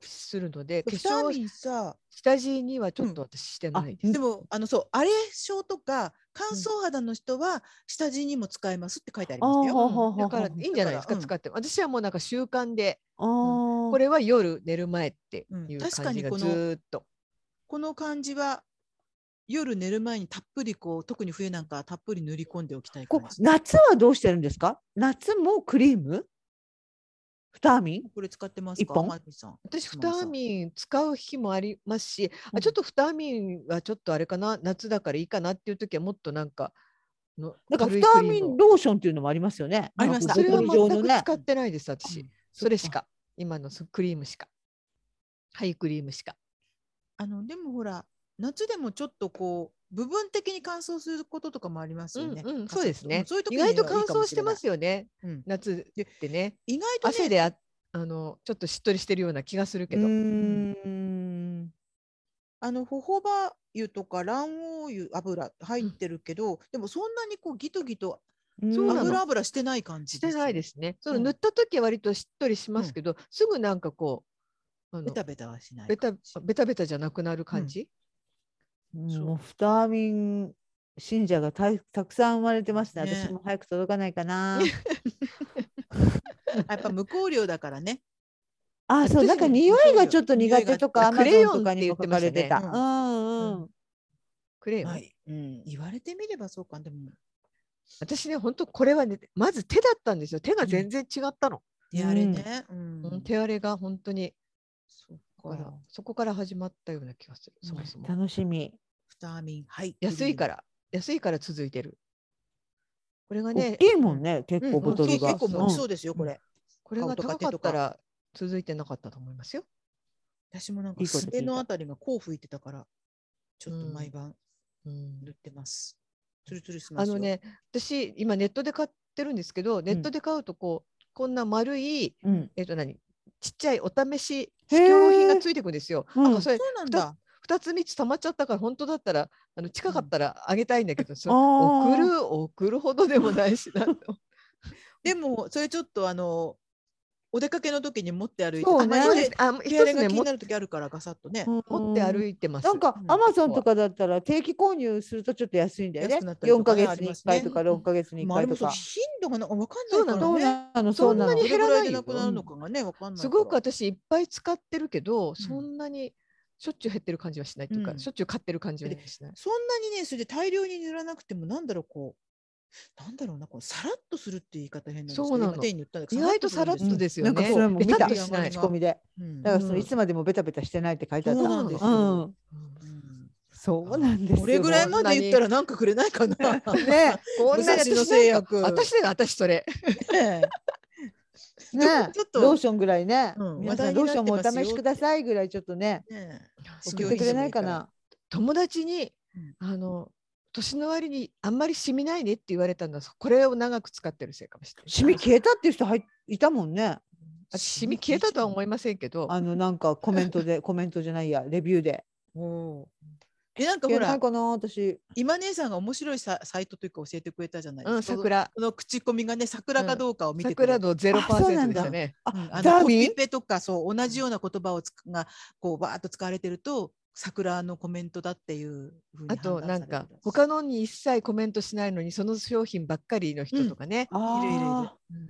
するので化ビタ粧ミンさ下地にはちょっと私してないです。でもあのそう荒れ症とか乾燥肌の人は下地にも使えますって書いてありましたあよ。ほうほうほうほうだからいいんじゃないですだかか、らうん使っても私はもうなんか習慣であーこれは夜寝る前ってうんいう確か感にじがこのずーっと、この感じは夜寝る前にたっぷりこう特に冬なんかはたっぷり塗り込んでおきたいこ感じ。夏はどうしてるんですか？夏もクリーム？フターミン？これ使ってますか一本マミさん私そフうタそうーミン使う日もありますし、うんあちょっとフターミンはちょっとあれかな夏だからいいかなっていう時はもっとなんかのなんか軽フいタクーリミームンをローションっていうのもありますよね。ありましたそれはなんかボトル状全のくね。使ってないです私、うんそれしか今のそクリームしかハイクリームしかあのでもほら夏でもちょっとこう部分的に乾燥することとかもありますよね。うんう乾ん燥そうですねんそういう時意にはい外いとかも乾燥してまれすよねない。うん夏ってね意外とね汗でああのちょっとしっとりしてるような気がするけど、うーん。あのホホバ油とか卵黄油油入ってるけど、でもそんなにこうギトギトそうなの油油してない感じしてないですすね。そのうん塗った時は割としっとりしますけど、すぐなんかこうあよ。のベタベタはしないベ感タじ。ベタベタじゃなくなる感じ。そうもうフターミン信者がたたくさん生まれてますね。ね私も早く届かないかな。あやっぱ無香料だからね。あ、そう、なんか匂いがちょっと苦手とか、ア匂マいがクレゾヨンンとかにもって言って書かましたれねてた。うんうんうん。クレヨン。はい。うん、言われてみればそうか。でも、私ね本当これはねまず手だったんですよ。手が全然違ったの。手荒れね。うん。うん手荒れが本当にそっだからか。そこから始まったような気がする。そもそも楽しみ。スターミン、はい。。安いからら安いから続いてる。これが大ねきいもんね、結構うんボトルが。結構大もうきんそうですよ、これ。これが高かったら続いてなかったと思いますよ。私もなんいかいこと聞いすたべのあたりがこう吹いてたから、ちょっとうん毎晩うん塗ってます。つるつるしまあすよ。のね、私今ネットで買ってるんですけど、ネットで買うとこう、こんな丸いうん。えっ、と何、ちっちゃいお試しへ試供品がーついてくるんですよ。うんなんかそそれうなんだ。二つ三つ溜まっちゃったから本当だったらあの近かったらあげたいんだけど、そあー送る送るほどでもないしなと。 *laughs* でも、それちょっとあの、お出かけの時に持って歩いて、そうあねまりそう手です。あ一手荒れつがね気にもなる時あるから、ガサッとね。持って歩いいてます。なんかうんアマゾンとかだったら定期購入するとちょっと安いんだよね安くなっ。たりと4かヶね月に1回とかありますね6ヶ月に1まあ、あれも回とそうか。頻度がな分かんないからそうね。なの、そそうなんのな。にどれぐらいでなくなるのかがね、分かんないから。すごく私いっぱんい使ってるけど、んそんなにしょっちゅう減ってる感じはしないというか、うんしょっちゅう買ってる感じはし *laughs* ない。そんなにね、それで大量に塗らなくても、なんだろう、こう、なんだろうな、こうさらっとするって言い方変なんですけどそうなの今手に塗ったんだけ意ど外とさらっとすですよなね。んかそれもベ見タたっとしない口。コミでるんだだかよらそのうんいつまでもベタベタしてないって書いてあっそたうらなんですよ。ううんんそうなんですよこれぐらいまで言ったらなんかくれないかな。ね *laughs* こ武んな蔵に野私製なんか薬。私だよ私それ。ねねちょっとローションぐらいね、うん皆さ話題んになっローてションもお試ますしよくださいぐらいちょっとねえねす送ごっいてくれないかな友達にうんあの年の割にあんまり染みないねって言われたんだ。これを長く使ってるせいかもしれない。シミ消えたっていう人はいいたもんねあシミ消えたとは思いませんけど。あのなんかコメン *laughs* トでコメントじゃないやレビューでえ。おーでなんか消ほえならい、かな私今姉さんが面白いササイトというか教えてくれたじゃないでうすか。ん桜この口コミがね、桜かどうかを見てくれ桜る度ゼロパーあそセうなントんでしだたね。あうんあダのーコウィンピペとかそう同じような言葉をつくがこうバーッと使われてると桜のコメントだっていうふうにあと判な断んされるか他のに一切コメントしないのにその商品ばっかりの人とかね。いるいるいるあうん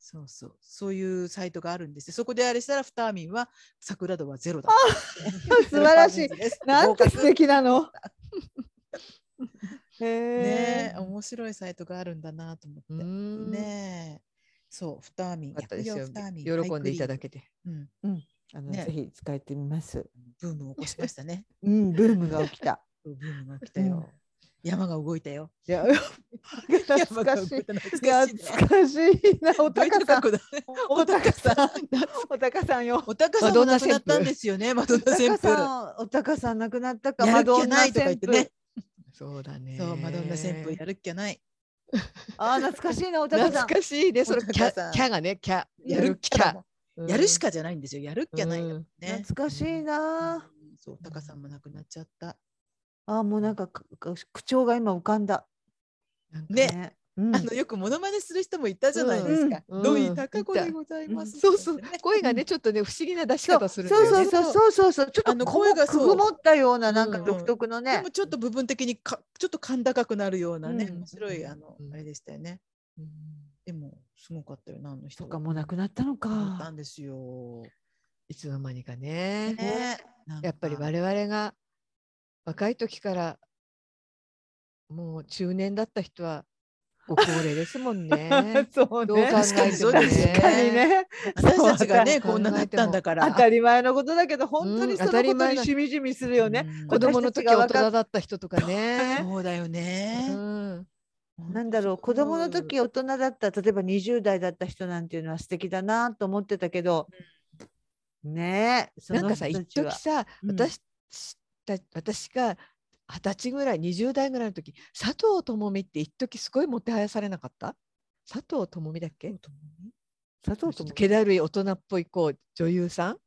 そうそうそういうサイトがあるんですよそこであれしたらフターミンは桜度はゼロだー *laughs* 素晴らしいいなんて素敵 *laughs* なのへねええ面白いサイトがあるんだなと思うって、んねえそうフターミンよかったですよ。薬用フターミン喜んでいただアイクけて。リームあのねぜひ使ってみますうん、ブームを起こしましたねうんブームが起きたブームが起きたよ、山が動いたよいや *laughs* 山懐がか動しいいた懐かしいな懐かしいなおどういたかうさん格好だおたかさんおたかさんよおたかさんも亡くなったんですよね、マドンナ旋おた風。かさんおたかさん亡くなったかやマる気ドがンナないとか言ってね旋。そうだね。そう、マドンナ旋風やるっきゃない。風あー懐かしいなおたかさん懐かしいね。それおキ高ャさんキャがね、キャ。やるっきゃだもん。うんやるしかじゃないんですよ。やるっきゃないようんね。懐かしいなうんそう、おたかさんも亡くなっちゃった。あーもうなんかくく口調が今浮かんだなんかねうんあの、よくモノマネする人もいたじゃないですか。うんどういたか子でございます。そうそうみたいなね。声がね、ちょっとね、不思議な出し方するんだそうよそうね。そうそうそうそうちょあっのと声声ががそうくぐもったようななんかうん独特のでねもちょっと部分的にかちょっと甲高くなるようなね、うん面白いあの、うんあれでしたよね。うんでもすごかったよなあの人とかもうなくなったのなったか。んですよ。いつの間にかね。ねなんかやっぱり我々が若い時からもう中年だった人はご高齢ですもんね *laughs* そうどう考えてもね確か *laughs* にそうですね確かにね私たちがねそうこんななったんだから。当たり前のことだけど本当うんにそ当のたこりと前にだしみじみするよねうん子供の時私たちが大人若かだった人とかね。そうだようね。んなんだろう子供の時大人だった例えば20代だった人なんていうのは素敵だなと思ってたけど、ねえそなんのかさ人一たちは時さ、う私んた私が二十歳ぐらい20代ぐらいの時佐藤智美って一時すごいもてはやされなかった佐藤智美だっけ佐ちょっ藤とと気だるい大人っぽいこう女優さん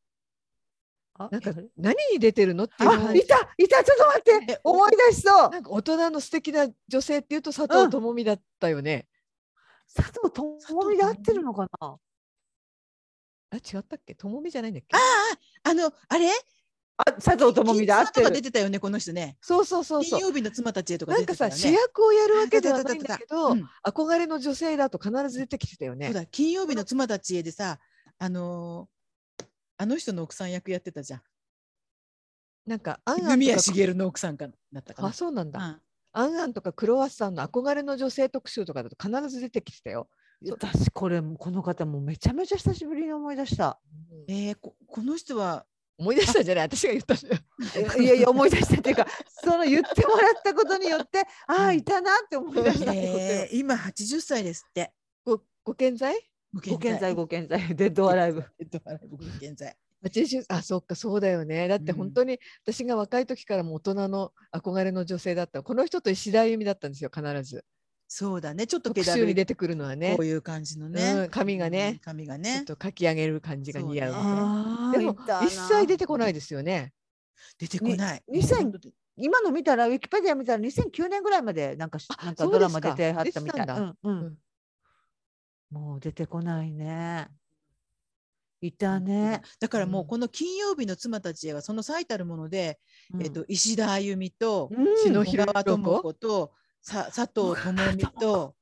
なんか何に出てるのっていうあ感いじたいたちょっと待っえて思い出しそうなんか大人の素敵な女性っていうと佐藤智美だったよね、佐藤智美で合ってるのかなあ違ったっけ智美じゃないんだっけあああのあれあ佐藤智美で合って金妻とか出るてたよねこの人ね。そうそうそうそ金う曜日の妻たちへとかなん出かてたさ、よね。主役をやるわけではないんだけど、うんそ憧れの女性だと必ず出てきてたよねうだ金曜日の妻たちへでさあのーあの人の奥さん役やってたじゃん。なんかアンア文ンと谷か茂の奥さんかだったかあな。そうなんだ、うんアンアンとかクロワッサンの憧れの女性特集とかだと必ず出てきてたよ、いや私これこの方もうめちゃめちゃ久しぶりに思い出したえー、ここの人は思い出したんじゃない私が言ったんだよいやいや思い出したっていうかその言ってもらったことによってああいたなって思い出したってことよえー、今80歳ですって。ごご健在ごご健在ご健在デッドアライブ。えっとあれ僕 *laughs* ご健在。 80あそっかそうだよねだってうん本当に私が若い時からもう大人の憧れの女性だったこの人と石田由美だったんですよ必ずそうだねちょっと特気だ集るにい出てくるのはねこういう感じのうねん。髪がねうん髪がちょっね。と書き上げる感じが似合うそみうたいなあでも一切出てこないでですよね出てこない。に2000本当に今の見たらウィキペディア見たら2009年ぐらいまでなんかしあなんかドラそマうでですか出てはったみた出いてたんだうんうんうんもう出てこないねいたね、だからもううんこの金曜日の妻たちへはその最たるもので、うんえっと、石田あゆみとうん篠小広川子智子とさ佐藤智美と、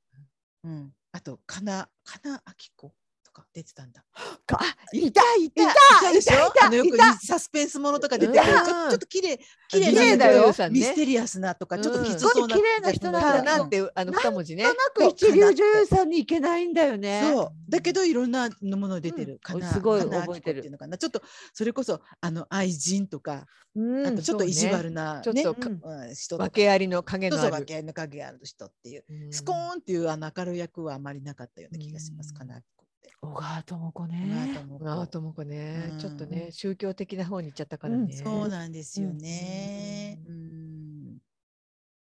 うん、あとかなかなあき子とか出てたんだ。かあいたいたいたでしょあのよくサスペンスものとか出てくるいちょたちょっと綺麗綺綺麗綺麗なだよさんミねステリアスなとかちょっときつそうなうんすごい綺麗な人だったただらななんてあの二文字ねなんとなく一流女優さんに行けないんだよね。そうだけどいろんなもの出てるかな、すごいかな覚えてるあきこっていうのかなちょっとそれこそあの愛人とか、うんあとちょっと意地悪な、ちょっねとかうんうん、人とか訳ありの影そうのそうある分けの影ある人っていう、うんスコーンっていうあの明るい役はあまりなかったような気がしますうんかなあきこって。小川智子なね。あと思うああともこねうんちょっとね宗教的な方に行っちゃったからうんねそうなんですよね。うん。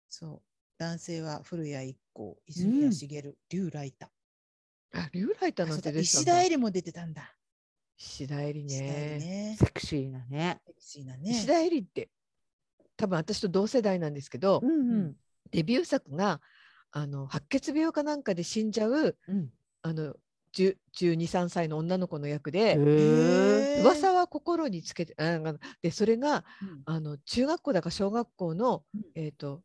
そう。男性は古谷一行、泉谷茂、竜来太。あリュウライタあーなそんうだて出てた石んだ田絵里も出てたんだ。石田えり石田絵里ねね。セクシーなね。セクシーなね。石田えりって多分私と同世代なんですけどうんうんデビュー作があの白血病かなんかで死んじゃううん。あの1 2 3歳の女の子の役でへえ。へー噂は心につけてあなんかでそれがうんあの中学校だか小学校の、うんえー、と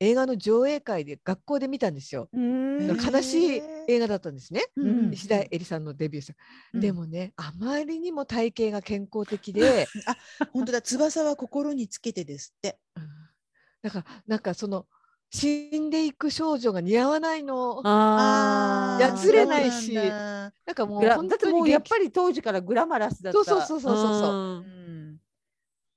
映画の上映会で学校で見たんですよ。うんへだーから悲しい映画だったんですね、うん石 *laughs* 田えりさんのデビュー作、うんでもねあまりにも体型が健康的 *laughs* で本当だ翼は心につけてですって。うんだからなんかその死んでいく少女が似合わないのあーあ。やつれないしそうなんだなんかもうグラだ本って当もにうやっ元気ぱり当時からグラマラスだった。そうそうそうそうそうそうん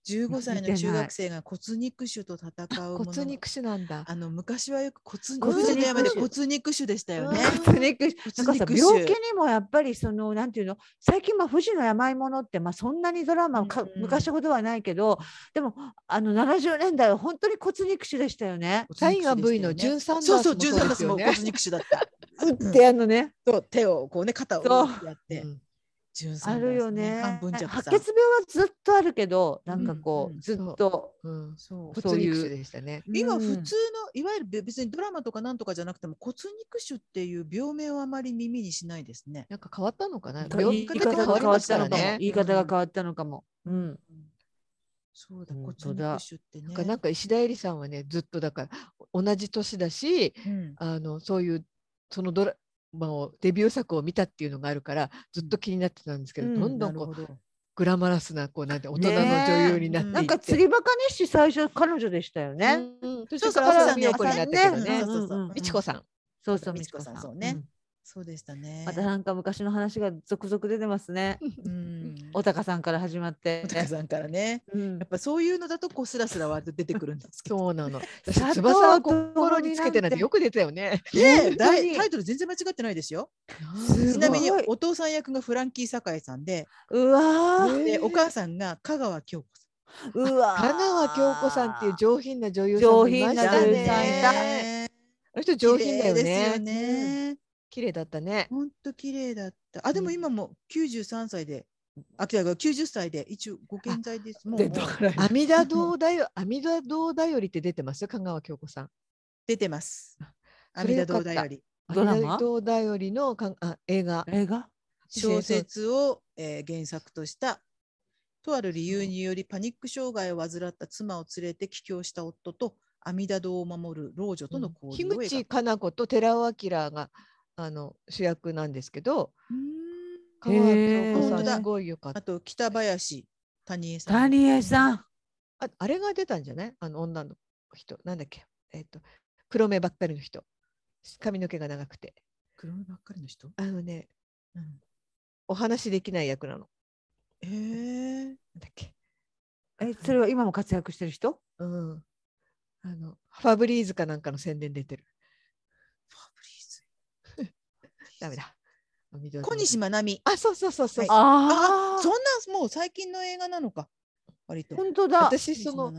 15歳の中学生が骨肉腫と戦うもの骨肉腫なんだあの昔はよく骨肉骨骨肉腫の山で骨肉腫でしたよね。うん骨肉なんかさ骨肉腫病気にもやっぱりそのなんていうの最近まあ富士の病ものってまあそんなにドラマか、うんうん昔ほどはないけどでもあの70年代は本当に骨肉腫でしたよね。タイガー V のジュン・サンダースそうそ、もそううジでュンサンダーすスもよ骨ね。肉腫だった。打ってあのね、そう、手をこうね、肩をそうやってう、んジュンサあンダースるよね。半分弱白さ血病はずっとあるけどなんかこう、うんうんずっとうんそう骨そうい肉う腫でしたね。今うん普通のいわゆるべ別にドラマとかなんとかじゃなくても骨肉腫っていう病名をあまり耳にしないですね。なんか変わったのかな。言病い気方がが変わりまましすたかかららねね。言い方が変わったのかも。うん。そうだ、骨本当だ肉腫ってなねん。かなんか石田えりさんはねずっとだから同じ年だしうんあのそういうそのドラマをデビュー作を見たっていうのがあるからずっと気になってたんですけど、うんどんどなんるこほうど。グラマラスなこうなんて大人のねえ女優になっていって、なんか釣りバカ日誌最初彼女でしたよね。うんうん、そそうそうそうう朝朝さん見ね送りになって朝たねねそうそうそううんうんうん美智子さんそうそう、美美智智子子ささんそん。うねんそうでしたね。またなんか昔の話が続々出てますね。うん。おたかさんから始まってお。高さんからね。うんやっぱそういうのだとこうスラスラは出てくるんです *laughs* けど。そうなの佐私藤翼は心につけてなんてよく出たよねねえ、本当にだいタイトル全然間違ってないですよ。すごいちなみにお父さん役がフランキー酒井さんで、うわー、でお母さんが香川京子さん。うわー。香川京子さんっていう上品な女優さん上もい品まなした女優さんいたね。ねあの人上品だよ綺麗ですよね。ね。綺麗だったね。本当綺麗だった。あでもうん今も93歳で、あ違う90歳で一応ご健在です。もうでもう阿弥陀堂だよ、阿弥陀堂だよりって出てますよ、香川京子さん。出てます。阿 *laughs* そ弥陀れよか堂っただよりドラマ阿弥陀堂だよりのかんあ映画。映画小説を、えー原作とした。とある理由によりパニック障害を患った妻を連れて帰郷した夫と阿弥陀堂を守る老女との樋交流を描口く。かな子と寺尾明があの主役なんですけど、うーん香川京へー子本当さだんすごいよかっあた。と北林谷江さん。谷江さん。ああれが出たんじゃないあの女の人、なんだっけえっ、と、黒目ばっかりの人。髪の毛が長くて。黒目ばっかりの人。あのね、うんお話しできない役なの。へえ。なんだっけえ、それは今も活躍してる人うん。あの、ファブリーズかなんかの宣伝出てる。ファブリーズ。ダメだ。あ緑色の小西真奈美。あ、そうそうそうそう。はあああそんなもう最近の映画なのか。割と。本当だ。私、その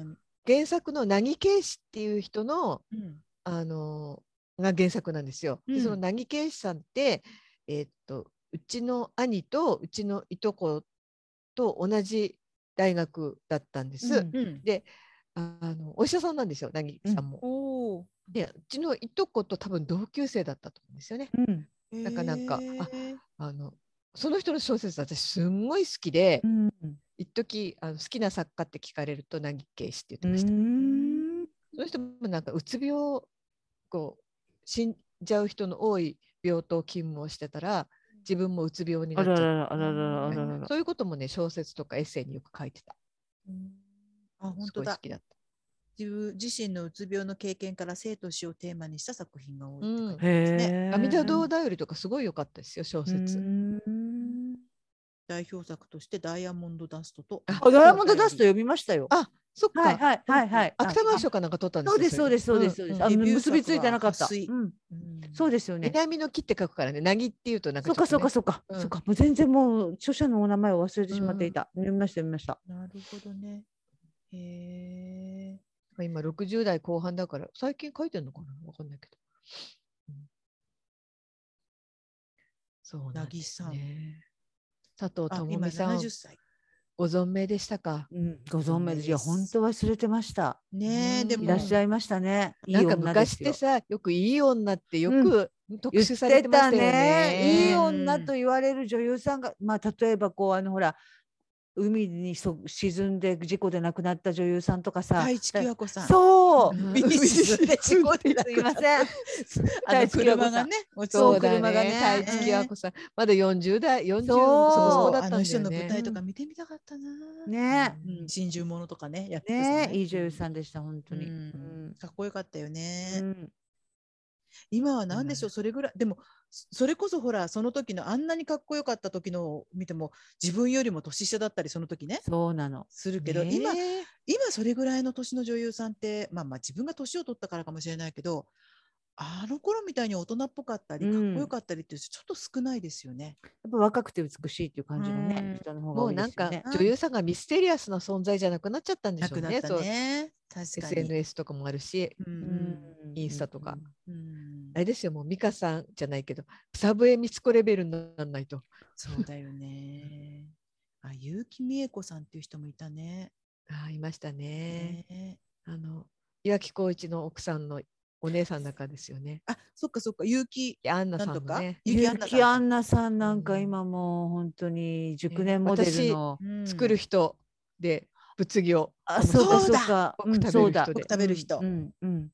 原作のなぎけいしっていう人の、うんあのーが原作なんですよ。でそのうんなぎけいしさんって、えーっと、うちの兄とうちのいとこと同じ大学だったんです。うんうん。ああのお医者さんなんですよ、なぎさんも。おお。で、うちのいとこと多分同級生だったと思うんですよね。うん。なんかなんかあへーあのその人の小説私すんごい好きで、うん。一時あの好きな作家って聞かれるとなぎけいしって言ってうました。ん。その人もなんかうつ病こう死んじゃう人の多い病棟勤務をしてたら自分もうつ病になあっちゃらっらたらあららあらららそういうこともね小説とかエッセイによく書いてた。あ本当すごい好だきだった。自分自身のうつ病の経験から生と死をテーマにした作品が多いって書いてますね、へえ阿弥陀堂だよりとかすごい良かったですよ小説。うん代表作としてダイヤモンドダストとああダイヤモンドダスト読みましたよあそっか。はいはいはいはい芥川賞かなんか取ったんですそうよですそうですそうですそうですあのデビュー作は結びついてなかった撥水ううんんそうですよね南の木って書くからね、なぎっていうとなんかそっかちょそっとっかねそっか、うんそっかもう全然もう著者のお名前を忘れてしまっていた、読みました読みましたなるほどねへえ今60代後半だから、最近書いてるのかなわかんないけど。うんそうなんですなぎね。佐藤あ智今美さん70、歳ご存命でしたかうんご存命ですいやです本当忘れてましたねえうんでもいらっしゃいましたねいいなんか女で昔っすよてさ、よくいい女ってようんく特言集っされててましたたよね。ね。いいうん女と言われる女優さんが、まあ、例えばこうあのほら海にそ沈んで事故で亡くなった女優さんとかさ太一喜和子さんそ *laughs* うう、ん海に沈んで事故で亡すいくなまった *laughs* せん *laughs* あの太一喜和車子さんがね落ちそうてそだね。う車がね太一喜和子さん、まだ40代、40そうそこそこそうだあったんだよね。の人の舞台とか見てみたかったな、ねうん、真珠ものとかねやってたしねいい女優さんでした本当に、ううんんかっこよかったよね、うん今は何でしょうそれぐらいでもそそれこそほらその時のあんなにかっこよかった時のを見ても自分よりも年下だったりその時ねそうなのするけど、ね今今それぐらいの年の女優さんってまあまあ自分が年を取ったからかもしれないけどあの頃みたいに大人っぽかったりかっうこんよかったりってちょっと少ないですよね。やっぱ若くて美しいっていう感じのね、うん人の方もが多ういでなんすよかね。うん女優さんがミステリアスな存在じゃなくなっちゃったんでなしょくうなね。ったそうね。確かに。 SNS とかもあるし、ううんんインスタとか。うんあれですよ、もう美香さんじゃないけど、草笛光子レベルにならないと。そうだよね。 *laughs* あ結城美恵子さんっていう人もいたね。あーいましたね。ねあの岩城浩一の奥さんのお姉さんだからですよね。あそっかそっか結城でアンナなさんとんもかね。結ゆ城アンナさんきあんなさんなんうかん今もう本当に熟ね年モデルの、うん作る人で物議を。あそうかそそううだか僕うん食べるそうだ人で僕食べる人うんうんうん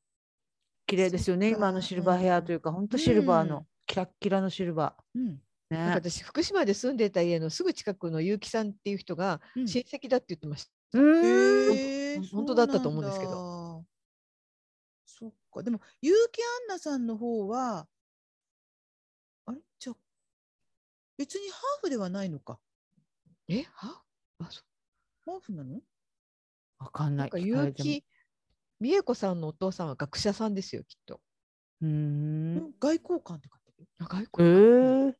綺麗ですよねそっか今のシルバーヘアというか本当シルバーの、うんキラッキラのシルバうんーなんかね私福島で住んでた家のすぐ近くの結城さんっていう人がうん親戚だって言ってました。うーんへーほんとだったと思うんですけど。そうなんだそっか、でも、結城アンナさんの方は、あれじゃあ別にハーフではないのか。えはあそうハーフなのわかんななんいか聞かれ結ても城美恵子さんのお父さんは学者さんですよきっと。うーうんん外交官って書いてあるよ。あ外え国ー、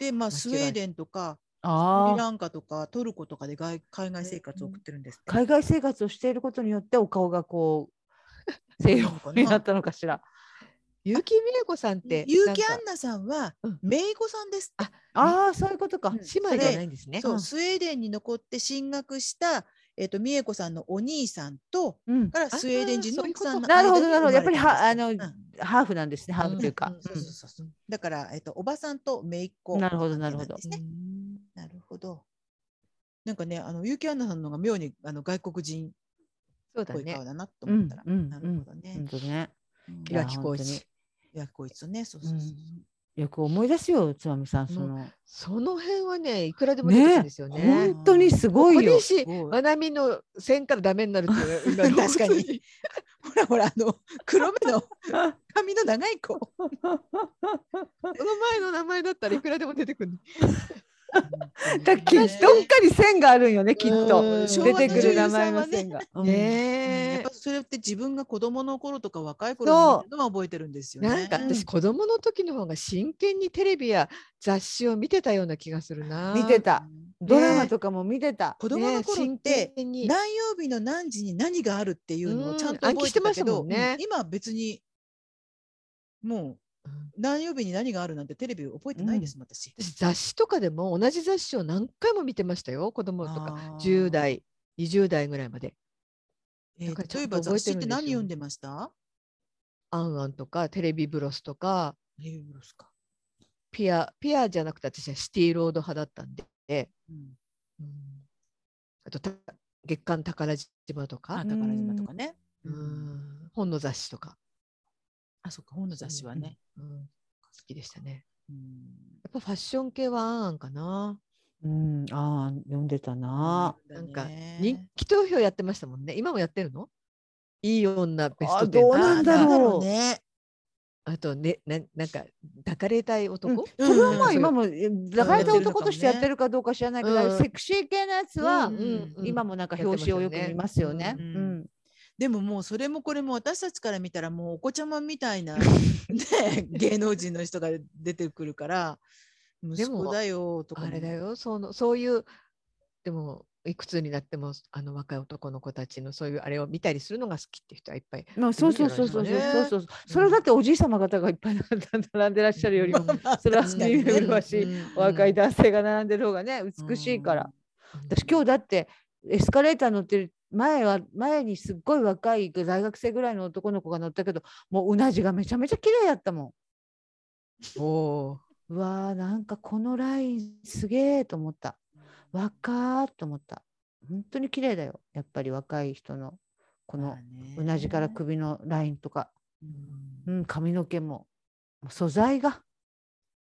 で、まあ、間違いスウェーデンとか、スあリーランカとか、トルコとかで外海外生活を送ってるんですって。海外生活をしていることによってお顔がこう西洋になったのかしら結城美恵子さんって結城アなんンかナさんはうん、姪御さんですって。ああそういうことか、うん姉妹じゃないんですね。そうう、んスウェーデンに残って進学した、えっと、美恵子さんのお兄さんと、うんからスウェーデン人のそういう奥ことさんのなるほど間になるほどやっぱり生まれはあたの、んですハーフなんですねハーフというか、うんうんそうそうそうそうだから、えっと、おばさんと姪っ子なるほどの関係んなるほどですねうんなるほど。なんかね、あの、結城アンナさんの方が妙に、あの、外国人っそうだぽいね顔。だなと思ったら。うんうんなるほどね本。当ねうんいや岩城浩本当に一。いや、こいつね、そうそうそうそう。よく思い出すよつまみさんもうそのその辺はねいくらでも出てくるんですよね。ね本当にすごいよ小西まなみの線からダメになるっていうの *laughs* が確かに。ほらほら、あの、黒目の髪の長い子。その前の名前だったらいくらでも出て *laughs* くる。だっけどっかに線があるんよねきっうとん出てくる名前の線が。うんうんやねっえぱ。それって自分が子供の頃とか若いそう頃に見たのは覚えてるんですよね。なんかうん私子供の時の方が真剣にテレビや雑誌を見てたような気がするな。見てたうんドラマとかも見てた。子供の頃っねて真、剣に何曜日の何時に何があるっていうのをちゃんとうん覚暗記えしててまたしたけもど、んねうん今別にもううん何曜日に何があるなんてテレビ覚えてないですもん、私。私雑誌とかでも同じ雑誌を何回も見てましたよ子供とかあー10、代20代ぐらいまでえだかーらちゃ例えんばと覚雑えて誌ってるんですよ何読んでました「あんあん」とか「テレビブロス」とかレイブロスか、ピアピアじゃなくて私はシティロード派だったんで、うんうんあとた月刊宝島とあか、宝島とかね。ううんん本の雑誌とか、あ、そっか、本の雑誌はね。うん、好きでしたね。うんっぱファッション系はあんあんかな。うん、ああ、読んでたな。なんかね人気投票やってましたもんね。今もやってるのいい女ベスあトテンどうなんだろうね。あとねな、なんか抱かれたい男、うんそれはまうあん今もえ抱えたやってるのか男もとしてやっねてるかどうか知らないけうど、んセクシー系のやつうはんうん今もなんかやってま表した紙よをねよく見ますよね。ううんんでももうそれもこれも私たちから見たらもうお子ちゃまみたい *laughs* な、ね、芸能人の人が出てくるから息も子だよとかあれ *laughs* だよよそのそういうでもいくつになってもあの若い男の子たちのそういうあれを見たりするのが好きって人はいっぱいまあそうそうそうそういるんそうじゃないそうですかねそうそう。それはだっておじい様方がいっぱい並んだ並んでらっしゃるよりも、それは確かにね見るわし、お若い男性が並んでる方がね美しいから。私今日日だってエスカレーター乗ってる前は前にすっごい若い大学生ぐらいの男の子が乗ったけどもううなじがめちゃめちゃ綺麗やったもおんうわーなんかこのラインすげえと思った若ーと思った本当に綺麗だよやっぱり若い人のこのうなじから首のラインとか、うん、髪の毛ももう素材が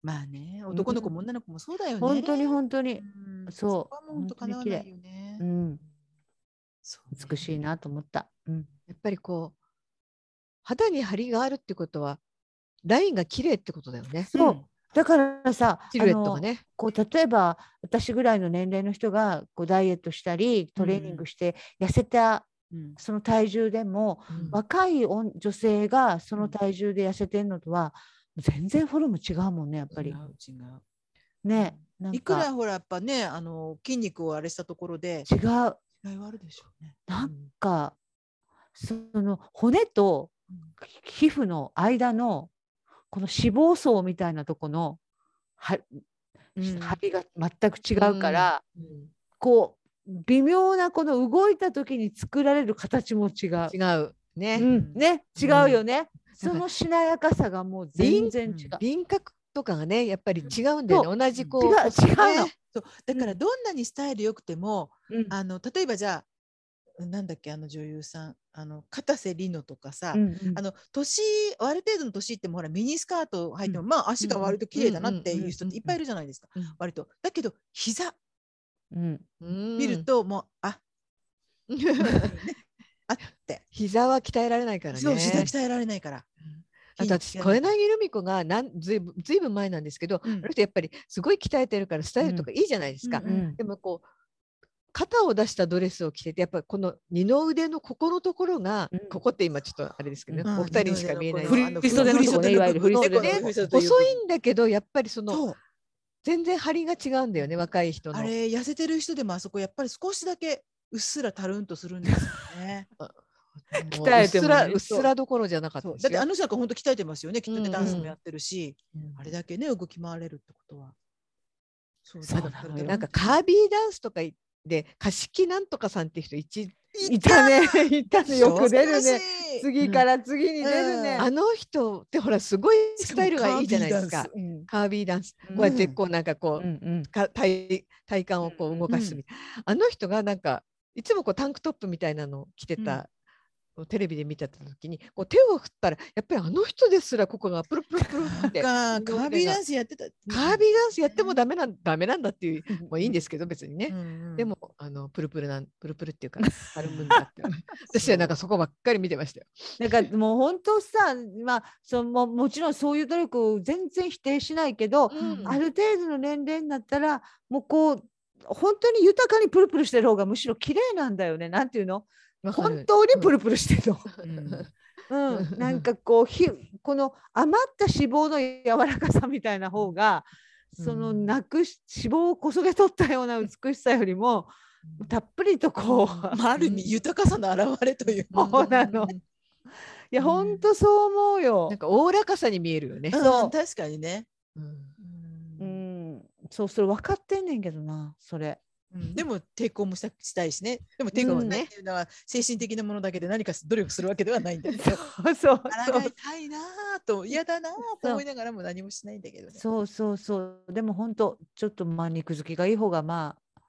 まあね男の子も女の子もそうだよね本当に本当に、うんそうこはもう本当かなわないよねうん、そうね美しいなと思った、うん、やっぱりこう肌に張りがあるってことはラインが綺麗ってことだよねそううんだからさシルエットあがのね。こう例えば私ぐらいの年齢の人がこうダイエットしたりトレーニングして痩せたうんその体重でも、うん若い女女性がそうのん体重で痩せてるのとは全然フォルム違うもんねやっぱ違り。う違うねなんいくらかほらやっぱねあの筋肉をあれしたところで違うなん違いはあるでしょうねうんかその骨とうん皮膚の間のこの脂肪層みたいなとこのはうん張りが全く違うから。うんこう微妙なこの動いた時に作られる形も違う。違うね、うん、ね違うよね、うんそのしなやかさがもう全然違う。輪郭とかがねやっぱり違うんだよね同じこう違う違うのねそうだからどんなにスタイル良くても、うんあの例えばじゃあなんだっけあの女優さんあの片瀬里乃とかさ、うんうんあの年ある程度の年ってもほらミニスカート履いても、まあ足が割と綺麗だなっていう人っていっぱいいるじゃないですか、うんうんうん割とだけど膝うんうん見るともう、ああって、膝は鍛えられないからね。そう膝鍛えられないからあと私小柳ルミ子がなんずいぶんずいぶん前なんですけど、うんあの人やっぱりすごい鍛えてるからスタイルとかいいじゃないですか。ううんんでもこう肩を出したドレスを着ててやっぱこの二の腕のここのところが、うんここって今ちょっとあれですけどね、うんお二人にしか見えない。あの振り袖振のとこねり袖いわゆる振り袖のとこのとこね細いんだけどやっぱりそのそう全然張りが違うんだよね若い人の。あれ痩せてる人でもあそこやっぱり少しだけうっすらたるんとするんですよ *laughs* ね。もう鍛えてうっすもねらそううっすらどころじゃなかったそうだっですてあよ。の人なんか本当鍛えてますよねきっとうんうねんダンスもやってるし、あれだだけね動き回れるってことは。そうそうだなからのよなんかカービーダンスとかで貸木なんとかさんって人一いた *laughs* ねいたねよく出懐かるねしい次から次に出るね。あの人ってほらすごいスタイルがいいじゃないですか。うんカービーダンス。うんこうやってこうなんかうこんう、うんか体体幹をこう動かすみたいな、あの人がなんかいつもこうタンクトップみたいなのを着てた、をテレビで見てた時にこう手を振ったらやっぱりあの人ですらここがプルプルプルってカなんかカービーダンスやってた。ービーダンスやってもダメなんダメなんだっていうもういいんですけど別にね、うんうんでもあのプルプルなんプルプルっていうかたるむんだ *laughs* って私はなんかそこばっかり見てましたよ。なんかもう本当さまあそのももちろんそういう努力を全然否定しないけど、うんある程度の年齢になったらもうこう本当に豊かにプルプルしてる方がむしろ綺麗なんだよねなんていうのわかる本当にプルプルしてるの。うんうう *laughs* んん、なんかこうひこの余った脂肪の柔らかさみたいな方がそのうんなくし脂肪をこそげ取ったような美しさよりもたっぷりとこう、 *laughs* いまあある意味豊かさの表れという。そうなのんやほんとそう思うよなん。かおおらかさに見えるよね。そううん確かにね。うんうんうん、そうそれ分かってんねんけどなそれ。うんでも抵抗もしたしたいしね。でも抵抗もないっていうのは精神的なものだけで何か努力するわけではないんだけど。そうそう抗いたいなぁと嫌だなぁと思いながらも何もしないんだけどね。そうそうそうでも本当ちょっとまあ肉付きがいい方がまあ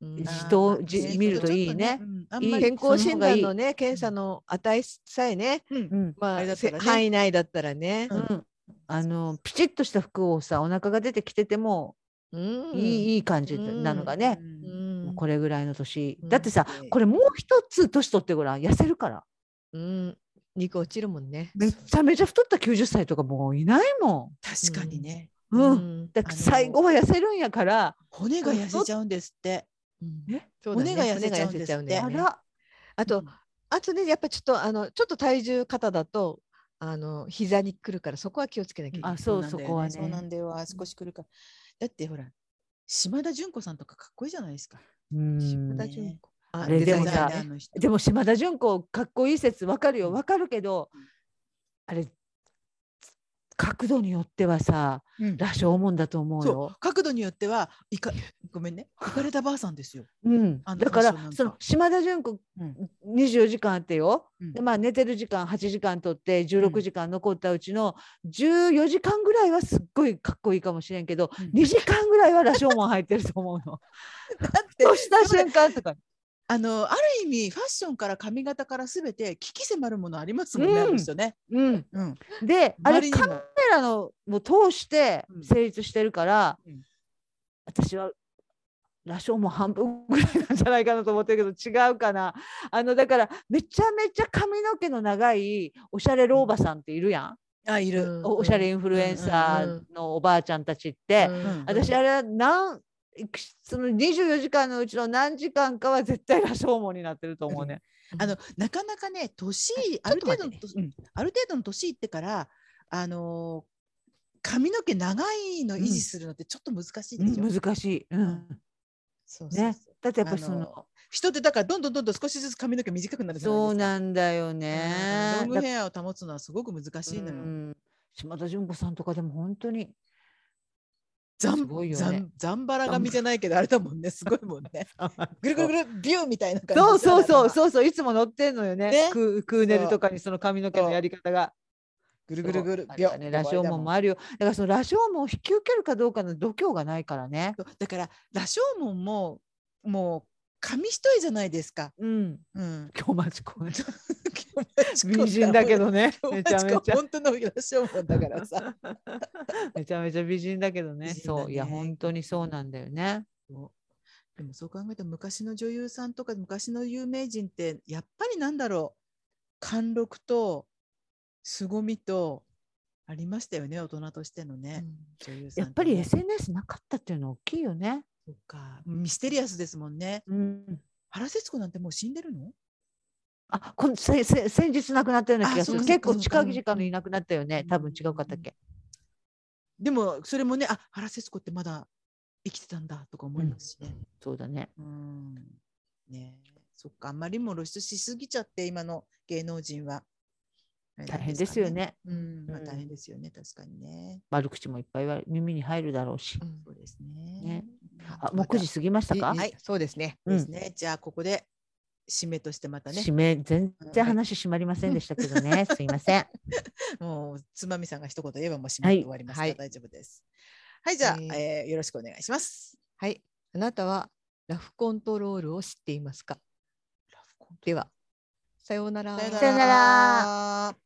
うんあー人をまあじね見るといいねちょっとうんあんいいまり健康診断のねいい検査の値さえね、うんうん、まああれだったせらね範囲内だったらね、うんうんあのピチッとした服をさお腹が出てきててもうんいい,、いい感じなのがね、ううんんこれぐらいの年、うんだってさねこれもう一つ年取ってごらん痩せるからうん、肉落ちるもんね。めちゃめちゃ太った90歳とかもういないも確かにね、ん。うんんだから最後は痩せるんやから、骨が痩せちゃうんですって。うんえそうだね骨が痩せちゃうんで骨が痩すってせちゃうんあだよのあねら、あと、あとね、やっぱちょっと、あの、ちょっと体重肩だと、あの、膝にくるから、そこは気をつけなきゃいけない。あそうなんだよそこはねそうなんだよ。あ少し来るから。だってほら、島田純子さんとかかっこいいじゃないですか。うん島田ね純子ああれでもデザイさナーあねの人でも島田純子かっこいい説わかるよわかるけど、うんあれ角度によってはさうん羅生門だと思うそよう。角度によってはいかごめんねいかれたばあさんですよ。うん、あのだかそうなんらかその島田純子うん24時間あってよ、うんでまあ寝てる時間8時間とってうん16時間残ったうちの14時間ぐらいはすっごいかっこいいかもしれんけど、うん2時間ぐらいは羅生門入ってると思うの。てそうした瞬間とかあのある意味ファッションから髪型からすべて危機迫るものありますもんね。うんあの人ね。うん、うん。であ周りれにもカメラのも通してうん成立してるから、うん私は羅生門半分ぐらいなんじゃないかなと思ってるけど違うかなあのだからめちゃめちゃ髪の毛の長いおしゃれ老婆さんっているやん、あいる。うんおおしゃれインフルエンサうんうんーのおばあちゃんたちって、うん私あれは何いくつその24時間のうちの何時間かは絶対羅生門になってると思うね。あのなかなかね年あょっると程待度っのて年、ねうんある程度の年いってからあのー髪の毛長いの維持するのってちょっと難しいでしょ。難しい、うんんそうそうねそうだってやっぱそあのの人ってだからどんどんどんどん少しずつ髪の毛短くなるじゃないですか。そうなんだよねう。んロングだヘアを保つのはすごく難しいのよう。ん島田純子さんとかでも本当にざんすごいよねざんざんばら髪じゃないけどあれだもんねすごいもん *laughs* ね。ぐるぐるぐるビューみたいな感じ。そうそうそうう。そうそういつも乗ってんのよねねクークーネルとかにその髪の毛のやり方がぐるぐるぐるそうあビれューはね羅生門もあるよだからその羅生門を引き受けるかどうかの度胸がないからねそうだから羅生門ももう紙一重じゃないですか。うんうん。今日マジ怖い美 *laughs* 美人だけどねめちゃめちゃ本当の羅生門だから *laughs* さ。めちゃめちゃ美人だけどね美人だねそういや本当にそうなんだよねでもそう考えたら昔の女優さんとか昔の有名人ってやっぱりなんだろう貫禄と凄みとありましたよね大人としてのね、女優さんやっぱりね SNS なかったっていうのは大きいよねそっかミステリアスですもんねうん原節子なんてもう死んでるのあこんせせ先日亡くなったような気あがするそうか結構そうか近い時間にいなくなったよね多分違うかったっけでもそれもねあ原節子ってまだ生きてたんだとか思いますしね、そうだねうんねえそっかあんまりも露出しすぎちゃって今の芸能人はあれな大ん変かですよねうん、まあ、うん大変ですよね、確かにね。悪口もいっぱいは耳に入るだろうし、そうですね。ねうんあもう9時過ぎましたか、いはい、そうですね。そうですね、じゃあここで締めとしてまたね締め全うん然話閉まりませんでしたけどね、すいませんもうつまみさんが一言言えばもう締めて終わりますから、はい大丈夫ですはいじゃあ、ええーーよろしくお願いしますはい、あなたはラフコントロールを知っていますか。では、さようならさようさようななら